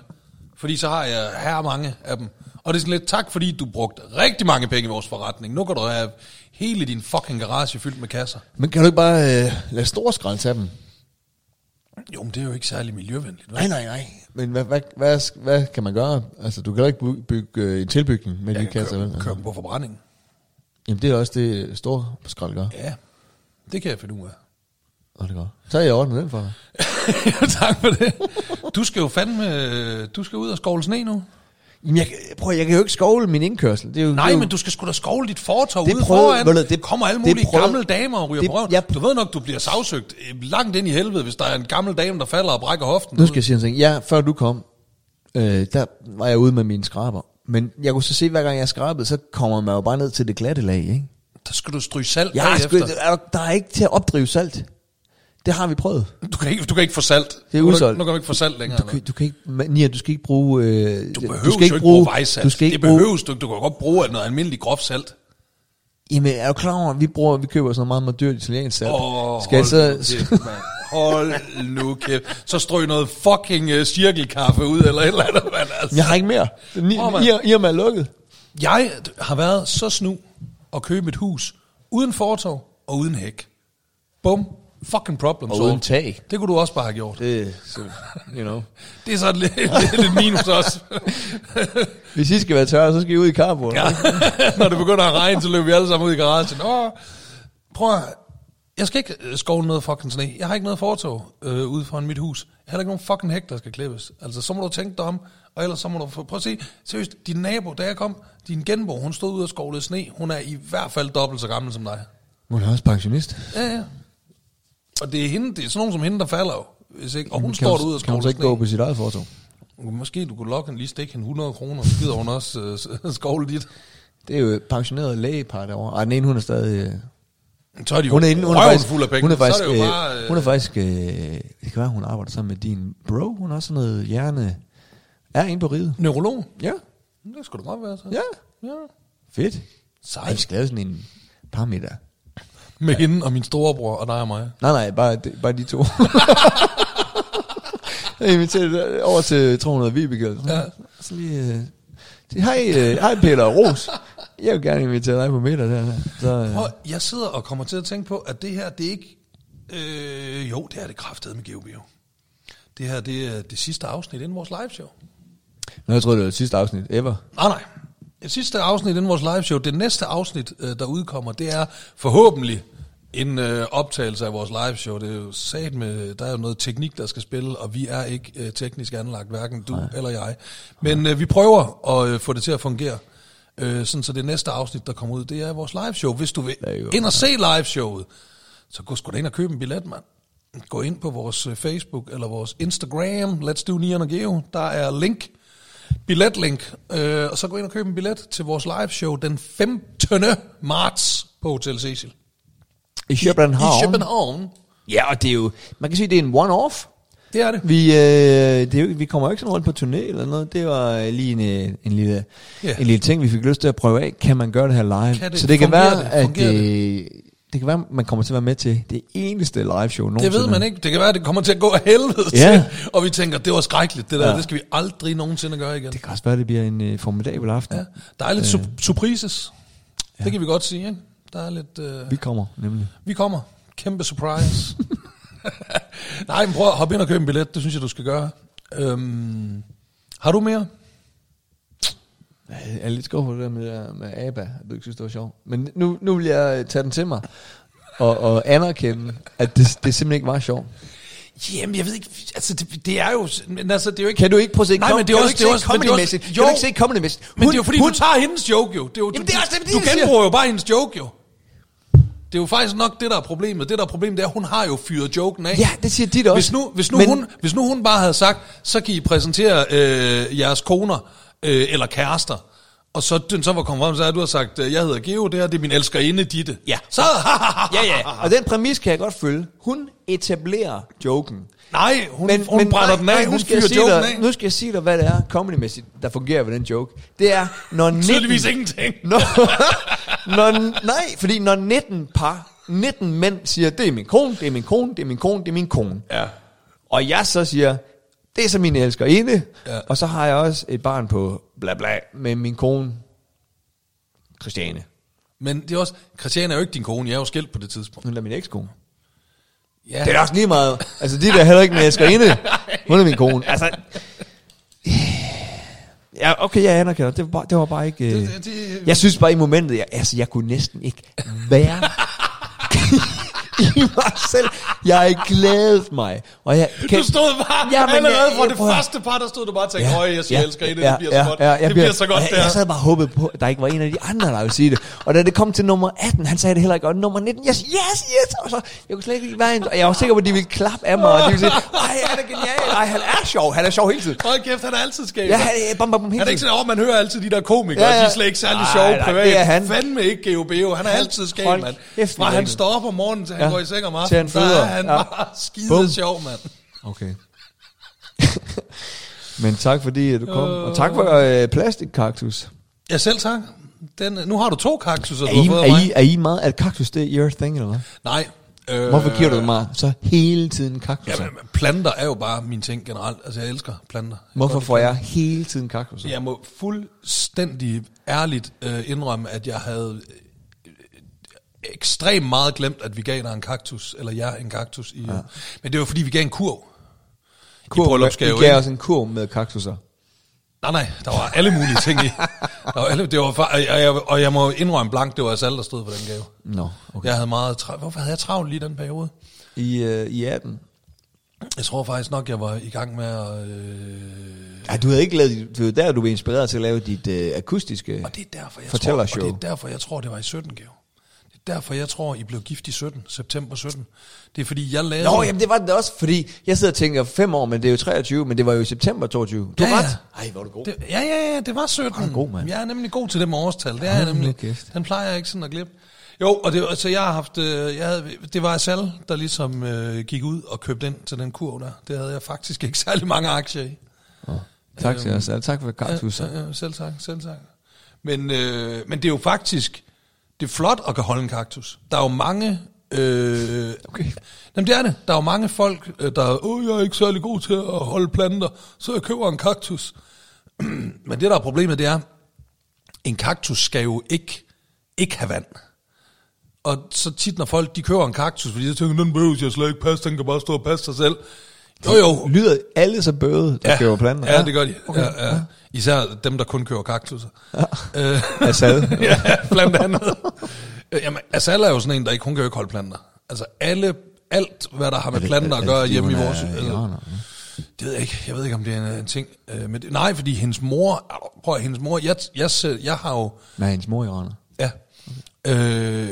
S2: Fordi så har jeg her mange af dem. Og det er sådan lidt, tak fordi du brugte rigtig mange penge i vores forretning. Nu kan du have hele din fucking garage fyldt med kasser.
S1: men kan du ikke bare øh, lade store skrald tage dem?
S2: Jo, men det er jo ikke særlig miljøvenligt. Vel?
S1: Nej, nej, nej. Men hvad, hvad, hvad, hvad kan man gøre? Altså, du kan jo ikke by- bygge øh, en tilbygning med de kasser. vel?
S2: Kør, kør dem på forbrændingen.
S1: Jamen, det er også det store skrald gør.
S2: Ja, det kan jeg finde ud af.
S1: Og det gør. Så er jeg ordnet den for dig.
S2: Ja, tak for det. Du skal jo fandme, øh, du skal ud og skovle sne nu.
S1: Jamen, jeg, prøv, jeg kan jo ikke skovle min indkørsel. Det er jo, det
S2: Nej,
S1: er jo,
S2: men du skal sgu da skovle dit fortov
S1: Det
S2: ude
S1: prøvede-
S2: foran.
S1: ved du, det-
S2: det, kommer alle
S1: det
S2: mulige
S1: prøvede-
S2: gamle damer og ryger
S1: det-
S2: på røven.
S1: jeg-
S2: Du ved nok, du bliver sagsøgt øh, langt ind i helvede, hvis der er en gammel dame, der falder og brækker hoften.
S1: Nu skal jeg sige en ting. Ja, før du kom, øh, der var jeg ude med mine skraber. Men jeg kunne så se, hver gang jeg skrabede, så kommer man jo bare ned til det glatte lag, ikke?
S2: Der skal du stryge salt
S1: Jeg
S2: ja,
S1: har sgu,
S2: bagefter.
S1: er der, der er ikke til at opdrive salt. Det har vi prøvet.
S2: Du kan, ikke, du kan ikke få salt.
S1: Det er
S2: Nu kan du-
S1: udsolgt.
S2: Nu kan du ikke få salt længere.
S1: Du kan, du kan ikke, men Nia, du skal ikke bruge... Øh,
S2: du behøver du skal ikke bruge vejsalt.
S1: Du skal ikke
S2: det
S1: bruge,
S2: behøves du ikke. Du kan godt bruge af noget almindeligt groft salt.
S1: jamen, er du klar over, at vi, bruger, vi køber sådan noget meget, meget dyrt italiensk salt?
S2: Åh,
S1: skal jeg
S2: hold
S1: så...
S2: nu kæft, mand. Hold nu kæft. Så strøg noget fucking uh, cirkelkaffe ud, eller et eller andet, mand. Altså.
S1: Jeg har ikke mere. Ni,
S2: Prøv, mand.
S1: I, I, er lukket.
S2: Jeg har været så snu at købe et hus uden fortov og uden hæk. Bum. Fucking problem
S1: Og
S2: solved.
S1: uden tag.
S2: Det kunne du også bare have gjort.
S1: Det, så, you know.
S2: Det er så lidt, lidt et minus også.
S1: Hvis I skal være tørre, så skal I ud i carport.
S2: ja. Når det begynder at regne, så løber vi alle sammen ud i garagen. Åh, prøv at, jeg skal ikke øh, skove noget fucking sne. Jeg har ikke noget fortov øh, ude foran mit hus. Jeg har heller ikke nogen fucking hæk, der skal klippes. Altså, så må du tænke dig om, og ellers så må du... Få, prøv at se, seriøst, din nabo, da jeg kom, din genbo, hun stod ude og skovlede sne. Hun er i hvert fald dobbelt så gammel som dig.
S1: Hun er også pensionist.
S2: Ja, ja. Og det er, hende, det er sådan nogen som hende, der falder jo. Hvis ikke, og hun
S1: Kan
S2: står
S1: hun-
S2: derude og
S1: Kan hun
S2: skovler
S1: så ikke gå
S2: sne.
S1: på sit eget fortog?
S2: Måske du kunne lokke hende, lige stikke hende 100 kroner, så gider hun også øh, s- skovle dit.
S1: Det er jo et pensioneret lægepar derovre. Ej, den ene, hun er stadig... øh,
S2: Så er de jo
S1: Hun er, inde, hun er
S2: røven
S1: faktisk...
S2: fuld af penge.
S1: Hun er faktisk...
S2: så er det
S1: øh,
S2: jo bare, øh,
S1: Hun er faktisk... øh, Det kan være, hun arbejder sammen med din bro. Hun har sådan noget hjerne... Er inde på riget.
S2: neurolog.
S1: Ja.
S2: Det skulle da godt være så.
S1: Ja.
S2: ja.
S1: Fedt. Ej,
S2: Sej.
S1: vi skal lave sådan en par middag.
S2: Med hende og min storebror og dig og mig.
S1: Nej, nej, bare, det, bare de to. Jeg inviterer dig over til 300 Vibeke. Ja. Så lige... Øh, sige, hej, øh, hej Peter og Ros. Jeg vil gerne invitere dig på middag der. der. Så, øh,
S2: Prøv, jeg sidder og kommer til at tænke på, at det her, det er ikke... Øh, jo, det er det kraftede med GeoBio. Det her, det er det sidste afsnit inden vores liveshow.
S1: Nå, jeg troede, det var det sidste afsnit ever.
S2: Nej, Ah, nej. Det sidste afsnit inden vores liveshow, det næste afsnit, øh, der udkommer, det er forhåbentlig en øh, optagelse af vores liveshow. Det er jo sat med, der er jo noget teknik, der skal spille, og vi er ikke øh, teknisk anlagt, hverken du nej. eller jeg. Men øh, vi prøver at øh, få det til at fungere. Øh, sådan, så det næste afsnit, der kommer ud, det er vores liveshow. Hvis du vil
S1: er jo-
S2: ind og se liveshowet, så gå sgu da ind og køb en billet, mand. Gå ind på vores øh, Facebook eller vores Instagram, Let's Do Nian og Geo. Der er link, billetlink, øh, og så gå ind og køb en billet til vores liveshow den 15. marts på Hotel Cecil.
S1: I København.
S2: I København.
S1: Ja, og det er jo... Man kan sige, det er en one-off.
S2: Det er det.
S1: Vi, øh, det er jo, vi kommer jo ikke sådan rundt på turné eller noget. Det var lige en, øh, en, lille,
S2: Ja.
S1: en lille ting, vi fik lyst til at prøve af. Kan man gøre det her live?
S2: Kan det?
S1: Så det kan
S2: Fungerer
S1: være,
S2: det?
S1: at
S2: Fungerer
S1: øh, det kan være, man kommer til at være med til det eneste live show nogensinde.
S2: Det ved man ikke. Det kan være, at det kommer til at gå af helvede
S1: Ja.
S2: til. Og vi tænker, det var skrækkeligt, det der.
S1: Ja.
S2: Ja. Det skal vi aldrig nogensinde gøre igen.
S1: Det kan også være, det bliver en øh, formidabel aften.
S2: Ja.
S1: Ja.
S2: Der er lidt øh. surprises. Ja. Det kan vi godt sige, ikke? Der er lidt... Øh...
S1: Vi kommer nemlig.
S2: Vi kommer. Kæmpe surprise. Nej, men prøv at hoppe ind og købe en billet. Det synes jeg, du skal gøre. Øhm, har du mere?
S1: Jeg er lidt skuffet over det der med, øh, med ABBA, at du ikke synes, det var sjovt. Men nu, nu vil jeg øh, tage den til mig og, og anerkende, at det, det simpelthen ikke var sjovt.
S2: Jamen, jeg ved ikke. Altså, det, det er jo... Men altså, det er jo ikke...
S1: Kan du ikke prøve at se
S2: Nej, men det er også- det er også- men det er også-
S1: comedy-mæssigt? Kan du
S2: jo.
S1: ikke se comedy-mæssigt?
S2: Men
S1: Hun-
S2: det er jo fordi,
S1: hun-
S2: du tager hendes joke jo. Det er jo
S1: Jamen,
S2: du,
S1: det er også det, fordi
S2: du
S1: jeg siger-
S2: genbruger jo bare hendes joke jo. Det er jo faktisk nok det, der er problemet. Det, der er problemet, det er, at hun har jo fyret joken af.
S1: Ja, det siger dit også.
S2: Hvis nu, hvis nu,
S1: Men-
S2: men... hun, hvis nu hun bare havde sagt, så kan I præsentere øh, jeres koner øh, eller kærester, Og så den så var kommet frem, så har du har sagt, øh, jeg hedder Geo, det her, det er min elskerinde Ditte.
S5: Ja.
S2: Så,
S5: Ja, ja.
S1: Og den præmis kan jeg godt følge. Hun etablerer joken.
S2: Nej, hun, men, hun men, brænder den af,
S1: nu
S2: hun
S1: skal jeg
S2: fyrer
S1: sige
S2: joken
S1: dig,
S2: af.
S1: Nu skal jeg sige dig, hvad det er comedymæssigt, der fungerer ved den joke. Det er, når 19...
S2: Tydeligvis ingenting.
S1: Når, når, nej, fordi når 19 par, 19 mænd siger, det er min kone, det er min kone, det er min kone, det er min kone.
S2: Ja.
S1: Og jeg så siger, det er så min elskerinde,
S2: Ja.
S1: ja. og så har jeg også et barn på bla bla med min kone, Christiane.
S2: Men det er også, Christiane er jo ikke din kone, jeg er jo skilt på det tidspunkt.
S1: Hun er min ekskone.
S2: Ja.
S1: Det er da også lige meget. Altså, de der er heller ikke min elskerinde. Hun er min kone. Altså, ja, okay, jeg anerkender. Det var bare, det var bare ikke... Øh...
S2: Det- det-
S1: Jeg synes bare i momentet, jeg, altså, jeg kunne næsten ikke være i mig selv. Jeg glædede mig. Og jeg
S2: Du stod bare ja, men allerede fra det
S1: prøver-
S2: første par, der stod du bare og tænkte, høj, jeg siger, jeg elsker hende, det bliver så godt.
S1: jeg
S2: det bliver så godt,
S1: jeg,
S2: det
S1: jeg, jeg
S2: her.
S1: sad bare og håbede på, at der ikke var en af de andre, der ville sige det. Og da det kom til nummer 18, han sagde det heller ikke, og nummer 19, yes, yes, yes, og så, jeg kunne slet ikke lide være en, og jeg var sikker på, at de ville klappe af mig, og de ville sige, ej, han er genial, ej, han er sjov, han er sjov hele tiden.
S2: Hold kæft, han er altid skæg. altså.
S1: Ja, han er bam, bam, bam,
S2: Er
S1: hele
S2: det ikke
S1: tiden.
S2: sådan, at man hører altid de der komikere, ja,
S1: Ja,
S2: ja.
S1: ja.
S2: de er slet ikke særlig
S1: Nej,
S2: sjove
S1: nej,
S2: privat.
S1: det er han.
S2: Fandme ikke GOBO. Han er altid skæg,
S1: hold
S2: mand.
S1: kæft,
S2: Fra
S1: det er
S2: han
S1: rigtigt.
S2: står op om morgenen, til han ja.
S1: Ja.
S2: går i seng om
S1: Til han
S2: aftenen, der er
S1: føder.
S2: han
S1: Ja.
S2: bare skide
S1: Bum.
S2: sjov, mand.
S1: Okay. Men tak fordi øh, du kom, og tak for øh, plastikkaktus.
S2: Ja, selv tak. Den, øh, nu har du to kaktuser,
S1: Er
S2: du har
S1: I,
S2: fået af
S1: er, I,
S2: mig.
S1: er I meget, er kaktus det your thing, eller hvad?
S2: Nej. Øh,
S1: Hvorfor giver du mig så hele tiden kaktus?
S2: Jamen, planter er jo bare min ting generelt. Altså, jeg elsker planter. Jeg kan
S1: Hvorfor
S2: godt lide
S1: får jeg hele tiden kaktus?
S2: Jeg må fuldstændig ærligt øh, indrømme, at jeg havde øh, ekstremt meget glemt, at veganer er en kaktus, eller jeg er en kaktus. I, ja. Men det var fordi, vi gav en kurv.
S1: Kurv,
S2: bryllupsgave,
S1: I gav
S2: ikke?
S1: os en kurv med kaktusser.
S2: Nej, nej, der var alle mulige ting i. Der var alle, det var, fa- og, jeg, og jeg må indrømme blank, det var os alle, der stod for den gave.
S1: Nå,
S2: Okay. Jeg havde meget travlt. Hvorfor havde jeg travlt lige den periode?
S1: I, øh, I 18?
S2: Jeg tror faktisk nok, jeg var i gang med at... Øh,
S1: Ja, du havde ikke lavet, det var der, du blev inspireret til at lave dit øh, akustiske...
S2: og det er derfor, jeg tror,
S1: Fortæller
S2: og
S1: show.
S2: det er derfor, jeg tror, det var i 17 gave. Det er derfor, jeg tror, I blev gift i 17, september 17. Det er fordi, jeg lavede...
S1: Nå, jamen det var det også, fordi jeg sidder og tænker, fem år, men det er jo 23, men det var jo i september 22. Du har
S2: Ja, ja.
S1: ret. Ej, hvor er du god.
S2: Det, ja, ja, ja, det var 17.
S1: er god, mand.
S2: Jeg er nemlig god til det med årstal. Det er jeg
S1: Hold nu
S2: nemlig.
S1: kæft.
S2: Den plejer jeg ikke sådan at glemme. Jo, og det, altså, jeg har haft, øh, jeg havde, det var Asal, der ligesom øh, gik ud og købte ind til den kurv der. Det havde jeg faktisk ikke særlig mange aktier i.
S1: Tak til os alle. Tak for kaktusser.
S2: Ja, ja, selv tak, selv tak. Men, øh, men det er jo faktisk, det er flot at kan holde en kaktus. Der er jo mange... Øh, okay. Jamen det er det. Der er jo mange folk, øh, der åh, jeg er ikke særlig god til at holde planter, så jeg køber en kaktus. men det, der er problemet, det er, en kaktus skal jo ikke, ikke have vand. Og så tit, når folk de køber en kaktus, fordi de tænker, den behøver jeg slet ikke passe, den kan bare stå og passe sig selv. Jo, jo,
S1: Lyder alle så bøde, der køber planter?
S2: Ja, det gør de. Okay. Ja, ja. Især dem, der kun køber kaktusser. Ja. Øh,
S1: Assad.
S2: ja, blandt andet. Øh, Jamen, altså alle er jo sådan en, der ikke, hun kan jo ikke holde planter. Altså alle, alt hvad der har med planter at gøre hjemme i vores...
S1: øh,
S2: Altså, det ved jeg ikke. Jeg ved ikke, om det er en, en ting. Øh, men det, nej, fordi hendes mor... au, Prøv at hendes mor... Jeg, jeg, jeg, jeg har jo...
S1: Nej, hendes mor i Iraner.
S2: Ja. Øh,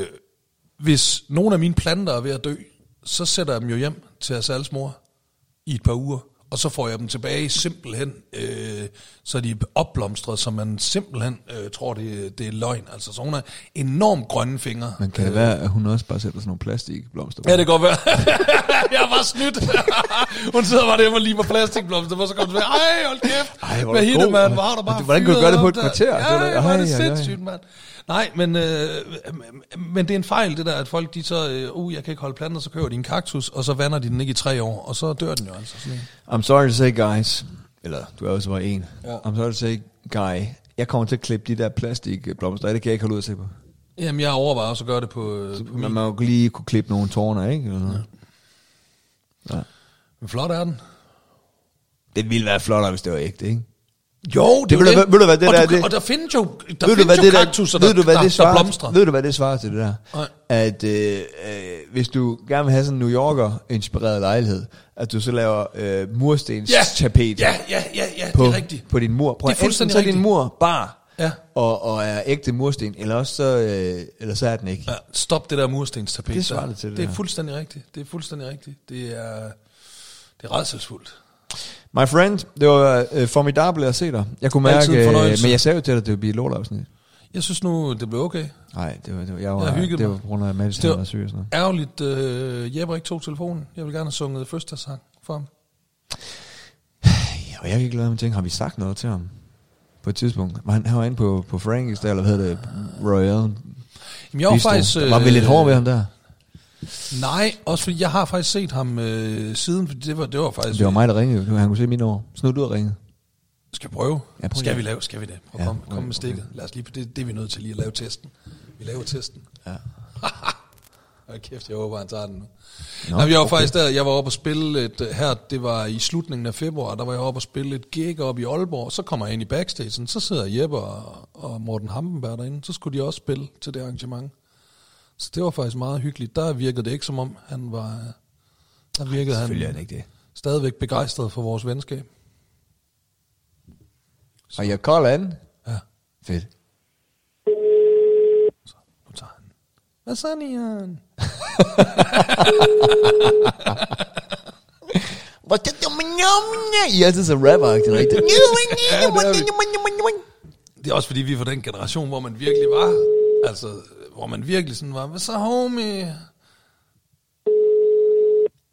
S2: hvis nogle af mine planter er ved at dø, så sætter jeg dem jo hjem til Asals mor i et par uger, og så får jeg dem tilbage simpelthen, øh, så de er opblomstret, så man simpelthen øh, tror, det, det er løgn. Altså, så hun har enormt grønne fingre.
S1: Men kan det være, at hun også bare sætter sådan nogle plastikblomster på?
S2: Ja, det kan godt være. jeg var snydt. hun sidder bare derhjemme og lige på plastikblomster, og så kom tilbage. Ej, hold kæft.
S1: Ej, hvor er
S2: Hvad
S1: du
S2: hitte,
S1: god,
S2: mand?
S1: mand.
S2: Hvor har du bare
S1: Hvordan kunne du gøre
S2: fyret
S1: det på
S2: op
S1: et
S2: der?
S1: kvarter? Det var da-
S2: Ja, hvor er det
S1: Ej, ej, ej.
S2: sindssygt, mand. Nej, men, øh, men det er en fejl, det der, at folk de så, øh, uh, jeg kan ikke holde planter, så køber de en kaktus, og så vander de den ikke i tre år, og så dør den jo altså. Sådan en.
S1: I'm sorry to say, guys. Eller, du er jo så bare en.
S2: Ja.
S1: I'm sorry to say, guy. Jeg kommer til at klippe de der plastikblomster, af. det kan jeg ikke holde ud at se på.
S2: Jamen, jeg overvejer også at gøre det på, øh, på
S1: Man
S2: min.
S1: må jo lige kunne klippe nogle tårner, ikke? Eller noget.
S2: Men flot er den.
S1: Det ville være flottere, hvis det var ægte, ikke?
S2: Jo, det,
S1: Det
S2: er jo
S1: vil da være- ved du hvad, det
S2: og
S1: der,
S2: du, kan-
S1: det-
S2: Og der findes jo, der
S1: ved du,
S2: findes
S1: hvad
S2: jo
S1: det
S2: kaktusser,
S1: der, ved du, hvad
S2: der,
S1: det
S2: der, der
S1: svarer,
S2: blomstrer.
S1: Ved du, hvad det svarer til det der?
S2: Nej.
S1: At øh, øh, hvis du gerne vil have sådan en New Yorker-inspireret lejlighed, at du så laver øh, murstens tapet
S2: Ja, ja, ja, ja,
S1: på,
S2: det er rigtigt.
S1: på din mur. Prøv,
S2: Det er
S1: at- enten
S2: fuldstændig
S1: så er din
S2: rigtigt.
S1: mur bar,
S2: Ja.
S1: og, og er ægte mursten, eller også så, øh, eller så er den ikke.
S2: Ja, stop det der murstenstapet.
S1: Det svarer
S2: der.
S1: det til, det
S2: Det er
S1: der.
S2: fuldstændig rigtigt. Det er fuldstændig rigtigt. Det er, det er redselsfuldt.
S1: My friend, det var øh, formidable at se dig. Jeg kunne mærke,
S2: Altid en
S1: øh,
S2: fornøjelse.
S1: men jeg sagde jo til dig, at det ville blive et lortafsnit.
S2: Jeg synes nu, det blev okay.
S1: Nej, det var, det var, jeg var,
S2: Jeg har hygget
S1: det
S2: mig.
S1: var på grund af, at Madison
S2: Det var-
S1: var syg og sådan noget.
S2: Ærgerligt, øh, Jeppe ikke tog telefonen. Jeg vil gerne have sunget første sang for ham.
S1: Ja, og jeg kan ikke lade mig tænke, har vi sagt noget til ham? På et tidspunkt. Var han, han var inde på, på Frankie's, der, eller hvad hedder det, Royal
S2: Jamen, jeg var
S1: Bistro.
S2: faktisk... øh,
S1: Der var vi lidt hård ved ham der?
S2: Nej, også fordi jeg har faktisk set ham øh, siden, fordi det var, det var faktisk...
S1: Det var mig, der ringede. Det var- Han kunne se mine år. Snud du og ringede.
S2: Skal jeg prøve?
S1: Ja, prøv
S2: skal
S1: lige.
S2: vi lave? Skal vi det? Prøv,
S1: Ja,
S2: ja, kom,
S1: prøv
S2: kom
S1: lige,
S2: med
S1: prøv lige.
S2: stikket. Lad os lige, det, det er vi nødt til lige at lave testen. Vi laver testen.
S1: Ja.
S2: Hold kæft, jeg håber, han tager den nu.
S1: Nå,
S2: Nå, Jamen, jeg var
S1: okay.
S2: okay. faktisk der, jeg var oppe og spille et, øh, her, det var i slutningen af februar, der var jeg oppe og spille et gig oppe i Aalborg, så kommer jeg ind i backstagen, så sidder Jeppe og, og Morten Hampenberg derinde, så skulle de også spille til det arrangement. Så det var faktisk meget hyggeligt. Der virkede det ikke som om, han var, øh, der virkede
S1: Selvfølgelig er
S2: han
S1: det ikke det.
S2: stadigvæk begejstret for vores venskab.
S1: Og jeg kolder an.
S2: Ja,
S1: Fedt.
S2: nu tager han. den. Hvad så, Nian?
S1: I er altid så rapper, ikke rigtigt?
S2: Det er også fordi, vi er fra den generation, hvor man virkelig var, altså, hvor man virkelig sådan var, hvad så homie?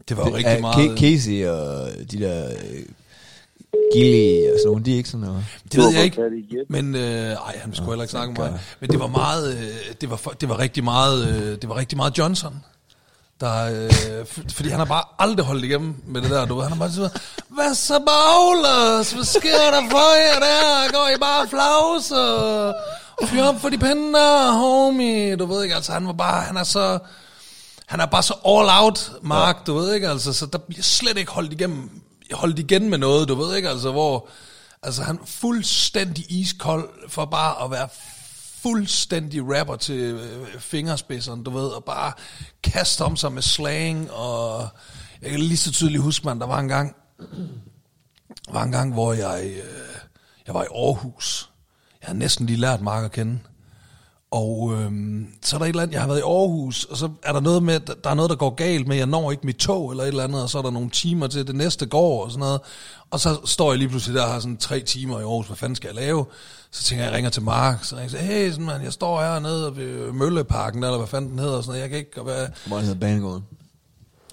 S2: Det var jo rigtig meget...
S1: Casey og de der... øh, Gilly og sådan nogle, de er ikke sådan noget.
S2: Det ved jeg
S4: Hvorfor
S2: ikke.
S4: kan det hjælpe?
S2: Men øh, ej, han skulle heller ikke snakke om
S1: God.
S2: mig. Men det var meget, øh, det var for- det var rigtig meget, øh, det var rigtig meget Johnson. Der, øh, f- fordi han har bare aldrig holdt igennem med det der, du ved. Han har bare sådan, hvad så baglers? Hvad sker der for jer der? Går I bare flaus og fyr op for de pænder, homie? Du ved ikke, altså han var bare, han er så, han er bare så all out, Mark, ja. du ved ikke, altså, så der bliver slet ikke holdt igennem, holdt igen med noget, du ved ikke, altså, hvor, altså, han er fuldstændig iskold for bare at være fuldstændig rapper til øh, fingerspidserne, du ved, og bare kaste om sig med slang, og jeg kan lige så tydeligt huske, man, der var en gang, der var en gang, hvor jeg, øh, jeg var i Aarhus. Jeg havde næsten lige lært Mark at kende. Og øhm, så er der et eller andet, jeg har været i Aarhus, og så er der noget med, der er noget, der går galt med, jeg når ikke mit tog eller et eller andet, og så er der nogle timer til det næste går og sådan noget. Og så står jeg lige pludselig der og har sådan tre timer i Aarhus, hvad fanden skal jeg lave? Så tænker jeg, jeg ringer til Mark, så ringer jeg, siger, hey, sådan, man, jeg står hernede ved Mølleparken, eller hvad fanden den hedder, og sådan noget, jeg kan ikke, og hvad...
S1: Hvor hedder banegården?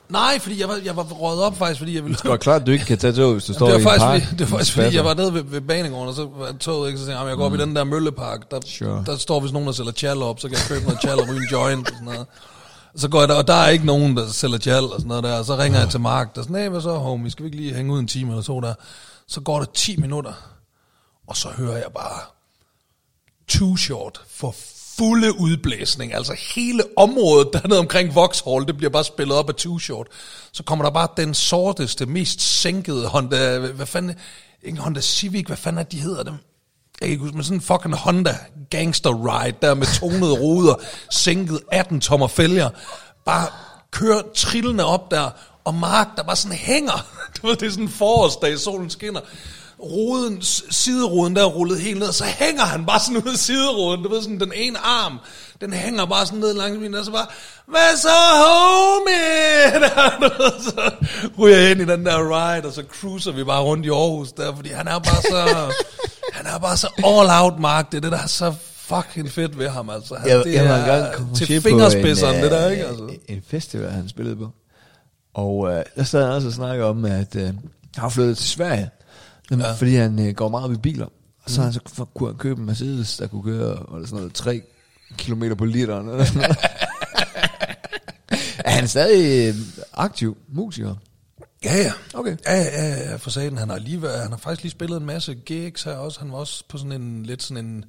S2: Nej, fordi jeg var, jeg var røget op faktisk, fordi jeg ville...
S1: Det var klart, at du ikke kan tage tog, hvis du står
S2: Jamen,
S1: i
S2: det
S1: en
S2: var
S1: park.
S2: faktisk, fordi, det var faktisk fordi, jeg var nede ved, ved banegården, og så var toget ikke, så tænkte jeg, "Jamen, jeg går op i den der møllepark, der,
S1: Mm. Sure.
S2: der står hvis nogen, der sælger chal op, så kan jeg købe noget chal og ryge en joint og sådan noget. Så går jeg der, og der er ikke nogen, der sælger chal og sådan noget der, og så ringer jeg til Mark, der er sådan, hey, hvad så homie, skal vi ikke lige hænge ud en time eller to der? Så går der 10 minutter, og så hører jeg bare, too short for fulde udblæsning. Altså hele området dernede omkring Vauxhall, det bliver bare spillet op af too short. Så kommer der bare den sorteste, mest sænkede Honda, hvad fanden, ikke en Honda Civic, hvad fanden er de hedder dem? Jeg kan ikke huske, men sådan en fucking Honda gangster ride, der med tonede ruder, sænket 18 tommer fælger, bare kører trillende op der, og Mark, der bare sådan hænger. Du ved, det er sådan en forårsdag, solen skinner ruden, s- sideruden der er rullet helt ned, og så hænger han bare sådan ud af sideruden, du ved sådan, den ene arm, den hænger bare sådan ned langs min, og så bare, hvad så homie? Der, du ved, så ryger jeg ind i den der ride, og så cruiser vi bare rundt i Aarhus der, fordi han er bare så, han er bare så all out, Mark, det er det, der er så fucking fedt ved ham, altså. Han,
S1: jeg,
S2: det
S1: jeg var
S2: er
S1: engang konferencier
S2: til
S1: på
S2: fingerspidserne,
S1: en,
S2: det der,
S1: øh,
S2: ikke? Altså.
S1: En festival, han spillede på. Og øh, der sad han også og snakkede om, at øh, han var flyttet til Sverige, Jamen, ja. fordi han øh, går meget ved biler. Og
S2: Mm.
S1: så, han, så for, kunne han købe en Mercedes, der kunne køre var det sådan noget, 3 km på literen. Eller sådan noget. er han stadig øh, aktiv musiker?
S2: Ja, ja.
S1: Okay.
S2: Ja, ja, ja, ja, for satan. Han har, lige, været- han har faktisk lige spillet en masse gigs her også. Han var også på sådan en lidt sådan en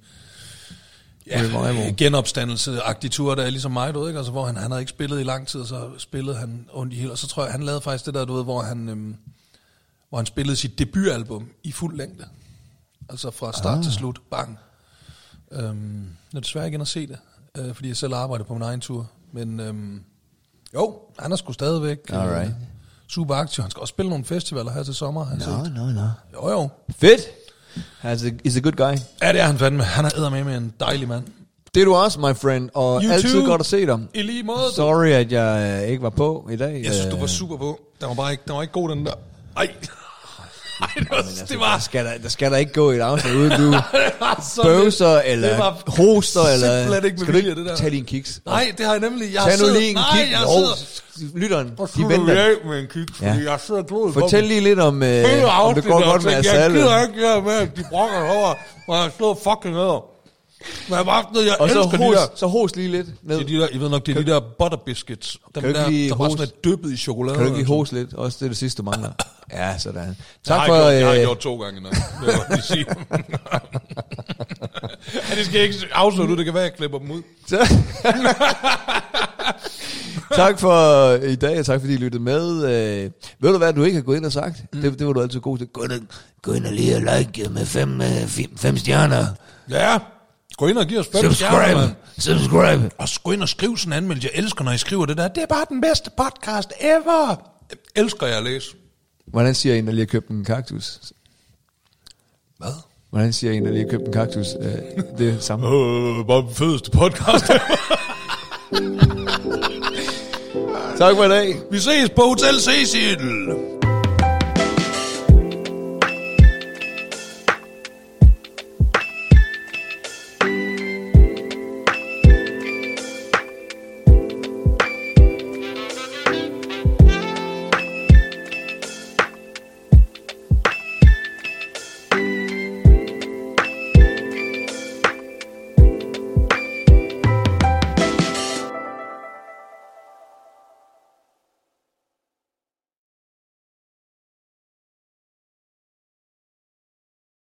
S2: ja,
S1: Revival.
S2: genopstandelse-agtig tur, der er ligesom mig, du ved ikke? Altså, hvor han, han havde ikke spillet i lang tid, og så spillede han ondt i hele. Og så tror jeg, han lavede faktisk det der, du ved, hvor han, øhm, hvor han spillede sit debutalbum i fuld længde. Altså fra start ah. til slut. Bang. Øhm, jeg er desværre ikke inde at se det, øh, fordi jeg selv arbejder på min egen tur. Men øhm, jo, han er sgu stadigvæk øh,
S1: Alright.
S2: super aktiv. Han skal også spille nogle festivaler her til sommer. har jeg set.
S1: no, no.
S2: Jo, jo.
S1: Fedt! He's a, he's a good guy.
S2: Ja, det er han fandme. Han er med med en dejlig mand.
S1: Det er du også, my friend, og
S2: You
S1: altid
S2: too.
S1: godt at se dig.
S2: I lige måde. du.
S1: Sorry, at jeg øh, ikke var på i dag.
S2: Jeg synes, du
S1: Øh,
S2: var super på. Den var bare ikke, den var ikke god, den der. Ej. Nej, det var,
S1: Altså,
S2: det var
S1: der, skal der, der skal der ikke gå et afsnit uden du
S2: det var så
S1: bøvser
S2: lidt-
S1: eller
S2: det var
S1: hoster. Eller,
S2: simpelthen ikke med
S1: skal du
S2: vilje, det der.
S1: tage din kiks?
S2: Nej, det har jeg nemlig. Jeg
S1: Tag nu
S2: sidder-
S1: lige en
S2: Nej,
S1: kiks.
S2: jeg
S1: Jo,
S2: sidder...
S1: s- lytteren, de
S2: slutter vi
S1: venter.
S2: af med en kiks, fordi
S1: Ja.
S2: jeg sidder og glod i
S1: Fortæl
S2: bukken.
S1: lige lidt om,
S2: Hele
S1: øh, om det
S2: afsnittet,
S1: går
S2: jeg
S1: godt med
S2: tænkte,
S1: Assad.
S2: altså. Jeg gider ikke det her med, at de brokker over, og jeg sidder fucking ned. Men jeg bare sådan, jeg
S1: Og så
S2: elsker de der...
S1: host, så host lige lidt ned.
S2: Det er de der, I ved nok, det er de der butter biscuits. Dem
S1: du ikke
S2: der,
S1: lige
S2: der bare
S1: hoste?
S2: sådan er dyppet i chokolade.
S1: Kan du ikke lige
S2: og sådan.
S1: hoste lidt? Også det er det sidste, du mangler. Ja, sådan.
S2: Jeg
S1: Tak
S2: har
S1: for...
S2: gjort, jeg har
S1: øh,
S2: gjort to gange nu. Det vil jeg godt lige sige. ja, det skal jeg ikke afslutte ud. Det kan være, jeg klipper dem ud.
S1: tak for i dag, og tak fordi I lyttede med. Øh, ved du hvad, du ikke har gået ind og sagt? Mm. Det, det var du altid god til. Gå ind og, gå ind og lige og like med fem, øh, fem, fem stjerner.
S2: Ja, gå ind og giv os fem stjerner,
S1: Subscribe.
S2: mand.
S1: Subscribe.
S2: Og så gå ind og skriv sådan en anmeldelse. Jeg elsker, når I skriver det der. Det er bare den bedste podcast ever. Det elsker jeg at læse.
S1: Hvordan siger en, der lige har købt en kaktus?
S2: Hvad?
S1: Hvordan siger en, der lige har købt en kaktus? Øh, det er samme.
S2: Øh, bare den fedeste podcast.
S1: Tak for i dag.
S2: Vi ses på Hotel Cecil.